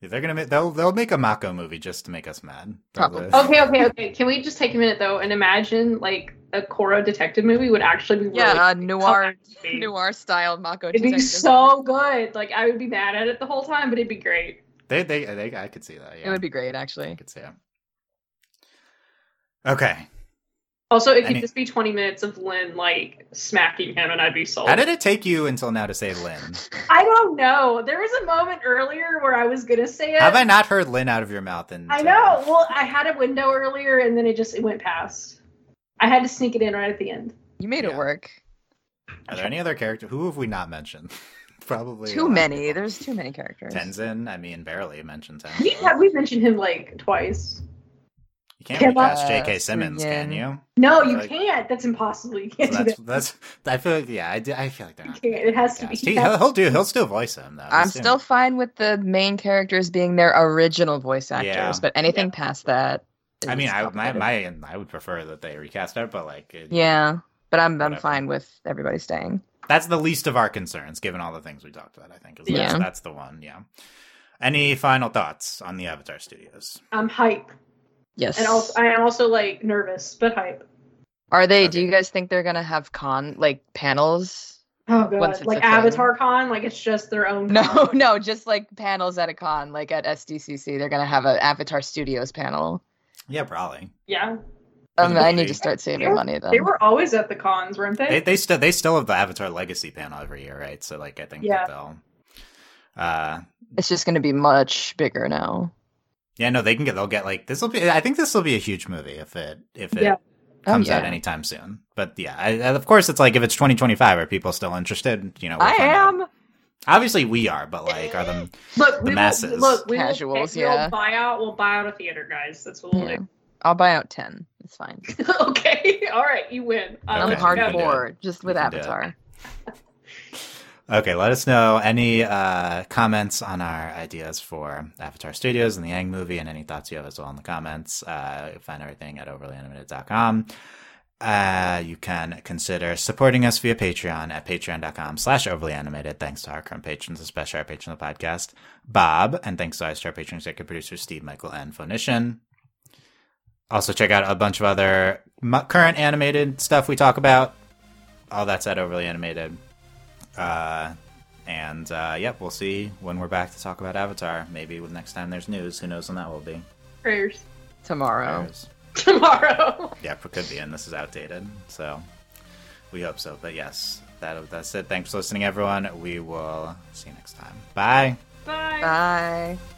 Speaker 1: They're gonna make they'll they'll make a Mako movie just to make us mad.
Speaker 3: Probably.
Speaker 2: Okay, okay, okay. Can we just take a minute though and imagine like a Korra detective movie would actually be really
Speaker 3: Yeah, a noir,
Speaker 2: amazing.
Speaker 3: noir style Mako.
Speaker 2: It'd be
Speaker 3: detective.
Speaker 2: so good. Like I would be mad at it the whole time, but it'd be great.
Speaker 1: They, they they I could see that. Yeah,
Speaker 3: It would be great, actually.
Speaker 1: I could see it. Okay.
Speaker 2: Also, it could
Speaker 1: Any-
Speaker 2: just be 20 minutes of Lynn like smacking him, and I'd be sold.
Speaker 1: How did it take you until now to say Lynn?
Speaker 2: I don't know. There was a moment earlier where I was gonna say it.
Speaker 1: Have I not heard Lynn out of your mouth? And
Speaker 2: I know. Well, I had a window earlier, and then it just it went past. I had to sneak it in right at the end.
Speaker 3: You made
Speaker 1: Yeah.
Speaker 3: it work.
Speaker 1: Are there any other character? Who have we not mentioned? Probably uh, a
Speaker 3: Too
Speaker 1: lot of
Speaker 3: many.
Speaker 1: people.
Speaker 3: There's too many characters.
Speaker 1: Tenzin. I mean, barely mentioned
Speaker 2: We
Speaker 1: Tenzin.
Speaker 2: have we mentioned him like twice.
Speaker 1: You can't
Speaker 2: Yeah,
Speaker 1: recast
Speaker 3: but-
Speaker 1: J.K. Simmons, can
Speaker 3: friggin-
Speaker 1: you?
Speaker 2: No, you
Speaker 1: Like-
Speaker 2: can't. That's impossible. You
Speaker 1: So
Speaker 2: can't do
Speaker 1: that's
Speaker 2: that.
Speaker 1: that's. I feel like yeah. I, do- I feel like they're
Speaker 2: You
Speaker 1: not.
Speaker 2: can't. It has to be.
Speaker 1: He, he'll, he'll do. He'll still voice him though.
Speaker 3: I'm
Speaker 1: He's doing-
Speaker 3: still fine with the main characters being their original voice actors,
Speaker 1: Yeah.
Speaker 3: but anything past that.
Speaker 1: I mean,
Speaker 3: is
Speaker 1: I my,
Speaker 3: complicated.
Speaker 1: my I would prefer that they recast her, but like it,
Speaker 3: yeah, but I'm I'm
Speaker 1: Whatever.
Speaker 3: fine with everybody staying.
Speaker 1: that's the least of our concerns, given all the things we talked about. I think is that's,
Speaker 3: Yeah.
Speaker 1: that's the one. Yeah. Any final thoughts on the Avatar Studios?
Speaker 2: I'm um, hype,
Speaker 3: Yes.
Speaker 2: and also I am also like nervous, but hype.
Speaker 3: Are they? Do
Speaker 1: Okay.
Speaker 3: you guys think they're gonna have con like panels?
Speaker 2: Oh god,
Speaker 3: Once it's a
Speaker 2: like
Speaker 3: thing.
Speaker 2: Avatar Con, like it's just their own.
Speaker 3: No,
Speaker 2: con.
Speaker 3: no, just like panels at a con, like at SDCC, they're gonna have an Avatar Studios panel.
Speaker 1: Yeah, probably.
Speaker 2: Yeah,
Speaker 3: Um, I need
Speaker 1: They-
Speaker 3: to start saving
Speaker 2: they-
Speaker 3: money then.
Speaker 2: they were always at the cons, weren't they?
Speaker 1: They they still they still have the Avatar Legacy panel every year, right? So like I think
Speaker 2: Yeah.
Speaker 1: that they'll. Uh,
Speaker 3: It's just gonna be much bigger now.
Speaker 1: yeah, no, they can get. They'll get like this will be. I think this will be a huge movie if it if it
Speaker 2: Yeah.
Speaker 3: Oh,
Speaker 1: comes out
Speaker 3: yeah.
Speaker 1: anytime soon. But yeah, I, and of course, it's like if it's 2025, are people still interested? You know, we'll
Speaker 3: I
Speaker 1: find out.
Speaker 3: am.
Speaker 1: Obviously, we are, but like, are them?
Speaker 2: Look, we will-
Speaker 1: masses.
Speaker 2: look, we
Speaker 3: Casuals,
Speaker 2: will,
Speaker 3: yeah.
Speaker 2: We'll buy out. We'll buy out a theater, guys. That's what we'll
Speaker 3: Yeah.
Speaker 2: do.
Speaker 3: I'll buy out ten. It's fine.
Speaker 2: okay, all right, you win.
Speaker 1: Okay.
Speaker 3: I'm
Speaker 1: you can do it.
Speaker 3: hardcore, just with
Speaker 1: can do it.
Speaker 3: Avatar.
Speaker 1: Okay, let us know any uh, comments on our ideas for Avatar Studios and the Yang movie, and any thoughts you have as well in the comments. Uh, you'll find everything at overlyanimated.com. Uh, you can consider supporting us via Patreon at patreon.com slash overlyanimated. Thanks to our current patrons, especially our patron of the podcast, Bob, and thanks to our star patron executive producer, Steve Michael and Phonician. Also, check out a bunch of other mu- current animated stuff we talk about. All that's at Overly Animated. Uh, and uh, yep, we'll see when we're back to talk about Avatar. Maybe with next time there's news. Who knows when that will be?
Speaker 2: Prayers
Speaker 3: Tomorrow.
Speaker 1: There's-
Speaker 2: tomorrow.
Speaker 1: Yeah, it could be, and this is outdated. So we hope so. But yes, that that's it. Thanks for listening, everyone. We will see you next time. Bye.
Speaker 2: Bye.
Speaker 3: Bye.